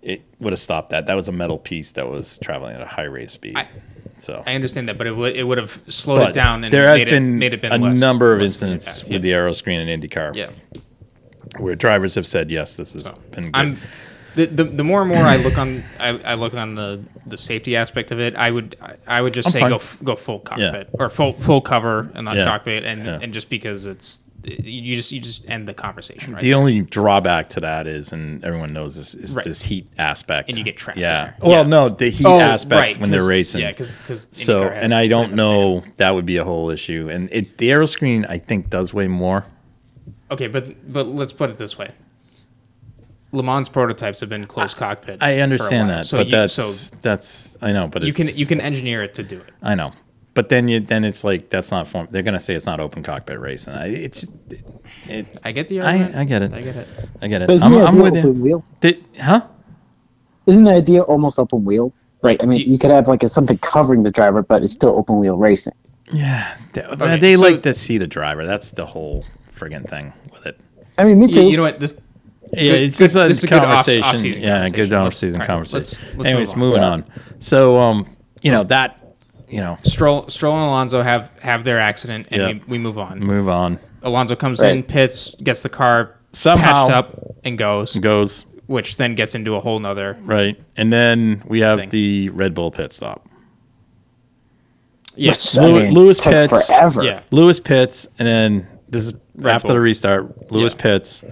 Speaker 3: it would have stopped that. That was a metal piece that was traveling at a high rate of speed.
Speaker 1: I-
Speaker 3: so.
Speaker 1: I understand that, but it would it would have slowed
Speaker 3: but
Speaker 1: it down and
Speaker 3: there has
Speaker 1: made
Speaker 3: been
Speaker 1: it, made it been
Speaker 3: a
Speaker 1: less-
Speaker 3: number of
Speaker 1: less an
Speaker 3: incidents
Speaker 1: impact,
Speaker 3: with the aero screen in IndyCar
Speaker 1: yeah. yeah.
Speaker 3: where drivers have said yes, this has Oh, been good.
Speaker 1: I'm the, the, the more and more I look on I, I look on the, the safety aspect of it, I would I- I would just
Speaker 3: I'm
Speaker 1: say
Speaker 3: fine.
Speaker 1: go f- go full cockpit or full full cover and not
Speaker 3: Yeah.
Speaker 1: cockpit and,
Speaker 3: Yeah.
Speaker 1: and just because it's you just you just end the conversation right.
Speaker 3: The only drawback to that is, and everyone knows this, is
Speaker 1: Right.
Speaker 3: this heat aspect.
Speaker 1: And you get trapped in
Speaker 3: Yeah.
Speaker 1: there.
Speaker 3: Well,
Speaker 1: Yeah.
Speaker 3: no, the heat
Speaker 1: Oh,
Speaker 3: aspect
Speaker 1: right,
Speaker 3: when they're
Speaker 1: 'cause-
Speaker 3: racing.
Speaker 1: yeah, 'cause- 'cause
Speaker 3: so,
Speaker 1: IndyCar had
Speaker 3: and I
Speaker 1: it
Speaker 3: don't
Speaker 1: right up there.
Speaker 3: know that would be a whole issue. And it the aero screen, I think, does weigh more.
Speaker 1: okay, but but let's put it this way: Le Mans prototypes have been closed cockpit.
Speaker 3: I
Speaker 1: for a
Speaker 3: understand
Speaker 1: while.
Speaker 3: that,
Speaker 1: So
Speaker 3: but
Speaker 1: you-
Speaker 3: that's
Speaker 1: so
Speaker 3: that's I know, but
Speaker 1: you can
Speaker 3: it's-
Speaker 1: you can engineer it to do it.
Speaker 3: I know, but then you then it's like that's not form. They're gonna say it's not open cockpit race, and I, it's it,
Speaker 1: I get the
Speaker 3: I-
Speaker 1: argument.
Speaker 3: I get it.
Speaker 1: I get it.
Speaker 3: I get it.
Speaker 4: But isn't
Speaker 3: I'm,
Speaker 4: the
Speaker 3: I'm
Speaker 4: idea
Speaker 3: with you.
Speaker 4: open wheel?
Speaker 3: Did, huh?
Speaker 4: Isn't the idea almost open wheel? Right. I mean,
Speaker 1: Do you-
Speaker 4: you, could have like a, something covering the driver, but it's still open wheel racing.
Speaker 3: Yeah, they,
Speaker 1: Okay,
Speaker 3: they
Speaker 1: so-
Speaker 3: like to see the driver. That's the whole friggin' thing with it.
Speaker 4: I mean, me
Speaker 1: You,
Speaker 4: too.
Speaker 1: you know what? This
Speaker 3: Yeah,
Speaker 1: Good-
Speaker 3: it's just
Speaker 1: good-
Speaker 3: a
Speaker 1: this is a good off-
Speaker 3: conversation.
Speaker 1: off-season
Speaker 3: yeah,
Speaker 1: conversation.
Speaker 3: good
Speaker 1: Let's-
Speaker 3: off-season
Speaker 1: all right, let's-
Speaker 3: conversation.
Speaker 1: let's
Speaker 3: Anyways,
Speaker 1: move
Speaker 3: moving on. So, um, you know that, you know,
Speaker 1: Stroll, Stroll and Alonso have have their accident, and
Speaker 3: Yeah.
Speaker 1: we, we move on.
Speaker 3: move on.
Speaker 1: Alonso comes in,
Speaker 4: Right.
Speaker 1: pits, gets the car
Speaker 3: Somehow-
Speaker 1: patched up, and goes,
Speaker 3: Goes
Speaker 1: which then gets into a whole nother.
Speaker 3: right, and then we have
Speaker 1: Thing.
Speaker 3: the Red Bull pit stop.
Speaker 1: Yeah,
Speaker 4: Which,
Speaker 3: Lew- Lewis
Speaker 4: took
Speaker 3: Pitts.
Speaker 4: forever.
Speaker 1: yeah.
Speaker 3: Lewis Pitts, and then this is after
Speaker 1: Bull.
Speaker 3: the restart. Lewis
Speaker 1: Yeah.
Speaker 3: Pitts.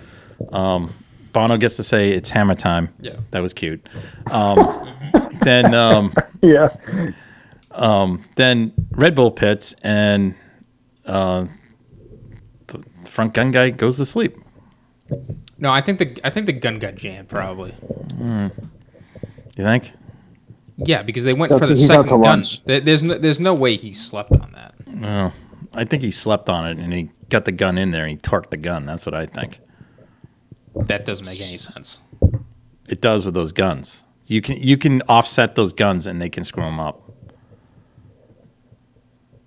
Speaker 3: Um, Bono gets to say it's hammer time.
Speaker 1: Yeah.
Speaker 3: that was cute. Um, then, um,
Speaker 4: Yeah.
Speaker 3: then Red Bull Pitts, and uh, the front gun guy goes to sleep.
Speaker 1: No, I think the I think the gun got jammed probably.
Speaker 3: You think?
Speaker 1: Yeah, because they went
Speaker 4: So
Speaker 1: for the
Speaker 4: he's
Speaker 1: second
Speaker 4: out to
Speaker 1: gun.
Speaker 4: lunch.
Speaker 1: There- There's no, there's no way he slept on that.
Speaker 3: No, I think he slept on it, and he got the gun in there, and he torqued the gun. That's what I think.
Speaker 1: That doesn't make any sense.
Speaker 3: It does with those guns. You can you can offset those guns, and they can screw them up.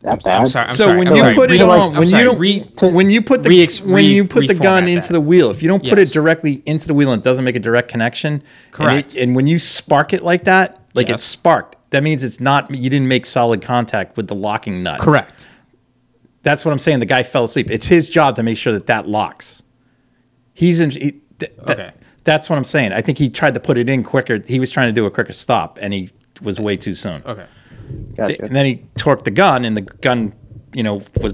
Speaker 4: That
Speaker 1: I'm
Speaker 4: bad.
Speaker 1: sorry. I'm
Speaker 3: so
Speaker 1: sorry.
Speaker 3: when
Speaker 1: I'm
Speaker 3: you
Speaker 1: sorry.
Speaker 3: put it
Speaker 1: Re-
Speaker 3: on,
Speaker 1: I'm
Speaker 3: when
Speaker 1: sorry,
Speaker 3: you don't,
Speaker 1: re-
Speaker 4: to-
Speaker 3: when you put the
Speaker 1: re-ex-
Speaker 3: when you put the
Speaker 1: reformat
Speaker 3: gun into
Speaker 1: that.
Speaker 3: the wheel, if you don't put
Speaker 1: Yes.
Speaker 3: it directly into the wheel and it doesn't make a direct connection,
Speaker 1: Correct.
Speaker 3: And, it, and when you spark it like that, like
Speaker 1: Yes.
Speaker 3: it's sparked, that means it's not you didn't make solid contact with the locking nut.
Speaker 1: correct.
Speaker 3: That's what I'm saying. The guy fell asleep. It's his job to make sure that that locks. He's in. He, th- th-
Speaker 1: Okay.
Speaker 3: That's what I'm saying. I think he tried to put it in quicker. He was trying to do a quicker stop, and he was way too soon.
Speaker 1: Okay.
Speaker 4: Gotcha.
Speaker 3: And then he torqued the gun, and the gun, you know, was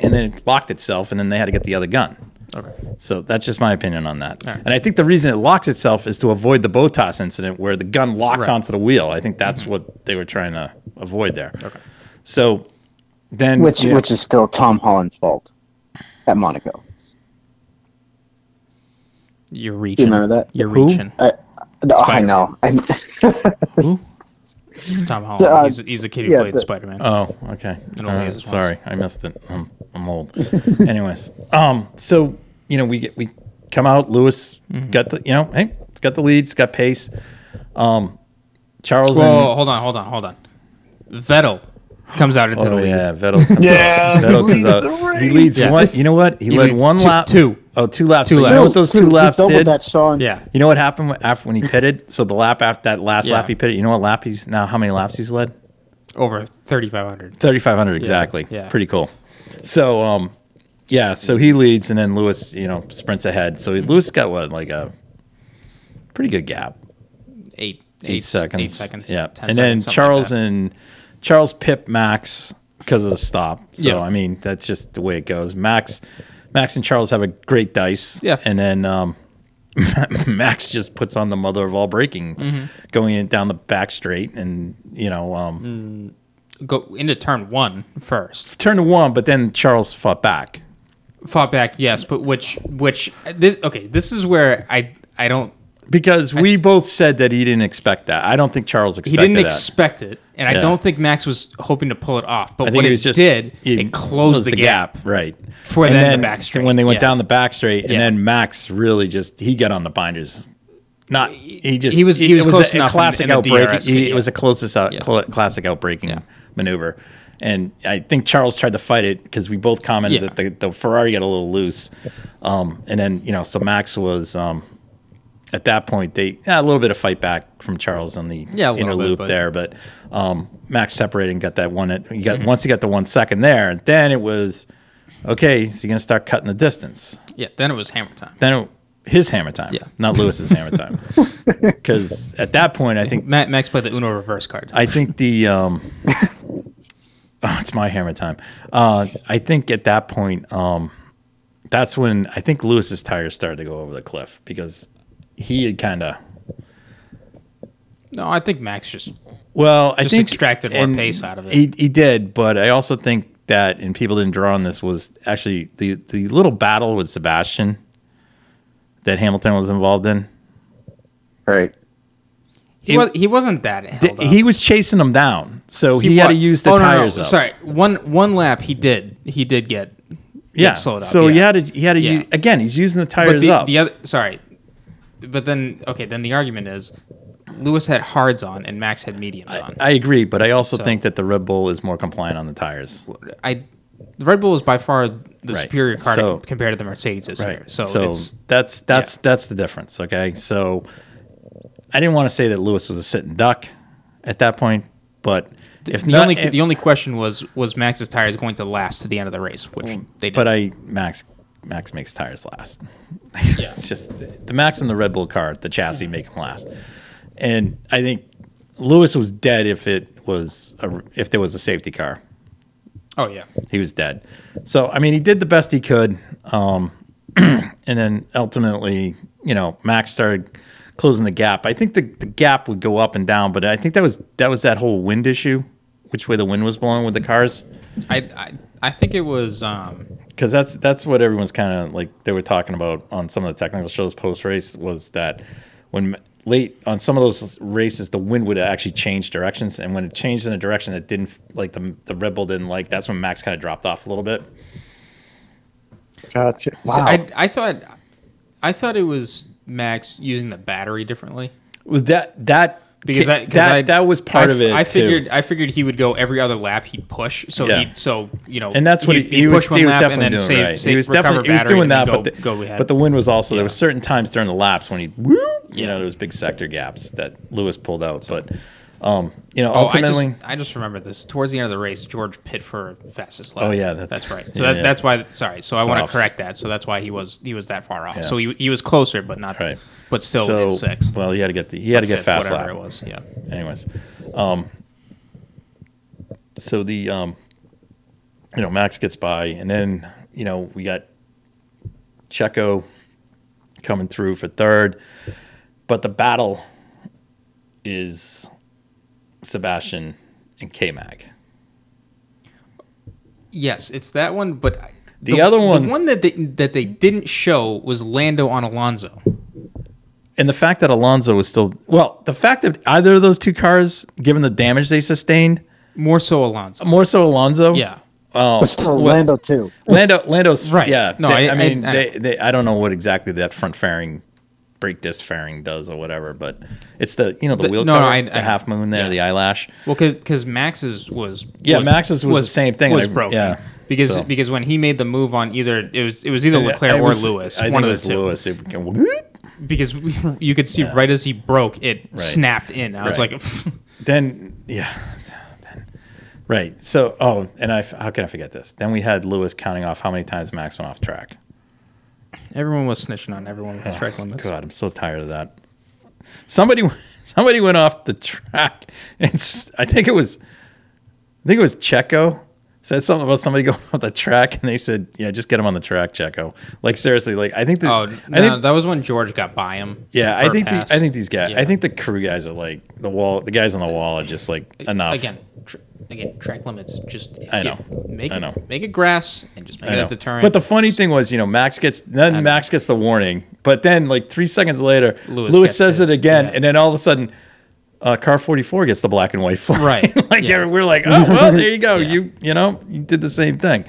Speaker 3: and then it locked itself, and then they had to get the other gun.
Speaker 1: Okay.
Speaker 3: So that's just my opinion on that.
Speaker 1: All right.
Speaker 3: And I think the reason it locks itself is to avoid the Botas incident where the gun locked
Speaker 1: Right. Mm-hmm.
Speaker 3: onto the wheel. I think that's what they were trying to avoid there. Okay. So then,
Speaker 4: which
Speaker 3: yeah,
Speaker 4: which is still Tom Holland's fault at Monaco.
Speaker 1: You're reaching.
Speaker 4: remember that?
Speaker 1: You're
Speaker 3: Who?
Speaker 1: reaching.
Speaker 4: I, no, I
Speaker 1: Spider-Man.
Speaker 4: know. I,
Speaker 1: Tom Holland.
Speaker 4: Uh,
Speaker 1: he's, he's the kid who
Speaker 4: yeah,
Speaker 1: played
Speaker 4: the-
Speaker 1: Spider Man.
Speaker 3: Oh, okay.
Speaker 1: It only
Speaker 3: Uh,
Speaker 1: is once.
Speaker 3: sorry, I missed it. I'm, I'm old. Anyways, um, so you know we get we come out. Lewis
Speaker 1: Mm-hmm.
Speaker 3: got the you know hey, it's got the lead. It's got pace. Um, Charles
Speaker 1: Whoa,
Speaker 3: and
Speaker 1: whoa, hold on, hold on, hold on. Vettel comes out into the
Speaker 3: Oh
Speaker 1: lead.
Speaker 3: yeah, Vettel. Comes
Speaker 4: Yeah,
Speaker 3: out.
Speaker 4: he
Speaker 3: Vettel comes
Speaker 4: leads
Speaker 3: out.
Speaker 4: the
Speaker 3: he
Speaker 4: race.
Speaker 3: leads
Speaker 1: Yeah.
Speaker 3: one. You know what? He,
Speaker 1: He
Speaker 3: led
Speaker 1: leads
Speaker 3: one
Speaker 1: two-
Speaker 3: lap.
Speaker 1: two.
Speaker 3: Oh, two laps.
Speaker 1: Two
Speaker 3: But You know
Speaker 1: laps.
Speaker 3: what those
Speaker 4: Dude,
Speaker 3: two
Speaker 4: he
Speaker 3: laps
Speaker 4: doubled
Speaker 3: did?
Speaker 4: That Sean.
Speaker 1: Yeah.
Speaker 3: You know what happened wh- after when he pitted? So the lap after that last
Speaker 1: Yeah.
Speaker 3: lap he pitted. You know what lap he's now? How many laps he's led?
Speaker 1: Over 3,500.
Speaker 3: Thirty five hundred exactly.
Speaker 1: Yeah.
Speaker 3: Pretty cool. So um, yeah. So he leads, and then Lewis, you know, sprints ahead. So
Speaker 1: Mm-hmm.
Speaker 3: Lewis got what like a pretty good gap.
Speaker 1: Eight,
Speaker 3: eight, seconds.
Speaker 1: Eight seconds.
Speaker 3: Yeah.
Speaker 1: 10
Speaker 3: And then
Speaker 1: seconds, something like
Speaker 3: Charles
Speaker 1: that.
Speaker 3: and Charles Pip Max because of the stop. So
Speaker 1: Yeah.
Speaker 3: I mean that's just the way it goes. Max Max and Charles have a great dice.
Speaker 1: Yeah.
Speaker 3: And then um, Max just puts on the mother of all braking,
Speaker 1: Mm-hmm.
Speaker 3: going in down the back straight, and you know um,
Speaker 1: Mm. go into turn one first.
Speaker 3: turn to one, but then Charles fought back.
Speaker 1: Fought back, yes, but which which this okay, this is where I I don't
Speaker 3: Because we both said that he didn't expect that. I don't think Charles
Speaker 1: he
Speaker 3: expected
Speaker 1: didn't
Speaker 3: that.
Speaker 1: expect it, and I
Speaker 3: Yeah.
Speaker 1: don't think Max was hoping to pull it off. But
Speaker 3: I
Speaker 1: what
Speaker 3: think
Speaker 1: it
Speaker 3: it was just
Speaker 1: did,
Speaker 3: he
Speaker 1: it closed the, gap.
Speaker 3: right?
Speaker 1: For
Speaker 3: and
Speaker 1: then the
Speaker 3: then
Speaker 1: back straight,
Speaker 3: when they went
Speaker 1: yeah.
Speaker 3: down the back straight, and
Speaker 1: Yeah.
Speaker 3: then Max really just he got on the binders. Not he just
Speaker 1: He was- he
Speaker 3: it
Speaker 1: was close
Speaker 3: a,
Speaker 1: enough in-
Speaker 3: classic
Speaker 1: in the
Speaker 3: outbreak.
Speaker 1: DRS
Speaker 3: he-
Speaker 1: kit,
Speaker 3: It was a closest out,
Speaker 1: Yeah.
Speaker 3: cl- classic outbreaking maneuver, and I think Charles tried to fight it because we both commented
Speaker 1: Yeah.
Speaker 3: that the, the Ferrari got a little loose, um, and then you know so Max was. Um, at that point, they yeah, a little bit of fight back from Charles on the
Speaker 1: Yeah, a little
Speaker 3: inner
Speaker 1: bit,
Speaker 3: loop
Speaker 1: but-
Speaker 3: there, but um, Max separated and got that one. At, he got
Speaker 1: Mm-hmm.
Speaker 3: once he got the one second there, then it was okay. So you're gonna start cutting the distance.
Speaker 1: Yeah, then it was hammer time.
Speaker 3: Then it, his hammer time,
Speaker 1: Yeah.
Speaker 3: not Lewis's hammer time, because at that point I think
Speaker 1: Ma- Max played the Uno reverse card.
Speaker 3: I think the um, oh, it's my hammer time. Uh, I think at that point, um, that's when I think Lewis's tires started to go over the cliff because he had kind of.
Speaker 1: no, I think Max just
Speaker 3: Well, I
Speaker 1: Just
Speaker 3: think
Speaker 1: extracted more
Speaker 3: and
Speaker 1: pace out of it.
Speaker 3: He, he did, but I also think that, and people didn't draw on this, was actually the the little battle with Sebastian that Hamilton was involved in.
Speaker 4: Right.
Speaker 1: He,
Speaker 3: It-
Speaker 1: was, he wasn't that.
Speaker 3: Th-
Speaker 1: held up.
Speaker 3: he was chasing them down, so he, had to
Speaker 1: wa-
Speaker 3: use the
Speaker 1: oh, no, no,
Speaker 3: tires up.
Speaker 1: Sorry, one one lap he did. He did get
Speaker 3: yeah.
Speaker 1: get slowed up.
Speaker 3: so
Speaker 1: yeah.
Speaker 3: he had to he had to
Speaker 1: Yeah.
Speaker 3: use, again. He's using the
Speaker 1: but
Speaker 3: tires
Speaker 1: the,
Speaker 3: up.
Speaker 1: the other sorry, but then okay, then the argument is Lewis had hards on and Max had mediums on.
Speaker 3: I agree, but I also
Speaker 1: So-
Speaker 3: think that the Red Bull is more compliant on the tires.
Speaker 1: I the Red Bull is by far the
Speaker 3: Right.
Speaker 1: superior car
Speaker 3: So-
Speaker 1: to, compared to the Mercedes this year. So, it's
Speaker 3: that's that's that's the difference. Okay, so I didn't want to say that Lewis was a sitting duck at that point, but if
Speaker 1: the
Speaker 3: not, eh,
Speaker 1: only
Speaker 3: if-
Speaker 1: the only question was was Max's tires going to last to the end of the race, which they did.
Speaker 3: Mm. but I Max Max makes tires last. Yeah, it's just the, the Max and the Red Bull car, the chassis make them last, and I think Lewis was dead if it was a, if there was a safety car.
Speaker 1: oh yeah,
Speaker 3: he was dead. So I mean, he did the best he could, um, and then ultimately, you know, Max started closing the gap. I think the, the gap would go up and down, but I think that was that was that whole wind issue, which way the wind was blowing with the cars,
Speaker 1: I I, I think it was. Um,
Speaker 3: because that's that's what everyone's kind of like they were talking about on some of the technical shows post race was that when late on some of those races the wind would actually change directions and when it changed in a direction that didn't like the, the red bull didn't like that's when max kind of dropped off a little bit
Speaker 2: Gotcha. Wow.
Speaker 1: So I, I thought, I thought it was Max using the battery differently
Speaker 3: Was that that
Speaker 1: because I, 'cause
Speaker 3: that
Speaker 1: I-
Speaker 3: that was part
Speaker 1: I,
Speaker 3: of it?
Speaker 1: I
Speaker 3: too.
Speaker 1: figured I figured he would go every other lap. He'd push, so
Speaker 3: Yeah.
Speaker 1: he so you know,
Speaker 3: and that's what he,
Speaker 1: he'd-
Speaker 3: he,
Speaker 1: he'd
Speaker 3: was.
Speaker 1: push one
Speaker 3: He was
Speaker 1: lap and
Speaker 3: definitely
Speaker 1: then
Speaker 3: doing
Speaker 1: save-
Speaker 3: right.
Speaker 1: save-
Speaker 3: he was
Speaker 1: recover
Speaker 3: definitely he was
Speaker 1: battery
Speaker 3: doing
Speaker 1: and then
Speaker 3: that,
Speaker 1: go,
Speaker 3: but the,
Speaker 1: go ahead.
Speaker 3: but the wind was also there were certain times during the laps when he whoop, you know, there was big sector gaps that Lewis pulled out. But um, you know,
Speaker 1: oh, I
Speaker 3: ultimately,
Speaker 1: just I just remember this towards the end of the race, George pit for fastest lap.
Speaker 3: Oh, yeah, that's-
Speaker 1: that's right. So
Speaker 3: yeah,
Speaker 1: that,
Speaker 3: yeah.
Speaker 1: that's why. Sorry, so I want
Speaker 3: Softs.
Speaker 1: to correct that. So that's why he was he was that far off.
Speaker 3: Yeah.
Speaker 1: So he, he was closer, but not
Speaker 3: Right.
Speaker 1: But still
Speaker 3: so,
Speaker 1: in sixth.
Speaker 3: Well, he had to get the he had to get
Speaker 1: fifth,
Speaker 3: fast
Speaker 1: whatever
Speaker 3: lap.
Speaker 1: it was. Yeah.
Speaker 3: anyways um so the um you know max gets by and then you know we got checo coming through for third but the battle is sebastian and k-mag
Speaker 1: Yes, it's that one. But I-
Speaker 3: The other one-
Speaker 1: the one that they, that they didn't show, was Lando on Alonso.
Speaker 3: and the fact that alonso was still well the fact that either of those two cars given the damage they sustained
Speaker 1: More so Alonso.
Speaker 3: more so alonso um,
Speaker 1: Yeah.
Speaker 4: But still,
Speaker 3: well-
Speaker 4: Lando too.
Speaker 3: Lando, Lando's
Speaker 1: Right.
Speaker 3: Yeah,
Speaker 1: No,
Speaker 3: they-
Speaker 1: I-
Speaker 3: I, mean,
Speaker 1: I- I-
Speaker 3: they, they, I don't know what exactly that front fairing, brake disc fairing does or whatever, but it's the you know the,
Speaker 1: The-
Speaker 3: wheel
Speaker 1: no,
Speaker 3: cover,
Speaker 1: no, I-
Speaker 3: the
Speaker 1: I-
Speaker 3: half moon there,
Speaker 1: yeah.
Speaker 3: the eyelash.
Speaker 1: Well, because Max's was
Speaker 3: Yeah, Max's was the same thing,
Speaker 1: was
Speaker 3: and I-
Speaker 1: broken.
Speaker 3: yeah,
Speaker 1: Because
Speaker 3: so.
Speaker 1: because when he made the move on either it was it was either Leclerc
Speaker 3: It
Speaker 1: or
Speaker 3: was-
Speaker 1: Lewis,
Speaker 3: I
Speaker 1: one of
Speaker 3: think it
Speaker 1: the
Speaker 3: was
Speaker 1: two.
Speaker 3: Lewis. It can whoop.
Speaker 1: Because you could see right as he broke, it snapped in. I was
Speaker 3: Right.
Speaker 1: like,
Speaker 3: Then yeah, then- right. So oh, and I f- how can I forget this? Then we had Lewis counting off how many times Max went off track.
Speaker 1: everyone was snitching on everyone with strike limits.
Speaker 3: God, I'm so tired of that. Somebody, somebody went off the track, and s- I think it was, I think it was Checo said something about somebody going off the track, and they said, "Yeah, just get him on the track, Checo." Like seriously, like I think the,
Speaker 1: Oh
Speaker 3: I
Speaker 1: no,
Speaker 3: think,
Speaker 1: that was when George got by him.
Speaker 3: yeah,
Speaker 1: for
Speaker 3: I
Speaker 1: a
Speaker 3: think the,
Speaker 1: pass.
Speaker 3: I think these guys, I
Speaker 1: Yeah.
Speaker 3: think the crew guys are like the wall, the guys on the wall are just like enough.
Speaker 1: Again, tr- again, track limits. Just if
Speaker 3: I
Speaker 1: you
Speaker 3: know.
Speaker 1: Make
Speaker 3: I
Speaker 1: it,
Speaker 3: know.
Speaker 1: Make it grass and just make
Speaker 3: I
Speaker 1: it
Speaker 3: know.
Speaker 1: a deterrent.
Speaker 3: But the funny thing was, you know, Max gets then Max gets the warning, but then like three seconds later, Lewis,
Speaker 1: Lewis gets
Speaker 3: says
Speaker 1: his,
Speaker 3: it again,
Speaker 1: yeah.
Speaker 3: and then all of a sudden, uh, car forty four gets the black and white flag.
Speaker 1: Right,
Speaker 3: like
Speaker 1: yeah.
Speaker 3: every- we're like, oh well, there you go.
Speaker 1: Yeah.
Speaker 3: You you know, you did the same thing.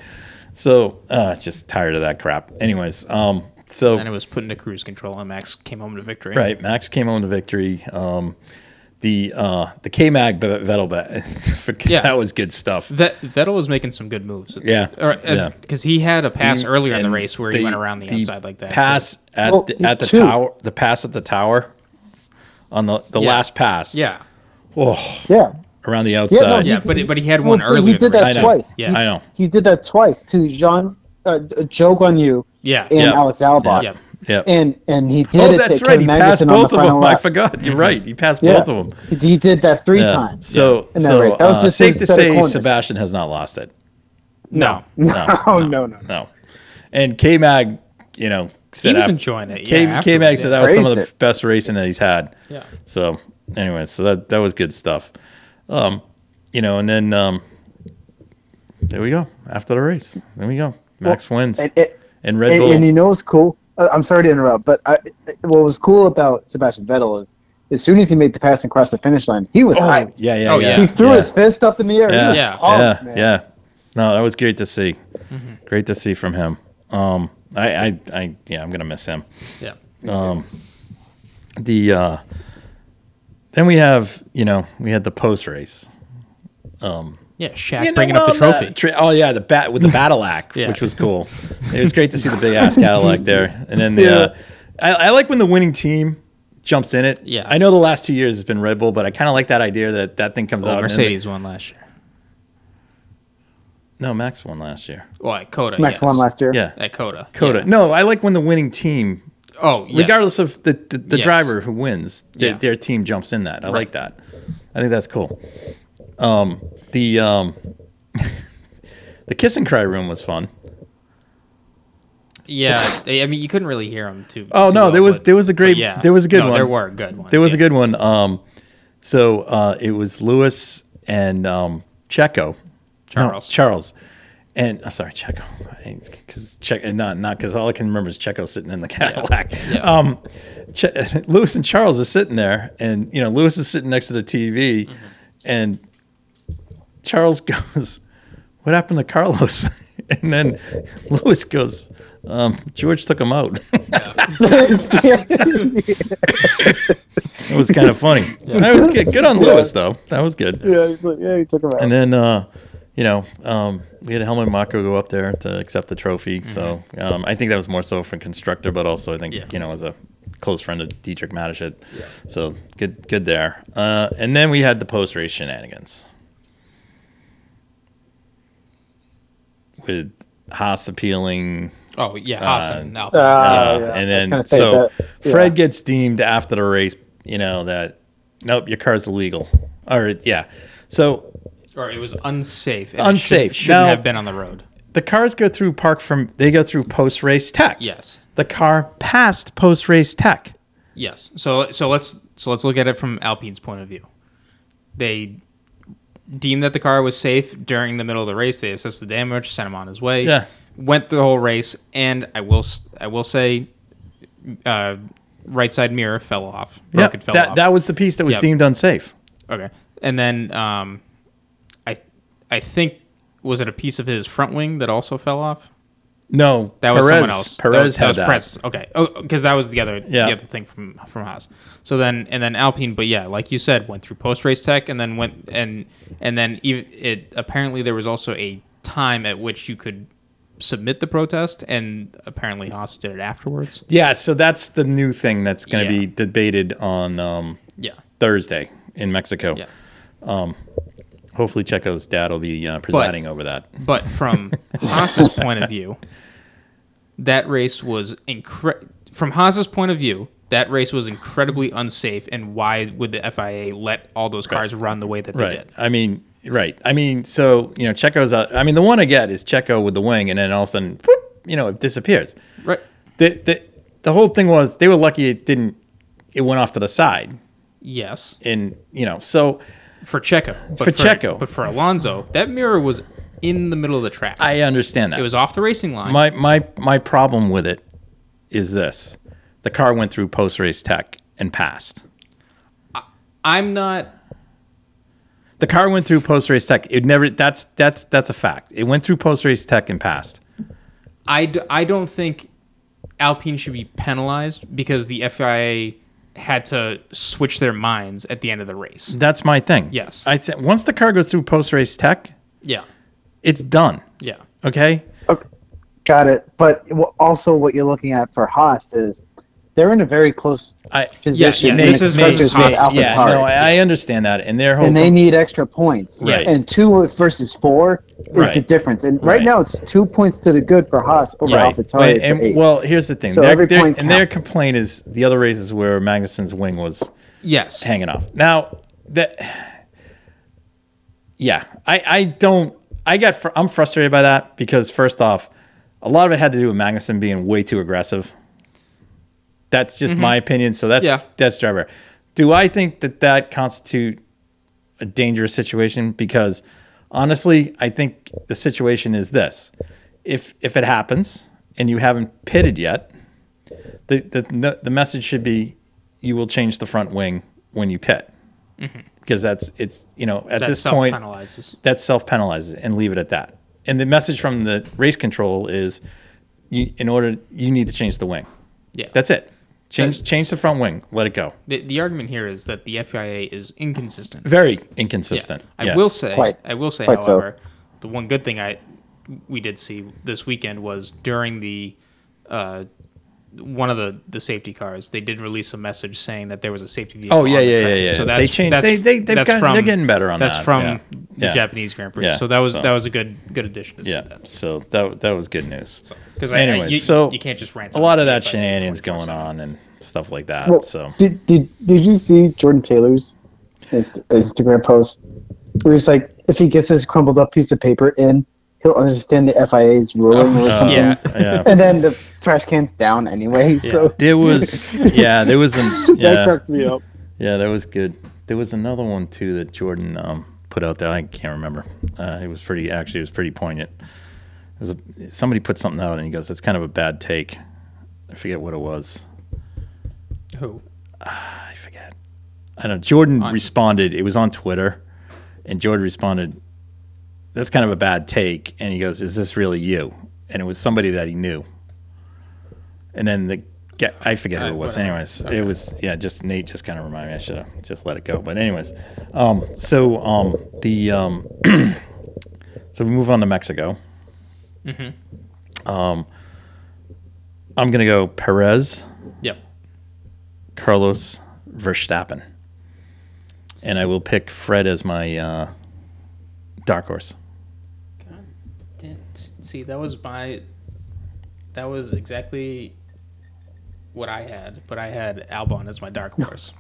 Speaker 3: So uh, just tired of that crap. Anyways, um, so
Speaker 1: and it was put into cruise control, and Max came home to victory.
Speaker 3: Right, Max came home to victory. Um, the uh, the K Mag Vettel bet.
Speaker 1: Yeah.
Speaker 3: that was good stuff.
Speaker 1: Vet- Vettel was making some good moves.
Speaker 3: Yeah, yeah.
Speaker 1: Because he had a pass earlier in the
Speaker 3: And
Speaker 1: race where he went around the, outside like that. too.
Speaker 3: Pass at
Speaker 4: Well,
Speaker 3: the, at the
Speaker 4: two.
Speaker 3: tower, the pass at the tower, on the the
Speaker 1: Yeah.
Speaker 3: last pass.
Speaker 1: Yeah.
Speaker 3: oh,
Speaker 4: Yeah.
Speaker 3: around the outside.
Speaker 1: Yeah,
Speaker 4: he
Speaker 1: but
Speaker 4: did-
Speaker 1: he- but he had one
Speaker 4: but
Speaker 1: earlier
Speaker 4: He did
Speaker 1: than
Speaker 3: I
Speaker 4: that
Speaker 3: know.
Speaker 4: twice.
Speaker 1: Yeah.
Speaker 4: He-
Speaker 3: I know.
Speaker 4: He did that twice to Jean, uh, Joe Guanyu
Speaker 1: Yeah.
Speaker 4: and
Speaker 3: Yeah.
Speaker 4: Alex Albon.
Speaker 1: Yeah.
Speaker 3: Yeah.
Speaker 4: And and he did
Speaker 3: oh,
Speaker 4: it
Speaker 3: that's
Speaker 4: to
Speaker 3: right.
Speaker 4: Ken
Speaker 3: He passed
Speaker 4: Magnussen on the
Speaker 3: both of
Speaker 4: final
Speaker 3: them. I
Speaker 4: lap.
Speaker 3: forgot.
Speaker 1: Mm-hmm.
Speaker 3: You're right. He passed
Speaker 4: Yeah.
Speaker 3: both of them.
Speaker 4: He did that three
Speaker 3: Yeah.
Speaker 4: times.
Speaker 3: So,
Speaker 4: In that
Speaker 3: so
Speaker 4: race. That was
Speaker 3: uh,
Speaker 4: just
Speaker 3: safe
Speaker 4: his
Speaker 3: to
Speaker 4: set of
Speaker 3: say
Speaker 4: corners.
Speaker 3: Sebastian has not lost it.
Speaker 1: No.
Speaker 3: No,
Speaker 4: oh no, no.
Speaker 3: no. And K Mag, you know, said
Speaker 1: He was
Speaker 3: af-
Speaker 1: enjoying it,
Speaker 3: K,
Speaker 1: yeah,
Speaker 3: K Mag
Speaker 1: afterwards,
Speaker 3: said
Speaker 1: yeah.
Speaker 3: that was some of the
Speaker 4: Praised it.
Speaker 3: best racing that he's had.
Speaker 1: Yeah.
Speaker 3: So, anyway, so that that was good stuff. Um, you know, and then um, there we go. After the race, there we go. Max wins,
Speaker 4: And,
Speaker 3: and,
Speaker 4: and,
Speaker 3: Red
Speaker 4: and,
Speaker 3: Bull.
Speaker 4: and you know what's cool? Uh, I'm sorry to interrupt, but I, what was cool about Sebastian Vettel is as soon as he made the pass and crossed the finish line, he was
Speaker 3: yeah,
Speaker 4: hyped.
Speaker 3: yeah,
Speaker 1: Oh,
Speaker 3: yeah.
Speaker 1: yeah.
Speaker 4: He threw
Speaker 3: yeah.
Speaker 4: his fist up in the air.
Speaker 3: Yeah,
Speaker 4: He was
Speaker 1: Yeah. Mm-hmm.
Speaker 4: pumped,
Speaker 3: yeah,
Speaker 4: man.
Speaker 3: yeah. No, that was great to see. Great to see from him. Um, I, I, I, yeah, I'm gonna miss him.
Speaker 1: Yeah.
Speaker 3: The uh, then we have, you know, we had the post race.
Speaker 1: Yeah. Shaq
Speaker 3: You know,
Speaker 1: bringing up the
Speaker 3: well,
Speaker 1: trophy.
Speaker 3: tri- oh yeah, the bat with the battle act,
Speaker 1: Yeah.
Speaker 3: which was cool. It was great to see the big ass Cadillac there, and then the. Uh, I, I like when the winning team jumps in it.
Speaker 1: Yeah.
Speaker 3: I know the last two years has been Red Bull, but I kind of like that idea that that thing comes out.
Speaker 1: well,
Speaker 3: and-
Speaker 1: Oh, Mercedes won last year.
Speaker 3: No, Max won last year.
Speaker 1: Well, at Coda.
Speaker 4: Max
Speaker 1: yes.
Speaker 4: won last year.
Speaker 3: Yeah,
Speaker 1: At Coda.
Speaker 3: Coda.
Speaker 1: Yeah.
Speaker 3: No, I like when the winning team
Speaker 1: Oh, yes.
Speaker 3: regardless of the, the, the
Speaker 1: Yes.
Speaker 3: driver who wins, their,
Speaker 1: Yeah.
Speaker 3: their team jumps in that. I like
Speaker 1: Right.
Speaker 3: that. I think that's cool. Um, the um, the kiss and cry room was fun.
Speaker 1: Yeah. I I mean, you couldn't really hear him too.
Speaker 3: Oh,
Speaker 1: too
Speaker 3: no,
Speaker 1: well,
Speaker 3: there was-
Speaker 1: but-
Speaker 3: there was a great-
Speaker 1: but Yeah.
Speaker 3: there was a good
Speaker 1: No,
Speaker 3: one.
Speaker 1: There were good ones.
Speaker 3: There was
Speaker 1: yeah.
Speaker 3: a good one. Um, so uh, it was Lewis and um, Checo. No,
Speaker 1: Charles.
Speaker 3: Charles. And I'm sorry, Checo, because Checo, uh, not not because all I can remember is Checo sitting in the Cadillac. Um, che- Lewis and Charles are sitting there, and you know Lewis is sitting next to the TV,
Speaker 1: Mm-hmm.
Speaker 3: and Charles goes, "What happened to Carlos?" and then Lewis goes, um, "George took him out." it was kind of funny. That was good. Good on Lewis though. That was good.
Speaker 4: Yeah, he's like, yeah, he took him out.
Speaker 3: And then, uh, you know, um, we had Helmut Marko go up there to accept the trophy. So um, I think that was more so from constructor, but also I think
Speaker 1: Yeah.
Speaker 3: you know as a close friend of Dietrich Mateschitz. So good, good there. Uh, and then we had the post race shenanigans with Haas appealing.
Speaker 1: Oh, yeah. Awesome. no.
Speaker 3: Uh,
Speaker 4: Ah, yeah, I was
Speaker 3: And then,
Speaker 4: gonna say
Speaker 3: so
Speaker 4: that- yeah.
Speaker 3: Fred gets deemed after the race, you know, that nope, your car's illegal. Or, yeah. So
Speaker 1: or it was unsafe. and it
Speaker 3: Unsafe.
Speaker 1: Should, shouldn't
Speaker 3: Now-
Speaker 1: have been on the road.
Speaker 3: the cars go through park from they go through post race tech.
Speaker 1: Yes.
Speaker 3: The car passed post race tech.
Speaker 1: Yes. So so let's so let's look at it from Alpine's point of view. They deemed that the car was safe during the middle of the race. They assessed the damage, sent him on his way.
Speaker 3: Yeah.
Speaker 1: Went the whole race, and I will s- I will say, uh, right side mirror fell off. Broke it fell
Speaker 3: that
Speaker 1: off.
Speaker 3: that was the piece that was
Speaker 1: Yep.
Speaker 3: deemed unsafe.
Speaker 1: Okay. And then um, I I think was it a piece of his front wing that also fell off?
Speaker 3: No,
Speaker 1: That was
Speaker 3: Perez,
Speaker 1: someone else. That
Speaker 3: Perez
Speaker 1: was- that
Speaker 3: had
Speaker 1: was
Speaker 3: that.
Speaker 1: Perez. Okay. Oh, because that was the other
Speaker 3: Yeah.
Speaker 1: the other thing from from Haas. So then and then Alpine, but yeah, like you said, went through post race tech and then went and and then even it apparently there was also a time at which you could submit the protest and apparently Haas did it afterwards.
Speaker 3: Yeah, so that's the new thing that's going to
Speaker 1: Yeah.
Speaker 3: be debated on um,
Speaker 1: Yeah.
Speaker 3: Thursday in Mexico.
Speaker 1: Yeah.
Speaker 3: Hopefully, Checo's dad will be uh, presiding over that.
Speaker 1: But from Haas's point of view, that race was incre- from Haas's point of view, that race was incredibly unsafe and why would the FIA let all those cars run the way that they
Speaker 3: Right.
Speaker 1: did?
Speaker 3: I mean, right. I mean, so you know, Checo's. Uh, I mean, the one I get is Checo with the wing, and then all of a sudden, whoop, you know, it disappears.
Speaker 1: Right.
Speaker 3: the, the the whole thing was they were lucky it didn't it went off to the side
Speaker 1: Yes.
Speaker 3: and you know so
Speaker 1: For Checo. But
Speaker 3: For Checo.
Speaker 1: But for Alonso, that mirror was in the middle of the track.
Speaker 3: I understand that
Speaker 1: it was off the racing line.
Speaker 3: my my my problem with it is this the car went through post race tech and passed
Speaker 1: I'm not
Speaker 3: the car went through post race tech it never that's that's that's a fact it went through post race tech and passed
Speaker 1: I, d- I don't think Alpine should be penalized because the FIA had to switch their minds at the end of the race.
Speaker 3: that's my thing
Speaker 1: Yes.
Speaker 3: I said once the car goes through post race tech
Speaker 1: Yeah.
Speaker 3: it's done
Speaker 1: Yeah.
Speaker 3: okay
Speaker 4: Okay. Got it. But w- also, what you're looking at for Haas is they're in a very close
Speaker 3: I
Speaker 4: position.
Speaker 1: yeah,
Speaker 4: in
Speaker 1: this
Speaker 4: the
Speaker 1: is- this is
Speaker 4: constructors' race
Speaker 1: Haas.
Speaker 4: off the
Speaker 3: yeah,
Speaker 4: tar.
Speaker 3: no, I, I understand that, and their whole
Speaker 4: and they need extra points.
Speaker 3: Right.
Speaker 4: And two versus four is the
Speaker 3: Right.
Speaker 4: difference. And right,
Speaker 3: Right.
Speaker 4: now, it's two points to the good for Haas over
Speaker 3: Right.
Speaker 4: AlphaTauri.
Speaker 3: But- and, well, here's the thing.
Speaker 4: So
Speaker 3: their,
Speaker 4: every
Speaker 3: their-
Speaker 4: point
Speaker 3: and their
Speaker 4: counts.
Speaker 3: complaint is the other races where Magnuson's wing was
Speaker 1: Yes.
Speaker 3: hanging off. Now that, yeah, I I don't. I got fr- I'm frustrated by that because first off, a lot of it had to do with Magnuson being way too aggressive. That's just my opinion. So that's
Speaker 1: Yeah.
Speaker 3: that's driver. Do I think that that constitute a dangerous situation because honestly, I think the situation is this: if if it happens and you haven't pitted yet, the the the message should be you will change the front wing when you pit
Speaker 1: Mm-hmm.
Speaker 3: because that's it's you know at
Speaker 1: That
Speaker 3: this
Speaker 1: self
Speaker 3: point
Speaker 1: penalizes.
Speaker 3: that self penalizes and leave it at that. And the message from the race control is, you, in order you need to change the wing.
Speaker 1: Yeah.
Speaker 3: That's it. Change change the front wing. Let it go.
Speaker 1: the, the argument here is that the FIA is inconsistent.
Speaker 3: Very
Speaker 1: Yeah.
Speaker 3: inconsistent.
Speaker 1: I
Speaker 3: yes.
Speaker 1: will say,
Speaker 4: Quite-
Speaker 1: I will say,
Speaker 4: quite so.
Speaker 1: however, the one good thing I we did see this weekend was during the uh, one of the, the safety cars, they did release a message saying that there was a safety vehicle.
Speaker 3: Oh, yeah,
Speaker 1: on the
Speaker 3: yeah,
Speaker 1: track.
Speaker 3: yeah, yeah.
Speaker 1: So
Speaker 3: They
Speaker 1: that's
Speaker 3: changed-
Speaker 1: That's,
Speaker 3: they- they- they've
Speaker 1: that's
Speaker 3: gotten-
Speaker 1: from,
Speaker 3: they're getting better on
Speaker 1: that's
Speaker 3: that,
Speaker 1: from
Speaker 3: yeah.
Speaker 1: the
Speaker 3: Yeah.
Speaker 1: Japanese Grand Prix.
Speaker 3: Yeah,
Speaker 1: So that was
Speaker 3: so-
Speaker 1: that was a good good addition to see
Speaker 3: Yeah.
Speaker 1: that.
Speaker 3: So that that was good news.
Speaker 1: Because
Speaker 3: Anyway,
Speaker 1: I, you,
Speaker 3: so
Speaker 1: you can't just rant.
Speaker 3: a
Speaker 1: on
Speaker 3: lot
Speaker 1: it
Speaker 3: of that
Speaker 1: if I-
Speaker 3: shenanigans going on and stuff like that.
Speaker 4: Well,
Speaker 3: so
Speaker 4: did, did did you see Jordan Taylor's Inst- Instagram post where he's like, if he gets this crumpled up piece of paper in, he'll understand the FIA's ruling or
Speaker 1: Oh,
Speaker 4: something.
Speaker 3: Um,
Speaker 1: yeah.
Speaker 3: yeah.
Speaker 4: And then the trash can's down anyway. So
Speaker 3: There was yeah, there was an,
Speaker 4: that
Speaker 3: yeah,
Speaker 4: cracked me up.
Speaker 3: yeah, that was good. There was another one too that Jordan um, put out there. I can't remember. Uh, it was pretty actually it was pretty poignant. It was a, somebody put something out and he goes, "That's kind of a bad take." I forget what it was.
Speaker 1: Who?
Speaker 3: I forget. I don't know. Jordan
Speaker 1: On-
Speaker 3: responded. It was on Twitter, and Jordan responded, "That's kind of a bad take." And he goes, "Is this really you?" And it was somebody that he knew. And then the ge- I forget who
Speaker 1: Uh,
Speaker 3: it was.
Speaker 1: whatever.
Speaker 3: Anyways, it was yeah. Just Nate just kind of reminded me. I should have just let it go. But anyways, um, so um, the um, so we move on to Mexico.
Speaker 1: Mm-hmm.
Speaker 3: Um, I'm gonna go Perez.
Speaker 1: Yep.
Speaker 3: Carlos Verstappen. And I will pick Fred as my uh, dark horse.
Speaker 1: Didn't- See, that was my. That was exactly what I had, but I had Albon as my dark horse.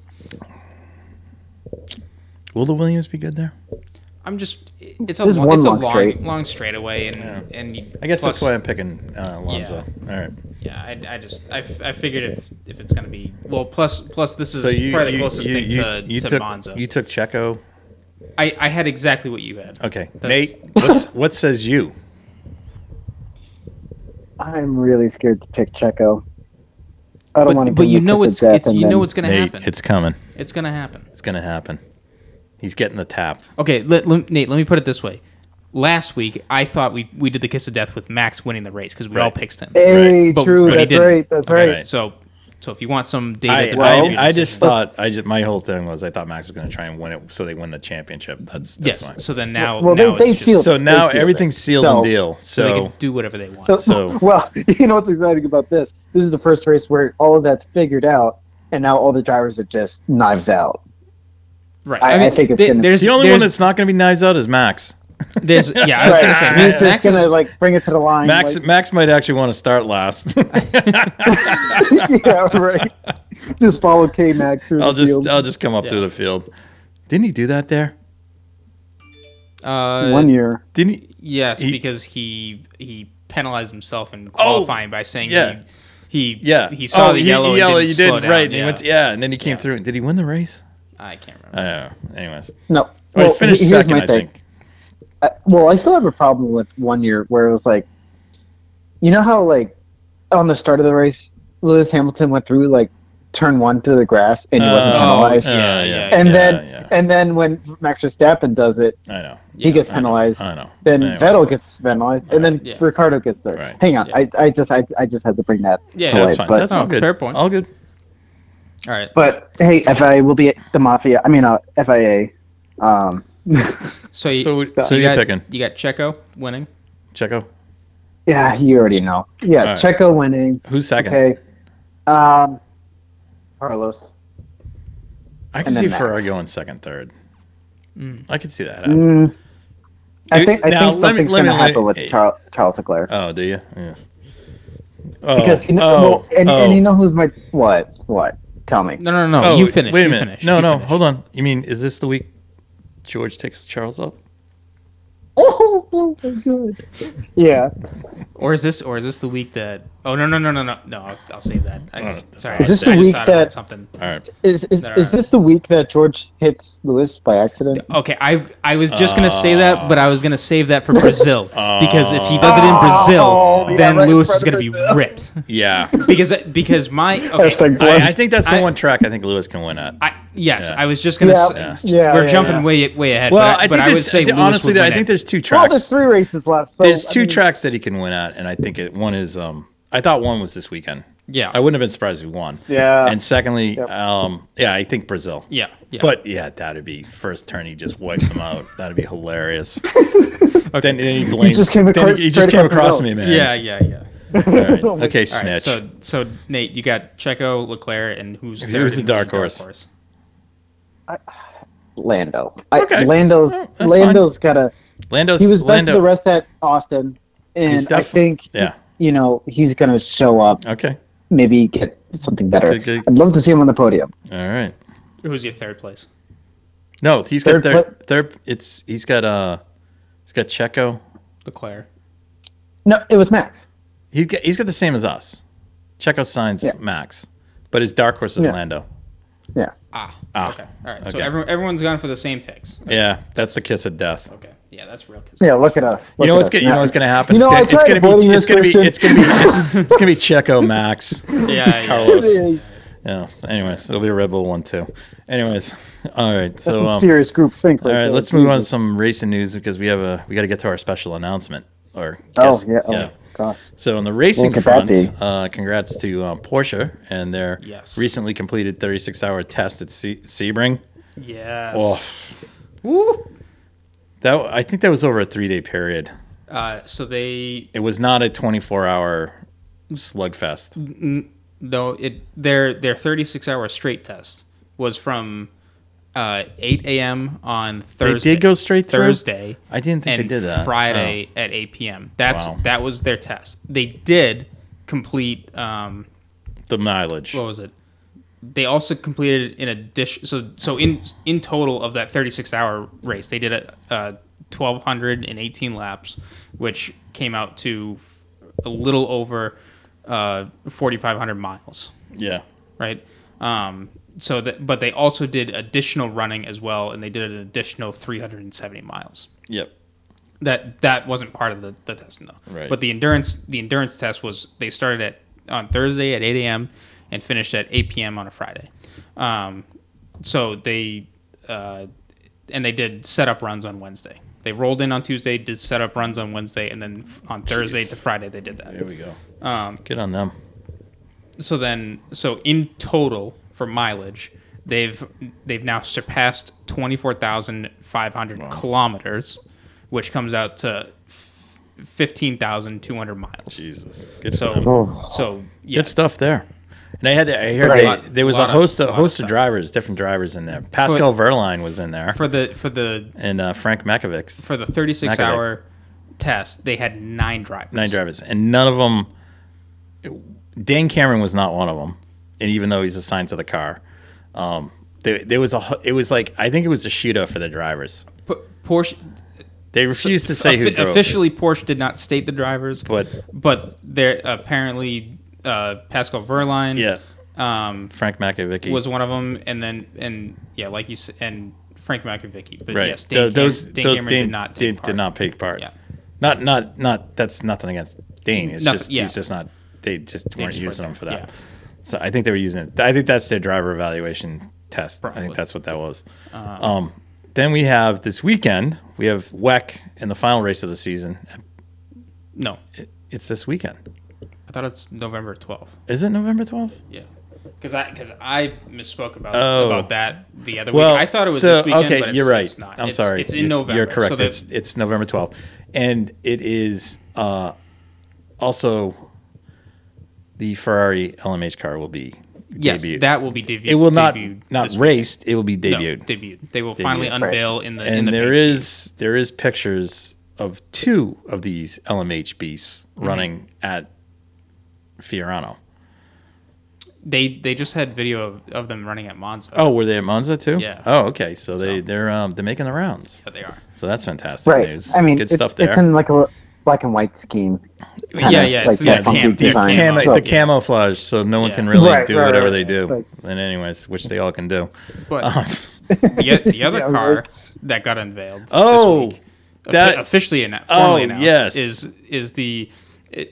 Speaker 3: Will the Williams be good there?
Speaker 1: I'm just. It's a,
Speaker 4: There's
Speaker 1: long,
Speaker 4: one
Speaker 1: it's a
Speaker 4: long
Speaker 1: long,
Speaker 4: straight.
Speaker 1: long straightaway, and and you-
Speaker 3: I guess that's
Speaker 1: plus-
Speaker 3: why I'm picking uh, Alonso. All right.
Speaker 1: Yeah, I, I just I, f- I figured if if it's gonna be well, plus plus this is
Speaker 3: So you
Speaker 1: probably the
Speaker 3: you-
Speaker 1: closest
Speaker 3: you-
Speaker 1: thing
Speaker 3: you-
Speaker 1: to,
Speaker 3: you
Speaker 1: to
Speaker 3: took
Speaker 1: Monza.
Speaker 3: you took Checo.
Speaker 1: I I had exactly what you had.
Speaker 3: Okay,
Speaker 1: That's-
Speaker 3: Nate. What's, what says you?
Speaker 4: I'm really scared to pick Checo. I don't want to.
Speaker 1: But, but you know it's, it's you know it's gonna
Speaker 3: Nate,
Speaker 1: happen. It's,
Speaker 3: it's coming.
Speaker 1: gonna happen.
Speaker 3: It's gonna happen. He's getting the tap.
Speaker 1: Okay, let, let, Nate. Let me put it this way. Last week, I thought we we did the kiss of death with Max winning the race because we all
Speaker 3: Right.
Speaker 1: picked him.
Speaker 4: Hey,
Speaker 1: But-
Speaker 4: true.
Speaker 1: but he
Speaker 4: that's
Speaker 1: didn't.
Speaker 4: right. That's right.
Speaker 3: Right.
Speaker 1: So, so if you want some data,
Speaker 3: I,
Speaker 1: to
Speaker 4: well,
Speaker 1: back up your
Speaker 3: I, I just
Speaker 1: decision-
Speaker 3: thought I just, my whole thing was I thought Max was gonna try and win it so they win the championship. That's that's
Speaker 1: yes.
Speaker 3: mine.
Speaker 1: So then now,
Speaker 4: Well, they-
Speaker 1: now
Speaker 4: they
Speaker 1: it's just,
Speaker 4: feel-
Speaker 3: So now
Speaker 4: They sealed it.
Speaker 3: everything's sealed
Speaker 4: So-
Speaker 3: and deal.
Speaker 1: so
Speaker 3: So,
Speaker 1: they can do whatever they want.
Speaker 4: So,
Speaker 3: So-
Speaker 4: well, you know what's exciting about this? This is the first race where all of that's figured out, and now all the drivers are just knives out.
Speaker 1: right.
Speaker 4: I- I think it's
Speaker 1: there-
Speaker 4: gonna-
Speaker 1: there's
Speaker 3: the only one
Speaker 1: there's,
Speaker 3: that's not gonna be knives out is Max.
Speaker 1: there's yeah. I was gonna say
Speaker 4: Right.
Speaker 1: Max,
Speaker 4: he's just
Speaker 1: Max is-
Speaker 4: gonna like bring it to the line.
Speaker 3: Max
Speaker 4: like-
Speaker 3: Max might actually want to start last.
Speaker 4: yeah, right. Just follow K Mac through
Speaker 3: I'll
Speaker 4: the
Speaker 3: just uh,
Speaker 4: field.
Speaker 3: I'll just come up
Speaker 1: Yeah.
Speaker 3: through the field. Didn't he do that there?
Speaker 1: uh,
Speaker 4: One year.
Speaker 3: Didn't he?
Speaker 1: Yes,
Speaker 3: He- Oh,
Speaker 1: because he he penalized himself in qualifying by saying
Speaker 3: yeah.
Speaker 1: he he
Speaker 3: Yeah.
Speaker 1: he saw
Speaker 3: Oh,
Speaker 1: the yellow. and
Speaker 3: yellow,
Speaker 1: didn't
Speaker 3: you
Speaker 1: slow
Speaker 3: did
Speaker 1: down,
Speaker 3: right. And
Speaker 1: Yeah.
Speaker 3: he went, yeah, and then he came
Speaker 1: Yeah.
Speaker 3: through. Did he win the race?
Speaker 1: I can't remember.
Speaker 3: I don't know. Anyways,
Speaker 4: No.
Speaker 3: or
Speaker 4: Well,
Speaker 3: he finished
Speaker 4: he- here's
Speaker 3: second,
Speaker 4: my
Speaker 3: I
Speaker 4: thing.
Speaker 3: think.
Speaker 4: Uh, well, I still have a problem with one year where it was like, you know how like on the start of the race, Lewis Hamilton went through like turn one through the grass and he wasn't
Speaker 3: Oh,
Speaker 4: penalized,
Speaker 3: yeah,
Speaker 1: Yeah,
Speaker 3: yeah,
Speaker 1: yeah,
Speaker 4: and
Speaker 3: yeah,
Speaker 4: then
Speaker 3: yeah.
Speaker 4: and then when Max Verstappen does it,
Speaker 3: I know,
Speaker 1: Yeah,
Speaker 4: he gets
Speaker 3: I know,
Speaker 4: penalized.
Speaker 3: I know.
Speaker 4: Then
Speaker 3: Anyways.
Speaker 4: Vettel gets penalized, and then
Speaker 1: Yeah.
Speaker 4: Ricardo gets third.
Speaker 3: Right.
Speaker 4: Hang on,
Speaker 1: Yeah.
Speaker 4: I, I just I, I just had to bring that.
Speaker 1: Yeah,
Speaker 4: to
Speaker 3: That's
Speaker 4: light,
Speaker 3: fine.
Speaker 4: But,
Speaker 3: That's
Speaker 1: Oh,
Speaker 3: all good.
Speaker 1: fair point.
Speaker 3: All good.
Speaker 1: All right.
Speaker 4: but hey, FIA will be the mafia. I mean, uh, FIA. Um,
Speaker 1: So you,
Speaker 3: So-
Speaker 1: so,
Speaker 3: so
Speaker 1: you
Speaker 3: you're
Speaker 1: got,
Speaker 3: picking.
Speaker 1: You got Checo winning.
Speaker 3: Checo,
Speaker 4: yeah, you already know. Yeah,
Speaker 3: All right.
Speaker 4: Checo winning.
Speaker 3: who's second?
Speaker 4: Okay. Um, Carlos.
Speaker 3: I can
Speaker 4: And
Speaker 3: see
Speaker 4: then
Speaker 3: Ferrari
Speaker 4: Max.
Speaker 3: going second, third.
Speaker 1: Mm.
Speaker 3: I could see that. happening.
Speaker 4: Mm, I
Speaker 3: Dude,
Speaker 4: think I
Speaker 3: now, let
Speaker 4: think
Speaker 3: me-
Speaker 4: something's
Speaker 3: let me-
Speaker 4: gonna
Speaker 3: let-
Speaker 4: happen with
Speaker 3: hey.
Speaker 4: Charles, Charles Leclerc
Speaker 3: Oh, do you? Yeah. Oh,
Speaker 4: because you know,
Speaker 3: oh,
Speaker 4: well, and,
Speaker 3: oh.
Speaker 4: and you know who's my what what? Tell me.
Speaker 1: No, no, no. no. Oh, you finish.
Speaker 3: Wait a
Speaker 1: you
Speaker 3: minute.
Speaker 1: Finish.
Speaker 3: No,
Speaker 1: you
Speaker 3: no.
Speaker 1: finish.
Speaker 3: Hold on. You mean is this the week George takes Charles up?
Speaker 4: Oh, oh my god. Yeah.
Speaker 1: Or is this or is this the week that Oh no no no no no no! I'll, I'll save that. I,
Speaker 3: Oh, that's
Speaker 1: sorry,
Speaker 3: all right. Is
Speaker 4: this
Speaker 1: I,
Speaker 4: the
Speaker 1: I just
Speaker 4: week
Speaker 1: thought about
Speaker 4: that-
Speaker 1: something?
Speaker 3: All right.
Speaker 4: Is is,
Speaker 1: There
Speaker 4: is
Speaker 1: are-
Speaker 4: this the week that George hits Lewis by accident?
Speaker 1: Okay, I I was just gonna say that,
Speaker 3: Ah.
Speaker 1: but I was gonna save that for Brazil because if he does it in
Speaker 4: Oh,
Speaker 1: Brazil,
Speaker 4: yeah,
Speaker 1: then
Speaker 4: right in
Speaker 1: Lewis is
Speaker 4: front of
Speaker 1: gonna be
Speaker 4: Brazil.
Speaker 1: ripped
Speaker 3: Yeah.
Speaker 1: because because my okay,
Speaker 4: Hashtag
Speaker 3: I,
Speaker 4: blessed.
Speaker 3: I think that's the
Speaker 1: I-
Speaker 3: one track I think Lewis can win at.
Speaker 1: I, yes,
Speaker 3: Yeah.
Speaker 1: I was just gonna.
Speaker 4: Yeah.
Speaker 1: say,
Speaker 4: Yeah.
Speaker 1: s-
Speaker 4: Yeah,
Speaker 1: we're
Speaker 4: yeah,
Speaker 1: jumping
Speaker 4: yeah.
Speaker 1: way way ahead.
Speaker 3: well,
Speaker 1: but,
Speaker 3: I
Speaker 1: but
Speaker 3: think
Speaker 1: I would
Speaker 3: there's
Speaker 1: say Lewis
Speaker 3: honestly,
Speaker 1: would
Speaker 3: there- I
Speaker 1: win
Speaker 3: think
Speaker 1: it.
Speaker 3: there's two
Speaker 4: well,
Speaker 3: tracks.
Speaker 4: there's three races left. So
Speaker 3: There's
Speaker 4: I
Speaker 3: two
Speaker 4: mean,
Speaker 3: tracks that he can win at, and I think it, one is um I thought one was this weekend.
Speaker 1: Yeah.
Speaker 3: I wouldn't have been surprised if he won.
Speaker 4: Yeah.
Speaker 3: And secondly,
Speaker 4: Yep.
Speaker 3: um yeah, I think Brazil.
Speaker 1: yeah, yeah.
Speaker 3: But yeah, that'd be first turn he just wipes him out. That'd be hilarious. Then, then he blames.
Speaker 4: just came
Speaker 3: then
Speaker 4: across-
Speaker 3: he, he just
Speaker 4: straight
Speaker 3: came across
Speaker 4: across the
Speaker 3: me, man.
Speaker 1: yeah, yeah, yeah.
Speaker 3: All right. Okay,
Speaker 1: All right,
Speaker 3: snitch.
Speaker 1: so so Nate, you got Checo, Leclerc, and who's
Speaker 3: Who's
Speaker 1: third
Speaker 3: the
Speaker 1: and
Speaker 3: dark horse?
Speaker 4: Lando. I,
Speaker 3: Okay.
Speaker 4: Lando's
Speaker 3: Well, that's
Speaker 4: Lando's got a.
Speaker 3: Lando's
Speaker 4: He was best
Speaker 3: Lando.
Speaker 4: of the rest at Austin, and
Speaker 3: He's
Speaker 4: I
Speaker 3: def-
Speaker 4: think
Speaker 3: yeah.
Speaker 4: you know he's gonna show up.
Speaker 3: Okay.
Speaker 4: Maybe get something better.
Speaker 3: Good, good.
Speaker 4: I'd love to see him on the podium.
Speaker 3: All right.
Speaker 1: Who's your third place?
Speaker 3: No, he's got
Speaker 4: Third
Speaker 3: third,
Speaker 4: pla-
Speaker 3: third, It's he's got uh, he's got Checo.
Speaker 1: Leclerc.
Speaker 4: No, it was Max.
Speaker 3: He's got he's got the same as us. Checo signs
Speaker 4: Yeah.
Speaker 3: Max, but his dark horse is
Speaker 4: Yeah.
Speaker 3: Lando.
Speaker 4: Yeah.
Speaker 1: Ah.
Speaker 3: Ah,
Speaker 1: okay. All right. So
Speaker 3: okay.
Speaker 1: everyone, everyone's gone for the same picks.
Speaker 3: Yeah, that's the kiss of death.
Speaker 1: Okay. Yeah, that's real. Kiss.
Speaker 4: Yeah, look at us.
Speaker 3: You
Speaker 4: Look
Speaker 3: know
Speaker 4: at
Speaker 3: what's
Speaker 4: us.
Speaker 3: gonna, you know
Speaker 4: Now-
Speaker 3: what's gonna happen.
Speaker 4: You know, I
Speaker 3: it's, gonna,
Speaker 4: tried
Speaker 3: it's, gonna be,
Speaker 4: avoiding
Speaker 3: it's
Speaker 4: this
Speaker 3: gonna be
Speaker 4: question.
Speaker 3: it's gonna be it's gonna be it's, gonna be Checo Max.
Speaker 1: yeah,
Speaker 3: Carlos.
Speaker 4: Yeah,
Speaker 3: Yeah. so anyways, it'll be a Red Bull one too. Anyways, all right.
Speaker 4: That's
Speaker 3: So
Speaker 4: some
Speaker 3: um,
Speaker 4: serious group think.
Speaker 3: all right, let's move on to some racing news because we have a we got to get to our special announcement. Or
Speaker 4: Oh
Speaker 3: guess-
Speaker 4: yeah. Oh gosh.
Speaker 3: So on the racing
Speaker 4: could that
Speaker 3: front,
Speaker 4: be?
Speaker 3: uh, congrats to um, Porsche and their
Speaker 1: Yes.
Speaker 3: recently completed 36-hour test at Se- Sebring.
Speaker 1: Yes.
Speaker 3: Oh,
Speaker 1: Woo.
Speaker 3: that I think that was over a three-day period.
Speaker 1: Uh, so they
Speaker 3: It was not a 24-hour slugfest.
Speaker 1: no it their their 36 hour straight test was from uh, 8 a.m. on Thursday.
Speaker 3: go straight through?
Speaker 1: Thursday.
Speaker 3: I didn't think
Speaker 1: and
Speaker 3: they did that. Oh.
Speaker 1: Friday at 8 p.m. That's
Speaker 3: Wow.
Speaker 1: that was their test. They did complete. Um,
Speaker 3: Oh, The mileage.
Speaker 1: what was it? They also completed in addition. So so in in total of that 36 hour race, they did a, a 1218 laps, which came out to f- a little over uh, 4500 miles,
Speaker 3: yeah.
Speaker 1: right? Um, so that but they also did additional running as well, and they did an additional 370 miles
Speaker 3: Yep.
Speaker 1: that that wasn't part of the, the testing though.
Speaker 3: Right.
Speaker 1: But the endurance the endurance test was they started at on Thursday at eight a.m. and finished at eight p.m. on a Friday. Um, so they uh, and they did setup runs on Wednesday. They rolled in on Tuesday, did setup runs on Wednesday, and then f- on Thursday to Friday they did that.
Speaker 3: There we go.
Speaker 1: um,
Speaker 3: Good on them.
Speaker 1: So then so in total for mileage, they've they've now surpassed twenty four thousand five hundred kilometers, which comes out to f- fifteen thousand two hundred miles.
Speaker 3: Jesus. Good
Speaker 1: So,
Speaker 3: stuff.
Speaker 1: so yeah,
Speaker 3: Good stuff there. And I had to, I heard
Speaker 4: Right.
Speaker 3: they, there was a
Speaker 1: Lot of-
Speaker 3: host of,
Speaker 1: lot of
Speaker 3: host of
Speaker 1: stuff.
Speaker 3: drivers, different drivers in there. Pascal Verline was in there,
Speaker 1: for the for the
Speaker 3: and uh, Frank Makovics.
Speaker 1: for the 36
Speaker 3: Not gonna-
Speaker 1: hour test, they had nine drivers.
Speaker 3: nine drivers, and none of them. Dan Cameron was not one of them, and even though he's assigned to the car, um, there, there was a. hu- It was like I think it was a shootout for the drivers.
Speaker 1: P- Porsche
Speaker 3: They refused to say who
Speaker 1: offi-
Speaker 3: drove. it,
Speaker 1: officially Porsche did not state the drivers,
Speaker 3: but
Speaker 1: but there apparently uh, Pascal Verline
Speaker 3: yeah,
Speaker 1: um,
Speaker 3: Frank McAvicky
Speaker 1: was one of them, and then and yeah, like you said, and Frank McAvicky. But
Speaker 3: right.
Speaker 1: yes,
Speaker 3: Tho-
Speaker 1: Dan Cam-
Speaker 3: those
Speaker 1: Dan
Speaker 3: those
Speaker 1: Cameron
Speaker 3: Dan-
Speaker 1: did not
Speaker 3: did,
Speaker 1: take
Speaker 3: did
Speaker 1: part.
Speaker 3: not take part.
Speaker 1: Yeah.
Speaker 3: Not not not. That's nothing against Dane. It's
Speaker 1: Nothing-
Speaker 3: just
Speaker 1: yeah.
Speaker 3: he's just not. They just weren't
Speaker 1: just weren't
Speaker 3: using him
Speaker 1: there,
Speaker 3: for that.
Speaker 1: yeah.
Speaker 3: So I think they were using it. I think that's their driver evaluation test. I think
Speaker 1: Probably. Uh-huh.
Speaker 3: that's what that was. um, then we have this weekend. We have WEC in the final race of the season.
Speaker 1: No,
Speaker 3: It's this weekend.
Speaker 1: I thought it's November 12th.
Speaker 3: Is it November twelfth?
Speaker 1: Yeah, because I because I misspoke about
Speaker 3: Oh.
Speaker 1: about that the other
Speaker 3: Well,
Speaker 1: week. I thought it was
Speaker 3: so,
Speaker 1: this weekend.
Speaker 3: Okay,
Speaker 1: but it's,
Speaker 3: you're right.
Speaker 1: It's not.
Speaker 3: I'm
Speaker 1: It's-
Speaker 3: sorry.
Speaker 1: It's
Speaker 3: You-
Speaker 1: in November.
Speaker 3: You're correct.
Speaker 1: So the-
Speaker 3: it's it's November 12th, and it is uh, also the Ferrari LMH car will be
Speaker 1: yes,
Speaker 3: debuted.
Speaker 1: that will be debu- debuted.
Speaker 3: it will not not
Speaker 1: this
Speaker 3: raced. It will be
Speaker 1: week. No,
Speaker 3: debuted.
Speaker 1: debuted. They will finally
Speaker 3: Debuted.
Speaker 1: unveil in the in
Speaker 3: and
Speaker 1: the
Speaker 3: there
Speaker 1: paint scheme.
Speaker 3: is there is pictures of two of these LMH beasts
Speaker 1: Mm-hmm.
Speaker 3: running at Fiorano.
Speaker 1: they they just had video of, of them running at Monza.
Speaker 3: Oh, were they at Monza too?
Speaker 1: Yeah.
Speaker 3: Oh, okay. So they they're um, they're making the rounds.
Speaker 1: But they are.
Speaker 3: So that's fantastic
Speaker 4: Right.
Speaker 3: news.
Speaker 4: I mean,
Speaker 3: good
Speaker 4: it-
Speaker 3: stuff there.
Speaker 4: It's in like a black and white scheme.
Speaker 1: Yeah, yeah,
Speaker 4: Like
Speaker 1: so
Speaker 4: that
Speaker 1: yeah,
Speaker 4: funky
Speaker 1: cam- yeah,
Speaker 4: design.
Speaker 1: cam-
Speaker 3: Camo-
Speaker 4: So-
Speaker 3: the camouflage, so no one
Speaker 1: Yeah.
Speaker 3: can really
Speaker 4: Right,
Speaker 3: do
Speaker 4: right,
Speaker 3: whatever
Speaker 4: right,
Speaker 3: they do.
Speaker 4: right.
Speaker 3: And anyways, which they all can do.
Speaker 1: But
Speaker 3: Um,
Speaker 1: the, the other
Speaker 4: Yeah,
Speaker 1: car
Speaker 4: right.
Speaker 1: that got unveiled.
Speaker 3: Oh,
Speaker 1: this week, offi-
Speaker 3: that-
Speaker 1: officially announced, formally
Speaker 3: Oh,
Speaker 1: announced,
Speaker 3: yes.
Speaker 1: is is the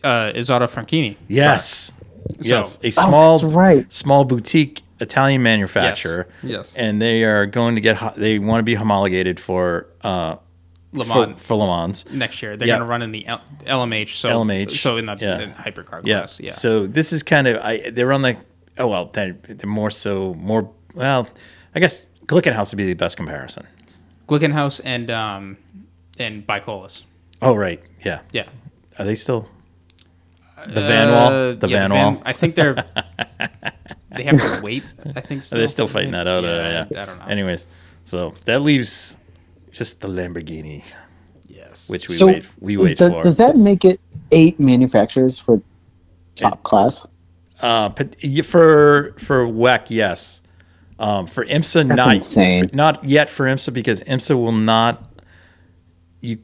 Speaker 1: uh, is Otto Franchini.
Speaker 3: yes,
Speaker 1: So-
Speaker 3: yes, a
Speaker 4: Oh,
Speaker 3: small,
Speaker 4: that's right.
Speaker 3: small boutique Italian manufacturer.
Speaker 1: Yes. Yes.
Speaker 3: and they are going to get. ho- They want to be homologated for uh,
Speaker 1: Le
Speaker 3: for,
Speaker 1: Mans
Speaker 3: for Le Mans.
Speaker 1: next year. They're
Speaker 3: Yeah.
Speaker 1: going to run in the L- LMH. So
Speaker 3: LMH,
Speaker 1: So in the,
Speaker 3: yeah.
Speaker 1: in hypercar
Speaker 3: Yeah.
Speaker 1: class. Yeah.
Speaker 3: So this is kind of I they're on the oh well they're, they're more so more well I guess Glickenhaus would be the best comparison.
Speaker 1: Glickenhaus and um and Bicolas.
Speaker 3: Oh right, yeah.
Speaker 1: Yeah.
Speaker 3: Are they still
Speaker 1: Uh,
Speaker 3: the Van Wall? The Van Wall.
Speaker 1: I think they're. they have to wait. I think.
Speaker 3: They're still fighting that out. uh,
Speaker 1: Yeah,
Speaker 3: yeah.
Speaker 1: I don't know.
Speaker 3: Anyways, so that leaves just the Lamborghini,
Speaker 1: yes.
Speaker 3: which we
Speaker 4: So
Speaker 3: wait we wait
Speaker 4: does,
Speaker 3: for.
Speaker 4: does that make it eight manufacturers for top class?
Speaker 3: Uh, but y- for for WEC, yes. Um, for IMSA,
Speaker 4: That's
Speaker 3: not
Speaker 4: insane.
Speaker 3: for- not yet for IMSA because IMSA will not. You,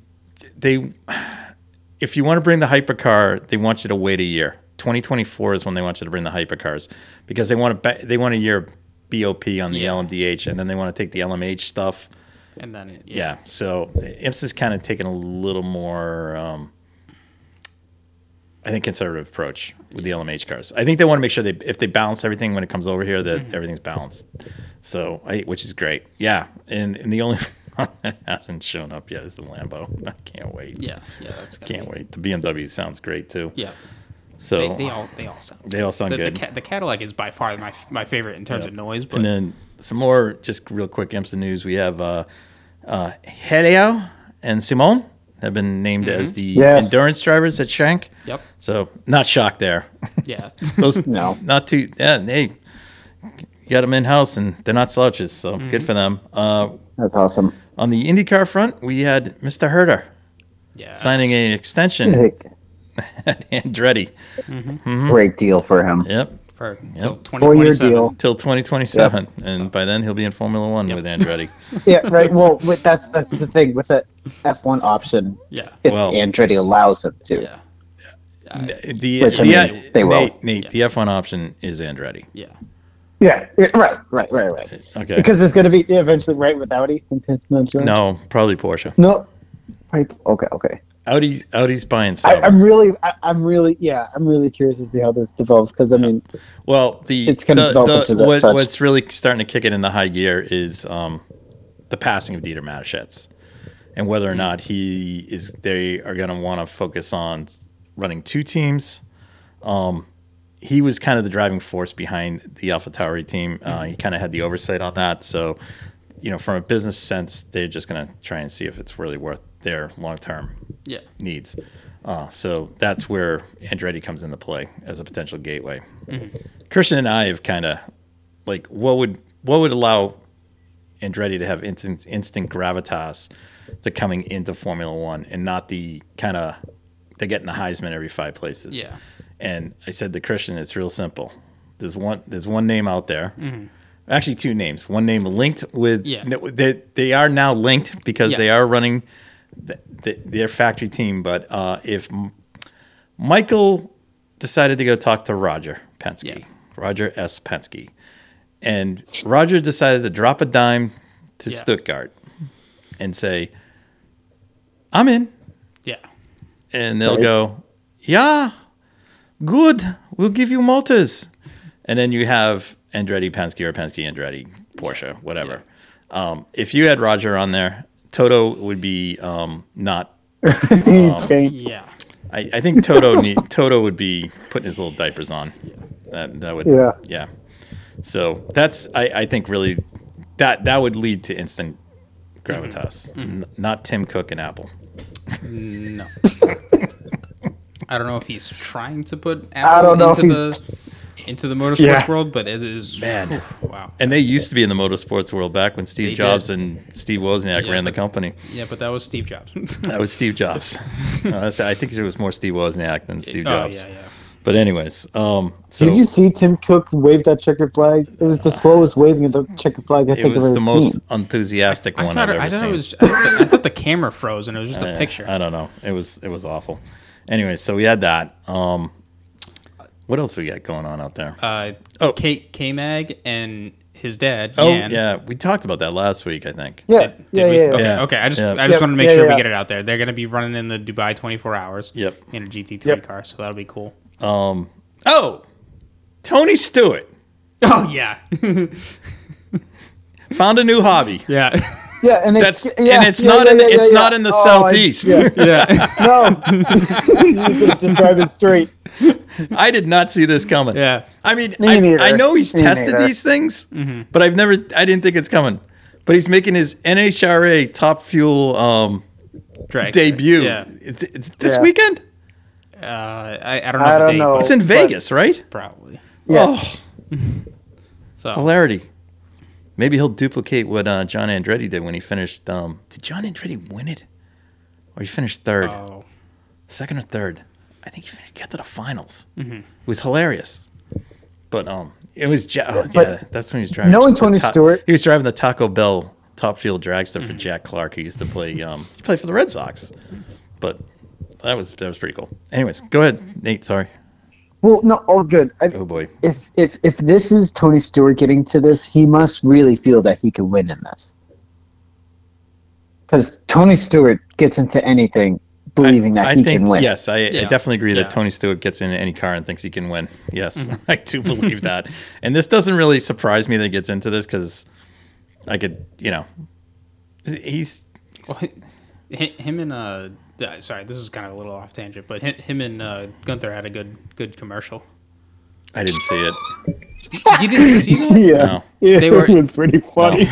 Speaker 3: they, if you want to bring the hypercar, they want you to wait a year. 2024 is when they want you to bring the hypercars because they want to they want a year BOP on the
Speaker 1: Yeah.
Speaker 3: LMDH and then they want to take the LMH stuff.
Speaker 1: And then yeah.
Speaker 3: Yeah, so IMSA's kind of taken a little more, um, I think, conservative approach with the LMH cars. I think they want to make sure they, if they balance everything when it comes over here, that
Speaker 1: Mm-hmm.
Speaker 3: everything's balanced. So, I, which is great. Yeah, and and the only one that hasn't shown up yet is the Lambo. I can't wait.
Speaker 1: Yeah. Yeah. That's gotta
Speaker 3: Can't
Speaker 1: be-
Speaker 3: wait. The BMW sounds great too.
Speaker 1: Yeah.
Speaker 3: So
Speaker 1: They, they all they all sound.
Speaker 3: they all sound
Speaker 1: the,
Speaker 3: good.
Speaker 1: The, Ca- the Cadillac is by far my my favorite in terms of noise, but
Speaker 3: And then some more, just real quick, IMSA news. We have uh, uh, Helio and Simon have been named as the
Speaker 4: Yes.
Speaker 3: endurance drivers at Shank.
Speaker 1: Yep.
Speaker 3: So not shocked there.
Speaker 1: yeah,
Speaker 3: Those
Speaker 4: No.
Speaker 3: not too. Yeah, hey, you got them in house, and they're not slouches, so good for them. Uh,
Speaker 4: That's awesome.
Speaker 3: on the IndyCar front, we had Mr. Herder
Speaker 1: yeah.
Speaker 3: signing an extension
Speaker 4: Big,
Speaker 3: at Andretti. Mm-hmm.
Speaker 4: Great deal for him.
Speaker 3: Yep,
Speaker 1: for till
Speaker 4: Four year
Speaker 1: 2027.
Speaker 4: deal.
Speaker 3: till 2027, and by then he'll be in Formula One with Andretti.
Speaker 4: Yeah, right. Well, with, that's that's the thing with the F1 option.
Speaker 1: Yeah,
Speaker 4: If
Speaker 3: Well-
Speaker 4: Andretti allows him to,
Speaker 1: yeah,
Speaker 3: the
Speaker 4: Which, I
Speaker 3: the-
Speaker 4: mean, they will.
Speaker 3: Nate, Nate, the F1 option is Andretti.
Speaker 1: yeah.
Speaker 4: yeah, yeah, right, right, right, right.
Speaker 3: Okay.
Speaker 4: Because it's going to be eventually right with Audi. No,
Speaker 3: no, probably Porsche.
Speaker 4: no, right. Okay, okay.
Speaker 3: Audi's Audi's buying
Speaker 4: I,
Speaker 3: Sauber.
Speaker 4: I'm really, I, I'm really, yeah, I'm really curious to see how this develops because I mean,
Speaker 3: well, the
Speaker 4: It's gonna
Speaker 3: the-
Speaker 4: develop
Speaker 3: the-
Speaker 4: into that
Speaker 3: what,
Speaker 4: such.
Speaker 3: what's really starting to kick it into high gear is um, the passing of Dieter Mateschitz, and whether or not he is they are going to want to focus on running two teams. Um, he was kind of the driving force behind the AlphaTauri team. Uh,
Speaker 4: Mm-hmm.
Speaker 3: he kind of had the oversight on that, so you know, from a business sense, they're just going to try and see if it's really worth their long term
Speaker 1: Yeah.
Speaker 3: needs. Uh, so that's where Andretti comes into play as a potential gateway. Christian and I have kind of like what would what would allow Andretti to have instant instant gravitas to coming into Formula One and not the kind of they're getting the Heisman every five places.
Speaker 1: Yeah.
Speaker 3: And I said to Christian, it's real simple. There's one there's one name out there. Actually, two names. One name linked with
Speaker 1: Mm-hmm. Yeah.
Speaker 3: no, they they are now linked because they
Speaker 1: Yes.
Speaker 3: are running th- th- their factory team. But uh, if M- Michael decided to go talk to Roger Penske,
Speaker 1: Yeah.
Speaker 3: Roger S. Penske, and Roger decided to drop a dime to
Speaker 1: Yeah.
Speaker 3: Stuttgart and say, "I'm in,"
Speaker 1: Yeah.
Speaker 3: and they'll
Speaker 4: Right.
Speaker 3: go, "Yeah, good. We'll give you motors," and then you have Andretti Penske or Penske Andretti Porsche, whatever. Um, if you had Roger on there, Toto would be um, not Um,
Speaker 4: okay.
Speaker 1: Yeah.
Speaker 3: I, I think Toto need, Toto would be putting his little diapers on. That that would
Speaker 4: Yeah.
Speaker 3: yeah. So that's I, I think really that that would lead to instant gravitas,
Speaker 4: Mm-hmm.
Speaker 3: N- not Tim Cook and Apple.
Speaker 1: No. I don't know if he's trying to put Apple
Speaker 4: don't know
Speaker 1: into
Speaker 4: if
Speaker 1: the into the motorsports
Speaker 4: Yeah.
Speaker 1: world, but it is
Speaker 3: Man.
Speaker 1: whew, wow.
Speaker 3: And they used to be in the motorsports world back when Steve
Speaker 1: They
Speaker 3: Jobs
Speaker 1: did.
Speaker 3: and Steve Wozniak
Speaker 1: Yeah,
Speaker 3: ran the
Speaker 1: but-
Speaker 3: company.
Speaker 1: Yeah, but that was Steve Jobs.
Speaker 3: Uh, That was Steve Jobs. No, that's- I think it was more Steve Wozniak than Steve
Speaker 1: Oh
Speaker 3: Jobs.
Speaker 1: yeah, yeah.
Speaker 3: But anyways, um, so
Speaker 4: Did you see Tim Cook wave that checkered flag? It was the slowest waving of the checkered flag I
Speaker 3: it
Speaker 4: think I've
Speaker 3: was
Speaker 4: ever
Speaker 3: the most
Speaker 4: seen.
Speaker 3: enthusiastic
Speaker 1: I
Speaker 3: one
Speaker 1: thought,
Speaker 3: I've
Speaker 1: it-
Speaker 3: ever
Speaker 1: I
Speaker 3: seen.
Speaker 1: thought it was. I thought, I thought the camera froze and it was just a
Speaker 3: Yeah,
Speaker 1: picture.
Speaker 3: I don't know. It was it was awful. Anyway, so we had that. Um, what else we got going on out there?
Speaker 1: Uh,
Speaker 3: Oh.
Speaker 1: K K Mag and his dad.
Speaker 3: oh
Speaker 1: Yan,
Speaker 3: yeah, we talked about that last week, I think.
Speaker 4: Yeah,
Speaker 1: Did, did
Speaker 4: yeah,
Speaker 1: we?
Speaker 4: yeah, yeah.
Speaker 1: Okay,
Speaker 3: Yeah.
Speaker 1: okay. I just
Speaker 3: Yeah.
Speaker 1: I just
Speaker 4: Yep.
Speaker 1: want to make
Speaker 4: Yeah,
Speaker 1: sure
Speaker 4: yeah.
Speaker 1: we get it out there. They're going to be running in the Dubai 24 hours.
Speaker 3: Yep.
Speaker 1: In a GT3
Speaker 4: Yep.
Speaker 1: car, so that'll be cool.
Speaker 3: Um, oh, Tony Stewart
Speaker 1: Oh yeah,
Speaker 3: found a new hobby.
Speaker 1: yeah,
Speaker 4: Yeah, and it's,
Speaker 3: That's
Speaker 4: yeah,
Speaker 3: and it's
Speaker 4: yeah,
Speaker 3: not
Speaker 4: yeah,
Speaker 3: in
Speaker 4: yeah,
Speaker 3: it's
Speaker 4: yeah,
Speaker 3: not in the
Speaker 4: Oh, I-
Speaker 3: southeast.
Speaker 4: yeah.
Speaker 1: yeah,
Speaker 4: No, you could just drive it straight.
Speaker 3: Oh. I did not see this coming.
Speaker 1: yeah.
Speaker 3: I mean,
Speaker 4: Me
Speaker 3: I,
Speaker 4: neither.
Speaker 3: I know he's
Speaker 4: Me
Speaker 3: tested
Speaker 4: neither.
Speaker 3: these things,
Speaker 1: Mm-hmm.
Speaker 3: but I've never, I didn't think it's coming. But he's making his NHRA Top Fuel um,
Speaker 1: Drag
Speaker 3: debut.
Speaker 1: Yeah.
Speaker 3: It's, it's this
Speaker 4: Yeah.
Speaker 3: weekend.
Speaker 1: Uh, I, I don't know.
Speaker 4: I
Speaker 1: the
Speaker 4: don't
Speaker 1: date,
Speaker 4: know.
Speaker 1: but
Speaker 3: It's in
Speaker 4: Oh, but-
Speaker 3: Vegas, right?
Speaker 1: Probably.
Speaker 4: Yes.
Speaker 3: Oh,
Speaker 1: So
Speaker 3: hilarity. Maybe he'll duplicate what uh, John Andretti did when he finished. Um, did John Andretti win it, or he finished third,
Speaker 1: oh,
Speaker 3: second or third? I think he finished, got to the finals.
Speaker 1: Mm-hmm.
Speaker 3: It was hilarious, but um, it was ja- oh, yeah. That's when he was driving.
Speaker 4: knowing
Speaker 3: the
Speaker 4: Tony
Speaker 3: Ta-
Speaker 4: Stewart-
Speaker 3: he was driving the Taco Bell Top Fuel dragster
Speaker 1: Mm-hmm.
Speaker 3: for Jack Clark, who used to play. Um, he played for the Red Sox, but that was that was pretty cool. Anyways, go ahead, Nate. Sorry.
Speaker 4: Well, no, all good. I,
Speaker 3: Oh boy.
Speaker 4: if if if this is Tony Stewart getting to this, he must really feel that he can win in this. Because Tony Stewart gets into anything believing that he
Speaker 3: think,
Speaker 4: can win.
Speaker 3: Yes, I, I
Speaker 1: Yeah.
Speaker 3: definitely agree
Speaker 1: Yeah. Mm-hmm.
Speaker 3: that Tony Stewart gets into any car and thinks he can win. Yes, I do believe that. And this doesn't really surprise me that he gets into this because I could, you know, he's
Speaker 1: well, hi- him and uh, yeah, sorry, this is kind of a little off tangent, but hi- him and uh, Gunther had a good good commercial.
Speaker 3: I didn't see it.
Speaker 1: You didn't see that?
Speaker 4: Yeah,
Speaker 3: No.
Speaker 4: yeah
Speaker 1: They were-
Speaker 4: it was pretty funny.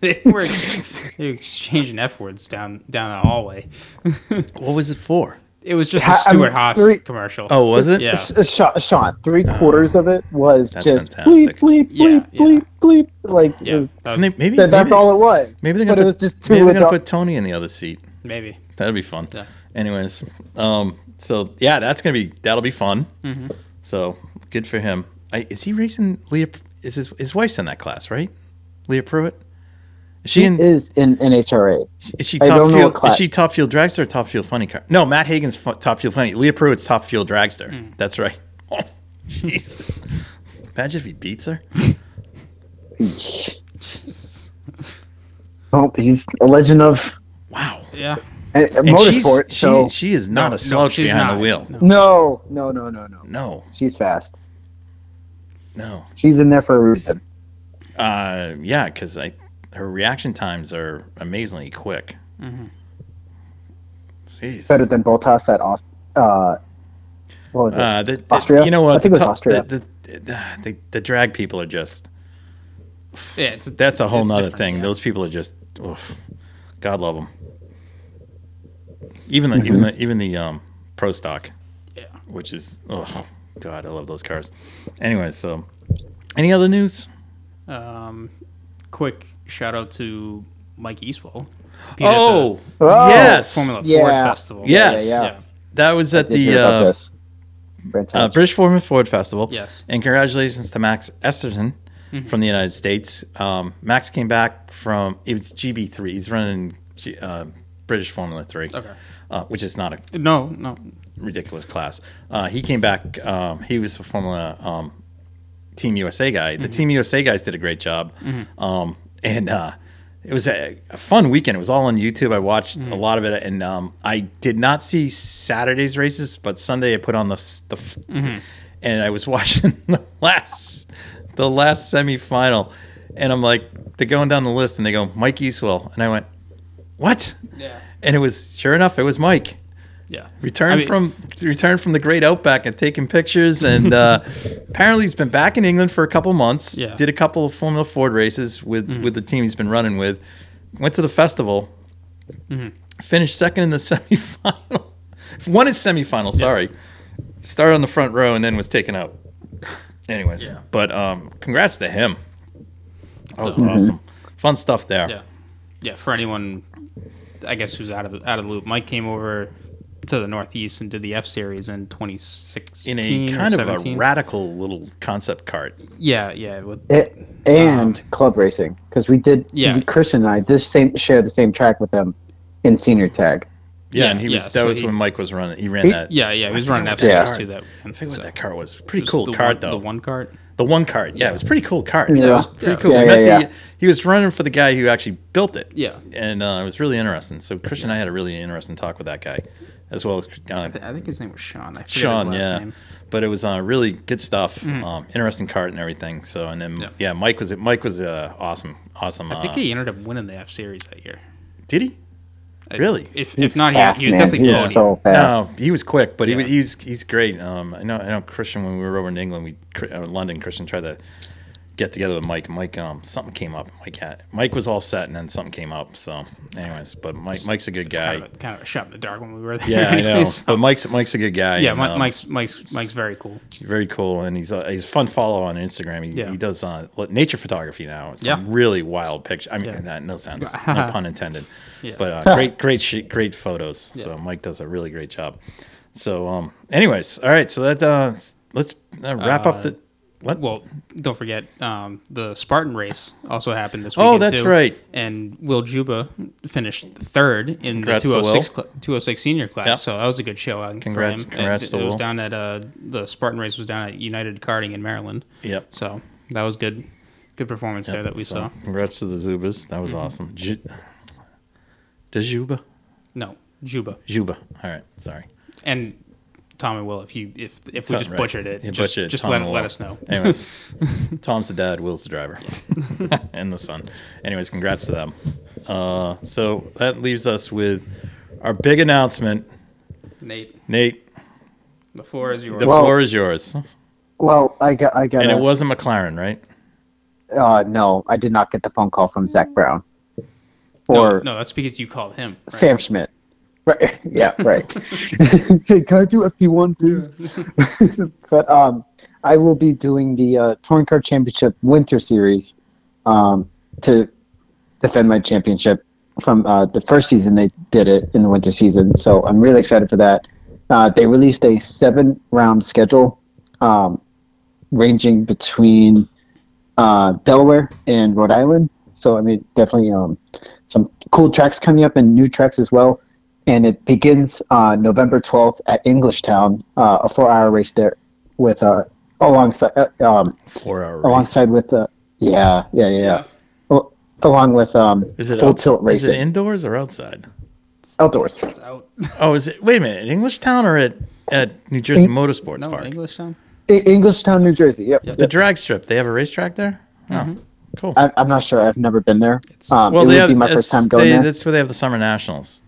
Speaker 1: they were ex- they were exchanging f words down down the hallway.
Speaker 3: What was it for?
Speaker 1: It was just a
Speaker 4: Ha- I'm
Speaker 1: Stuart Haas
Speaker 4: very-
Speaker 1: commercial.
Speaker 3: Oh, was it?
Speaker 1: yeah,
Speaker 4: Sh- Sean, Sean, three quarters of it was
Speaker 3: That's
Speaker 4: just
Speaker 3: fantastic.
Speaker 4: bleep, bleep, bleep,
Speaker 1: Yeah,
Speaker 4: bleep, bleep. Like, it
Speaker 1: yeah.
Speaker 4: was-
Speaker 1: That was-
Speaker 3: And they- maybe
Speaker 4: that, that's
Speaker 3: maybe,
Speaker 4: all it was.
Speaker 3: Maybe they're
Speaker 4: but
Speaker 3: gonna
Speaker 4: it
Speaker 3: put,
Speaker 4: was just two
Speaker 3: maybe they're gonna
Speaker 4: adult-
Speaker 3: put Tony in the other seat.
Speaker 1: maybe.
Speaker 3: That'd be fun.
Speaker 1: Yeah.
Speaker 3: Anyways, um, so yeah, that's gonna be that'll be fun. So good for him. I, is he racing Leah? Is his his wife's in that class, right? Leah Pruitt. Is she in?
Speaker 4: is in NHRA.
Speaker 3: Is she
Speaker 4: I
Speaker 3: top
Speaker 4: don't know
Speaker 3: fuel?
Speaker 4: what class.
Speaker 3: Is she top fuel dragster or top fuel funny car? No, Matt Hagen's fu- top fuel funny. Leah Pruitt's top fuel dragster. That's right. Oh, Jesus. Imagine if he beats her.
Speaker 4: Oh, he's a legend of
Speaker 3: Wow.
Speaker 1: Yeah.
Speaker 4: uh, motorsport.
Speaker 3: she's,
Speaker 4: so
Speaker 3: she, she is not
Speaker 1: No,
Speaker 3: a slouch
Speaker 1: no, she's
Speaker 3: behind
Speaker 1: not.
Speaker 3: the wheel.
Speaker 1: No.
Speaker 4: no, no, no, no, no.
Speaker 3: No,
Speaker 4: She's fast.
Speaker 3: no.
Speaker 4: She's in there for a reason.
Speaker 3: Uh, yeah, because I her reaction times are amazingly quick. Jeez.
Speaker 4: Mm-hmm. Better than Botas at Aust- uh, what was it?
Speaker 3: Uh, the, the-
Speaker 4: Austria?
Speaker 3: You know what?
Speaker 4: I think
Speaker 3: the
Speaker 4: it was
Speaker 3: top-
Speaker 4: Austria.
Speaker 3: The, the, the, the drag people are just.
Speaker 1: Yeah, it's,
Speaker 3: That's a whole
Speaker 1: it's
Speaker 3: nother
Speaker 1: different,
Speaker 3: thing.
Speaker 1: yeah.
Speaker 3: Those people are just, oof. God love them. Even the even
Speaker 4: Mm-hmm.
Speaker 3: the even the um, pro stock,
Speaker 1: Yeah.
Speaker 3: which is oh God, I love those cars. Anyway, so any other news?
Speaker 1: Um, quick shout out to Mike Eastwell. competed at the
Speaker 3: Oh,
Speaker 4: Oh,
Speaker 3: yes,
Speaker 1: Formula Ford
Speaker 4: Yeah.
Speaker 1: Festival.
Speaker 3: yes,
Speaker 4: Yeah, yeah,
Speaker 1: yeah.
Speaker 3: that was at
Speaker 4: Did you
Speaker 3: the
Speaker 4: hear about
Speaker 3: uh,
Speaker 4: this? Brent
Speaker 3: uh,
Speaker 4: Hodge.
Speaker 3: British Foreman Ford Festival.
Speaker 1: Yes.
Speaker 3: and congratulations to Max Esterton
Speaker 1: Mm-hmm.
Speaker 3: from the United States. Um, Max came back from it's GB three. He's running G, uh, British Formula Three,
Speaker 1: Okay.
Speaker 3: uh, which is not a
Speaker 1: No, no.
Speaker 3: ridiculous class. Uh, he came back. Um, he was a Formula um, Team USA guy. The Team USA guys did a great job, um, and uh, it was a, a fun weekend. It was all on YouTube. I watched a lot of it, and um, I did not see Saturday's races, but Sunday I put on the s- the, f and I was watching the last the last semifinal, and I'm like, they're going down the list, and they go Mike Eastwell, and I went, what?
Speaker 1: Yeah.
Speaker 3: And it was sure enough, it was Mike
Speaker 1: Yeah.
Speaker 3: returned
Speaker 1: I mean-
Speaker 3: from returned from the great outback and taking pictures and uh, apparently he's been back in England for a couple months
Speaker 1: Yeah. Mm-hmm.
Speaker 3: did a couple of Formula Ford races with with the team he's been running with went to the festival
Speaker 1: Mm-hmm.
Speaker 3: finished second in the semifinal won his semifinal sorry started on the front row and then was taken out anyways
Speaker 1: Yeah.
Speaker 3: but um congrats to him that
Speaker 1: Mm-hmm.
Speaker 3: was awesome fun stuff there
Speaker 1: Yeah. Yeah. For anyone, I guess who's out of the, out of the loop, Mike came over to the Northeast and did the F Series in 2016.
Speaker 3: in a kind
Speaker 1: or
Speaker 3: of a
Speaker 1: 17.
Speaker 3: radical little concept cart.
Speaker 1: Yeah, yeah. With,
Speaker 4: It, and
Speaker 3: Um,
Speaker 4: club racing because we did.
Speaker 1: Yeah.
Speaker 4: Christian and I did same share the same track with them in senior tag.
Speaker 3: Yeah,
Speaker 1: Yeah,
Speaker 3: and he
Speaker 1: yeah,
Speaker 3: was that
Speaker 1: so
Speaker 3: was
Speaker 1: he-
Speaker 3: when Mike was running. He ran
Speaker 4: He-
Speaker 3: that.
Speaker 1: yeah, yeah. He was running F
Speaker 3: forget what
Speaker 4: that
Speaker 1: Series
Speaker 3: card-
Speaker 1: too. That
Speaker 3: I forget
Speaker 1: so-
Speaker 3: what that cart was. Pretty
Speaker 1: It was
Speaker 3: cool
Speaker 1: the
Speaker 3: cart
Speaker 1: one,
Speaker 3: though.
Speaker 1: The one cart.
Speaker 3: The one card. Yeah, it was a pretty cool card.
Speaker 4: Yeah.
Speaker 3: That was pretty
Speaker 1: Yeah.
Speaker 3: cool.
Speaker 4: Yeah,
Speaker 3: I
Speaker 4: yeah,
Speaker 3: met
Speaker 4: yeah.
Speaker 3: The, he was running for the guy who actually built it.
Speaker 1: Yeah.
Speaker 3: And uh, it was really interesting. So Christian and I had a really interesting talk with that guy, as well as uh,
Speaker 1: I think his name was Sean. I forget
Speaker 3: Sean.
Speaker 1: his last
Speaker 3: Yeah.
Speaker 1: name.
Speaker 3: But it was uh, really good stuff. Um, interesting cart and everything. So and then yeah,
Speaker 1: Mm-hmm. Yeah.
Speaker 3: Mike was Mike was uh, awesome. Awesome.
Speaker 1: I
Speaker 3: uh,
Speaker 1: think he ended up winning the F Series that year.
Speaker 3: did he?
Speaker 1: I-
Speaker 3: Really?
Speaker 1: If,
Speaker 4: He's
Speaker 1: if not,
Speaker 4: fast,
Speaker 1: he, he was
Speaker 4: man.
Speaker 1: definitely
Speaker 4: He's
Speaker 1: podium.
Speaker 4: so fast.
Speaker 3: No, he was quick, but he
Speaker 1: Yeah.
Speaker 3: he, he's he's great. Um, I know I know Christian when we were over in England, we Cr- uh, London Christian tried to get together with Mike. Mike, um, something came up. Mike had Mike was all set, and then something came up. So, anyways, but Mike Mike's a good
Speaker 1: It's
Speaker 3: guy.
Speaker 1: Kind of, a, kind of a shot in the dark when we were there.
Speaker 3: yeah, I know.
Speaker 1: anyways.
Speaker 3: But Mike's Mike's a good guy.
Speaker 1: Yeah,
Speaker 3: and,
Speaker 1: Mi-
Speaker 3: um,
Speaker 1: Mike's Mike's Mike's very cool.
Speaker 3: very cool, and he's a, he's a fun follow on Instagram. He,
Speaker 1: Yeah.
Speaker 3: he does uh, li- nature photography now. It's some
Speaker 1: Yeah.
Speaker 3: really wild picture. I mean,
Speaker 1: Yeah.
Speaker 3: that, no sense, no pun intended.
Speaker 1: Yeah.
Speaker 3: But uh, great, great, sh- great photos. So Mike does a really great job. So, um, anyways, all right. So that uh, s- let's uh, wrap up the what?
Speaker 1: Well, don't forget um, the Spartan race also happened this
Speaker 3: Oh,
Speaker 1: weekend.
Speaker 3: that's
Speaker 1: too.
Speaker 3: right.
Speaker 1: And Will Juba finished third in
Speaker 3: Congrats to
Speaker 1: the
Speaker 3: Will.
Speaker 1: 206 cl- 206 senior class.
Speaker 3: Yep.
Speaker 1: So that was a good show out
Speaker 3: Congrats-
Speaker 1: for him.
Speaker 3: congrats
Speaker 1: it,
Speaker 3: to
Speaker 1: it
Speaker 3: Will.
Speaker 1: was down at uh, the Spartan race was down at United Karting in Maryland.
Speaker 3: Yep.
Speaker 1: So that was good good performance there that we
Speaker 3: So,
Speaker 1: saw. Mm-hmm.
Speaker 3: Congrats to the Zubas. That was awesome. Ju- the Juba,
Speaker 1: No, Juba.
Speaker 3: Juba. All right, sorry.
Speaker 1: And Tommy Will if you if if we just
Speaker 3: Right.
Speaker 1: butchered it,
Speaker 3: You
Speaker 1: just,
Speaker 3: butchered it,
Speaker 1: just
Speaker 3: Tom
Speaker 1: let,
Speaker 3: and
Speaker 1: let
Speaker 3: Will.
Speaker 1: us know.
Speaker 3: Anyways, Tom's the dad, Will's the driver, and the son. Anyways, congrats to them. Uh, so that leaves us with our big announcement.
Speaker 1: Nate,
Speaker 3: Nate,
Speaker 1: the floor is yours.
Speaker 3: the
Speaker 4: Well-
Speaker 3: floor is yours,
Speaker 4: Well, I got I got.
Speaker 3: and it wasn't McLaren, right?
Speaker 4: Uh, no, I did not get the phone call from Zach Brown
Speaker 1: no,
Speaker 4: or
Speaker 1: no, that's because you called him. right?
Speaker 4: Sam Schmidt. Right. Yeah. Right. hey, can I do FP1, please? but um, I will be doing the uh, Touring Car Championship Winter Series um, to defend my championship from uh, the first season they did it in the winter season. So I'm really excited for that. Uh, they released a seven round schedule um, ranging between uh, Delaware and Rhode Island. So I mean, definitely um, some cool tracks coming up and new tracks as well. And it begins uh, November 12th at Englishtown, uh, a four-hour race there with uh, alongside uh, um,
Speaker 3: Four hour race.
Speaker 4: alongside with uh, yeah, yeah, yeah, yeah. Al- along with um,
Speaker 3: Is it
Speaker 4: full
Speaker 3: outs-
Speaker 4: tilt
Speaker 3: Is
Speaker 4: racing
Speaker 3: it indoors or outside?
Speaker 4: outdoors.
Speaker 1: It's out.
Speaker 3: Oh, is it? Wait a minute, at English Town or at at New Jersey Motorsports
Speaker 1: No,
Speaker 3: Park?
Speaker 1: English time.
Speaker 4: I- E-, Englishtown, New Jersey. Yep.
Speaker 3: The drag strip. They have a racetrack there. Oh, cool.
Speaker 4: I, I'm not sure. I've never been there. Um,
Speaker 3: well,
Speaker 4: it
Speaker 3: they
Speaker 4: would
Speaker 3: have,
Speaker 4: be my first
Speaker 3: it's-
Speaker 4: time going
Speaker 3: they,
Speaker 4: there.
Speaker 3: That's where they have the summer nationals.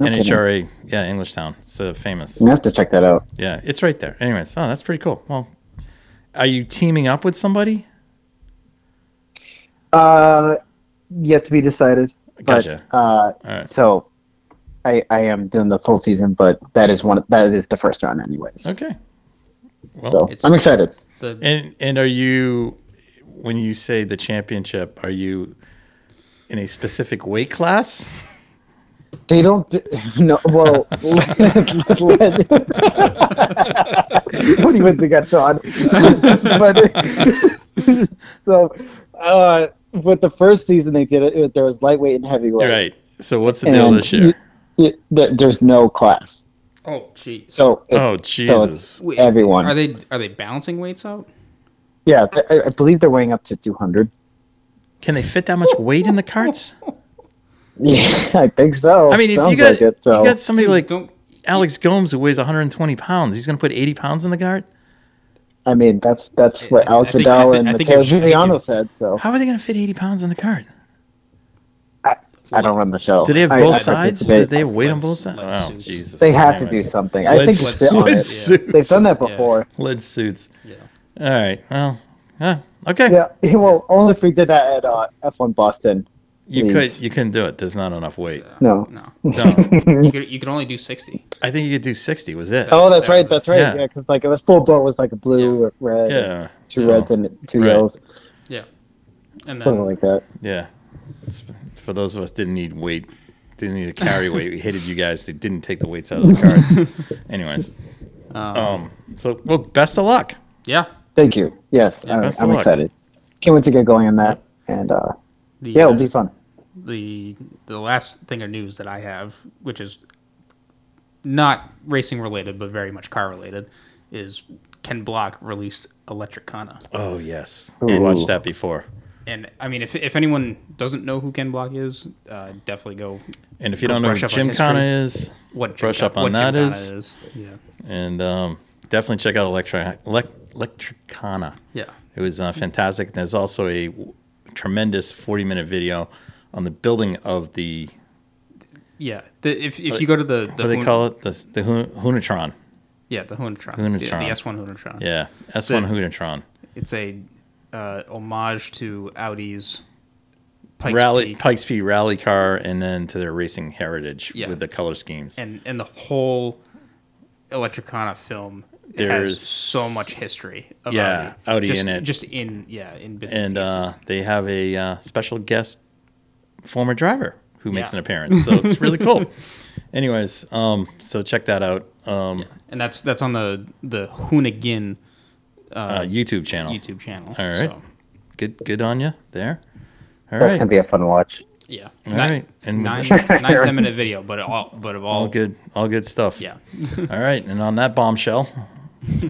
Speaker 4: No kidding.
Speaker 3: NHRA, yeah, Englishtown. It's uh, famous.
Speaker 4: I'm gonna have to check that out.
Speaker 3: Yeah, it's right there. Anyways, oh, that's pretty cool. Well, are you teaming up with somebody?
Speaker 4: Uh, yet to be decided.
Speaker 3: Gotcha.
Speaker 4: But, uh,
Speaker 3: Alright.
Speaker 4: So, I I am doing the full season, but that is one. That is the first round, anyways.
Speaker 3: Okay. Well,
Speaker 4: So
Speaker 1: It's-
Speaker 4: I'm excited.
Speaker 1: The
Speaker 3: and and are you when you say the championship, are you in a specific weight class?
Speaker 4: They don't. d- No. Well. let- let- let- what do you think I Sean? but so, uh, with the first season they did it, it was- there was lightweight and heavyweight.
Speaker 3: Right. So what's the deal
Speaker 4: And uh,
Speaker 3: this year?
Speaker 4: It, th- there's no class,
Speaker 1: oh jeez.
Speaker 4: so it,
Speaker 3: Oh Jesus.
Speaker 1: Wait,
Speaker 4: everyone.
Speaker 1: Are they are they balancing weights out?
Speaker 4: yeah, th- I, I believe they're weighing up to 200.
Speaker 3: Can they fit that much weight in the carts?
Speaker 4: Yeah, I think so.
Speaker 3: I mean, if you
Speaker 4: Sounds
Speaker 3: got
Speaker 4: like it, so.
Speaker 3: you got somebody
Speaker 1: Dude,
Speaker 3: like
Speaker 1: don't
Speaker 3: Alex Gomes who weighs 120 pounds, he's going to put 80 pounds in the cart.
Speaker 4: I mean, that's that's what
Speaker 1: I- I
Speaker 4: Alex
Speaker 1: think- I
Speaker 4: Vidal
Speaker 1: think-
Speaker 4: and
Speaker 1: I think
Speaker 4: Matteo
Speaker 1: you're- I think
Speaker 4: Giuliano
Speaker 1: you're-
Speaker 4: said. So
Speaker 3: How are they going to fit 80 pounds in the cart?
Speaker 4: I don't run the show.
Speaker 3: Do they have
Speaker 4: I-
Speaker 3: both
Speaker 4: I
Speaker 3: sides?
Speaker 4: participate.
Speaker 3: Do they have weight on
Speaker 1: Lead-
Speaker 3: both sides?
Speaker 1: lead
Speaker 3: Oh,
Speaker 1: suits.
Speaker 3: Jesus.
Speaker 4: They have to do
Speaker 3: Anyways.
Speaker 4: something. I think
Speaker 3: suits.
Speaker 4: sit on
Speaker 3: Lead
Speaker 4: it.
Speaker 3: suits.
Speaker 4: They've done that before.
Speaker 3: Lead suits.
Speaker 1: yeah.
Speaker 3: All right. Well, huh, okay.
Speaker 4: Yeah. Well, only if we did that at uh, F1 Boston.
Speaker 3: You
Speaker 4: Leads.
Speaker 3: could you couldn't do it. There's not enough weight.
Speaker 4: No.
Speaker 1: No.
Speaker 3: No.
Speaker 1: You could, you could only do sixty.
Speaker 3: I think you could do 60 was it.
Speaker 4: Oh, that's right. That's right.
Speaker 3: Yeah.
Speaker 4: Yeah, because like the full boat was like a blue, or red,
Speaker 3: yeah.
Speaker 4: two
Speaker 3: So,
Speaker 4: reds and two
Speaker 3: Right.
Speaker 4: yellows,
Speaker 1: Yeah. And
Speaker 4: something
Speaker 1: then
Speaker 4: like that.
Speaker 3: yeah. It's- for those of us that didn't need weight didn't need to carry weight. We hated you guys. They didn't take the weights out of the cars. Anyways, um, so well, best of luck.
Speaker 1: Yeah.
Speaker 4: Thank you. Yes,
Speaker 3: Yeah,
Speaker 4: I'm,
Speaker 3: best of
Speaker 4: I'm
Speaker 3: luck.
Speaker 4: excited. Can't wait to get going on that. And uh,
Speaker 1: The,
Speaker 4: yeah, it'll
Speaker 1: uh,
Speaker 4: be fun.
Speaker 1: the the last thing of news that I have, which is not racing related but very much car related, is Ken Block released Electricana.
Speaker 3: Oh yes, I watched
Speaker 4: Ooh.
Speaker 3: that before.
Speaker 1: And I mean, if if anyone doesn't know who Ken Block is, uh, definitely go
Speaker 3: And if you
Speaker 1: Go
Speaker 3: don't know
Speaker 1: brush
Speaker 3: who
Speaker 1: up on
Speaker 3: Jim Connor is,
Speaker 1: what Jim
Speaker 3: brush
Speaker 1: Con-
Speaker 3: up on
Speaker 1: what
Speaker 3: that
Speaker 1: Gymkhana
Speaker 3: is,
Speaker 1: is. Yeah,
Speaker 3: and um, definitely check out Electra, Elec- Electricana.
Speaker 1: yeah,
Speaker 3: It was uh, fantastic. There's also a w- tremendous 40 minute video on the building of the
Speaker 1: yeah. The, if if you go to the the
Speaker 3: what do they
Speaker 1: Hoon-
Speaker 3: call it the the Hun- Hunatron.
Speaker 1: yeah the Hunatron, The,
Speaker 3: Hunatron.
Speaker 1: the S one Hunatron.
Speaker 3: Yeah, S1
Speaker 1: The-
Speaker 3: Hunatron.
Speaker 1: it's a uh, homage to Audi's Pikes
Speaker 3: rally
Speaker 1: Peak.
Speaker 3: Pikes Peak rally car, and then to their racing heritage
Speaker 1: Yeah.
Speaker 3: with the color schemes.
Speaker 1: and and the whole Electricana film
Speaker 3: There's-
Speaker 1: has so much history. Of
Speaker 3: Yeah, Audi
Speaker 1: just,
Speaker 3: in it.
Speaker 1: just in yeah, in bits and,
Speaker 3: and uh,
Speaker 1: pieces.
Speaker 3: they have a uh, special guest former driver who makes
Speaker 1: Yeah.
Speaker 3: an appearance. So it's really cool. Anyways, um, so check that out. Um,
Speaker 1: and that's that's on the the Hoonigan
Speaker 3: uh, YouTube channel.
Speaker 1: YouTube channel.
Speaker 3: All right.
Speaker 1: So,
Speaker 3: Good, good on you there. All
Speaker 4: That's
Speaker 3: right.
Speaker 4: gonna be a fun watch.
Speaker 1: yeah.
Speaker 3: All
Speaker 1: nine,
Speaker 3: right, and-
Speaker 1: nine, nine, ten minute video, but all but of all,
Speaker 3: all good, all good stuff.
Speaker 1: Yeah.
Speaker 3: all right, and on that bombshell,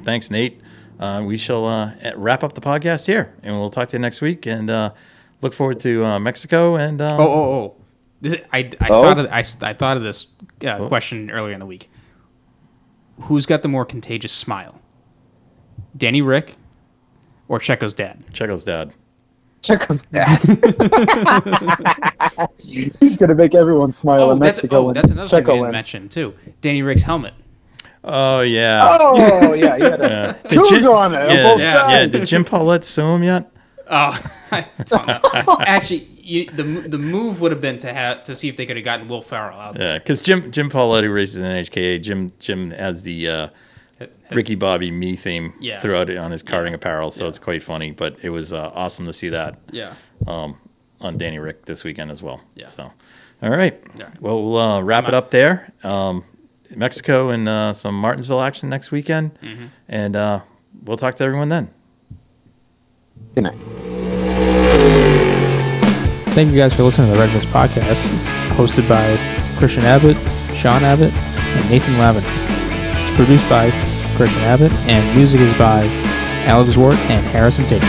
Speaker 3: thanks, Nate. Uh, we shall uh, eh, wrap up the podcast here, and we'll talk to you next week. And uh, look forward to uh, Mexico. And uh,
Speaker 1: Oh oh oh. This, I, I
Speaker 4: Oh.
Speaker 1: thought of, I, s- I thought of this uh,
Speaker 3: Oh.
Speaker 1: question earlier in the week. Who's got the more contagious smile, Danny Rick, or Checo's dad?
Speaker 3: Checo's dad.
Speaker 4: Check us out. He's gonna make everyone smile
Speaker 1: Oh,
Speaker 4: in
Speaker 1: that's,
Speaker 4: Mexico.
Speaker 1: oh
Speaker 4: when
Speaker 1: that's another
Speaker 4: Checo
Speaker 1: thing we didn't
Speaker 4: wins.
Speaker 1: mention too. Danny Rick's helmet.
Speaker 3: Oh yeah.
Speaker 4: Oh yeah, he had a
Speaker 3: Uh, did
Speaker 4: Two
Speaker 3: Jim-
Speaker 4: on it,
Speaker 3: Yeah,
Speaker 4: both
Speaker 3: yeah,
Speaker 4: sides.
Speaker 3: Did Jim Paulette sue him yet?
Speaker 1: Oh, I don't know. actually, you, the the move would have been to have to see if they could have gotten Will Ferrell out.
Speaker 3: Yeah, because Jim Jim Paulette who races in HKA. Jim Jim has the uh, Ricky Bobby me theme
Speaker 1: Yeah.
Speaker 3: throughout it on his karting apparel, so it's quite funny. But it was uh, awesome to see that
Speaker 1: Yeah,
Speaker 3: um, on Danny Rick this weekend as well.
Speaker 1: Yeah.
Speaker 3: So, all right.
Speaker 1: Yeah.
Speaker 3: Well, we'll uh, wrap
Speaker 1: I'm
Speaker 3: it
Speaker 1: out.
Speaker 3: up there. Um, Mexico and uh, some Martinsville action next weekend, and uh, we'll talk to everyone then.
Speaker 4: Good night.
Speaker 1: Thank you guys for listening to the Red Mist Podcast, hosted by Christian Abbott, Sean Abbott, and Nathan Lavin. It's produced by Christian Abbott, and music is by Alex Wart and Harrison Tate.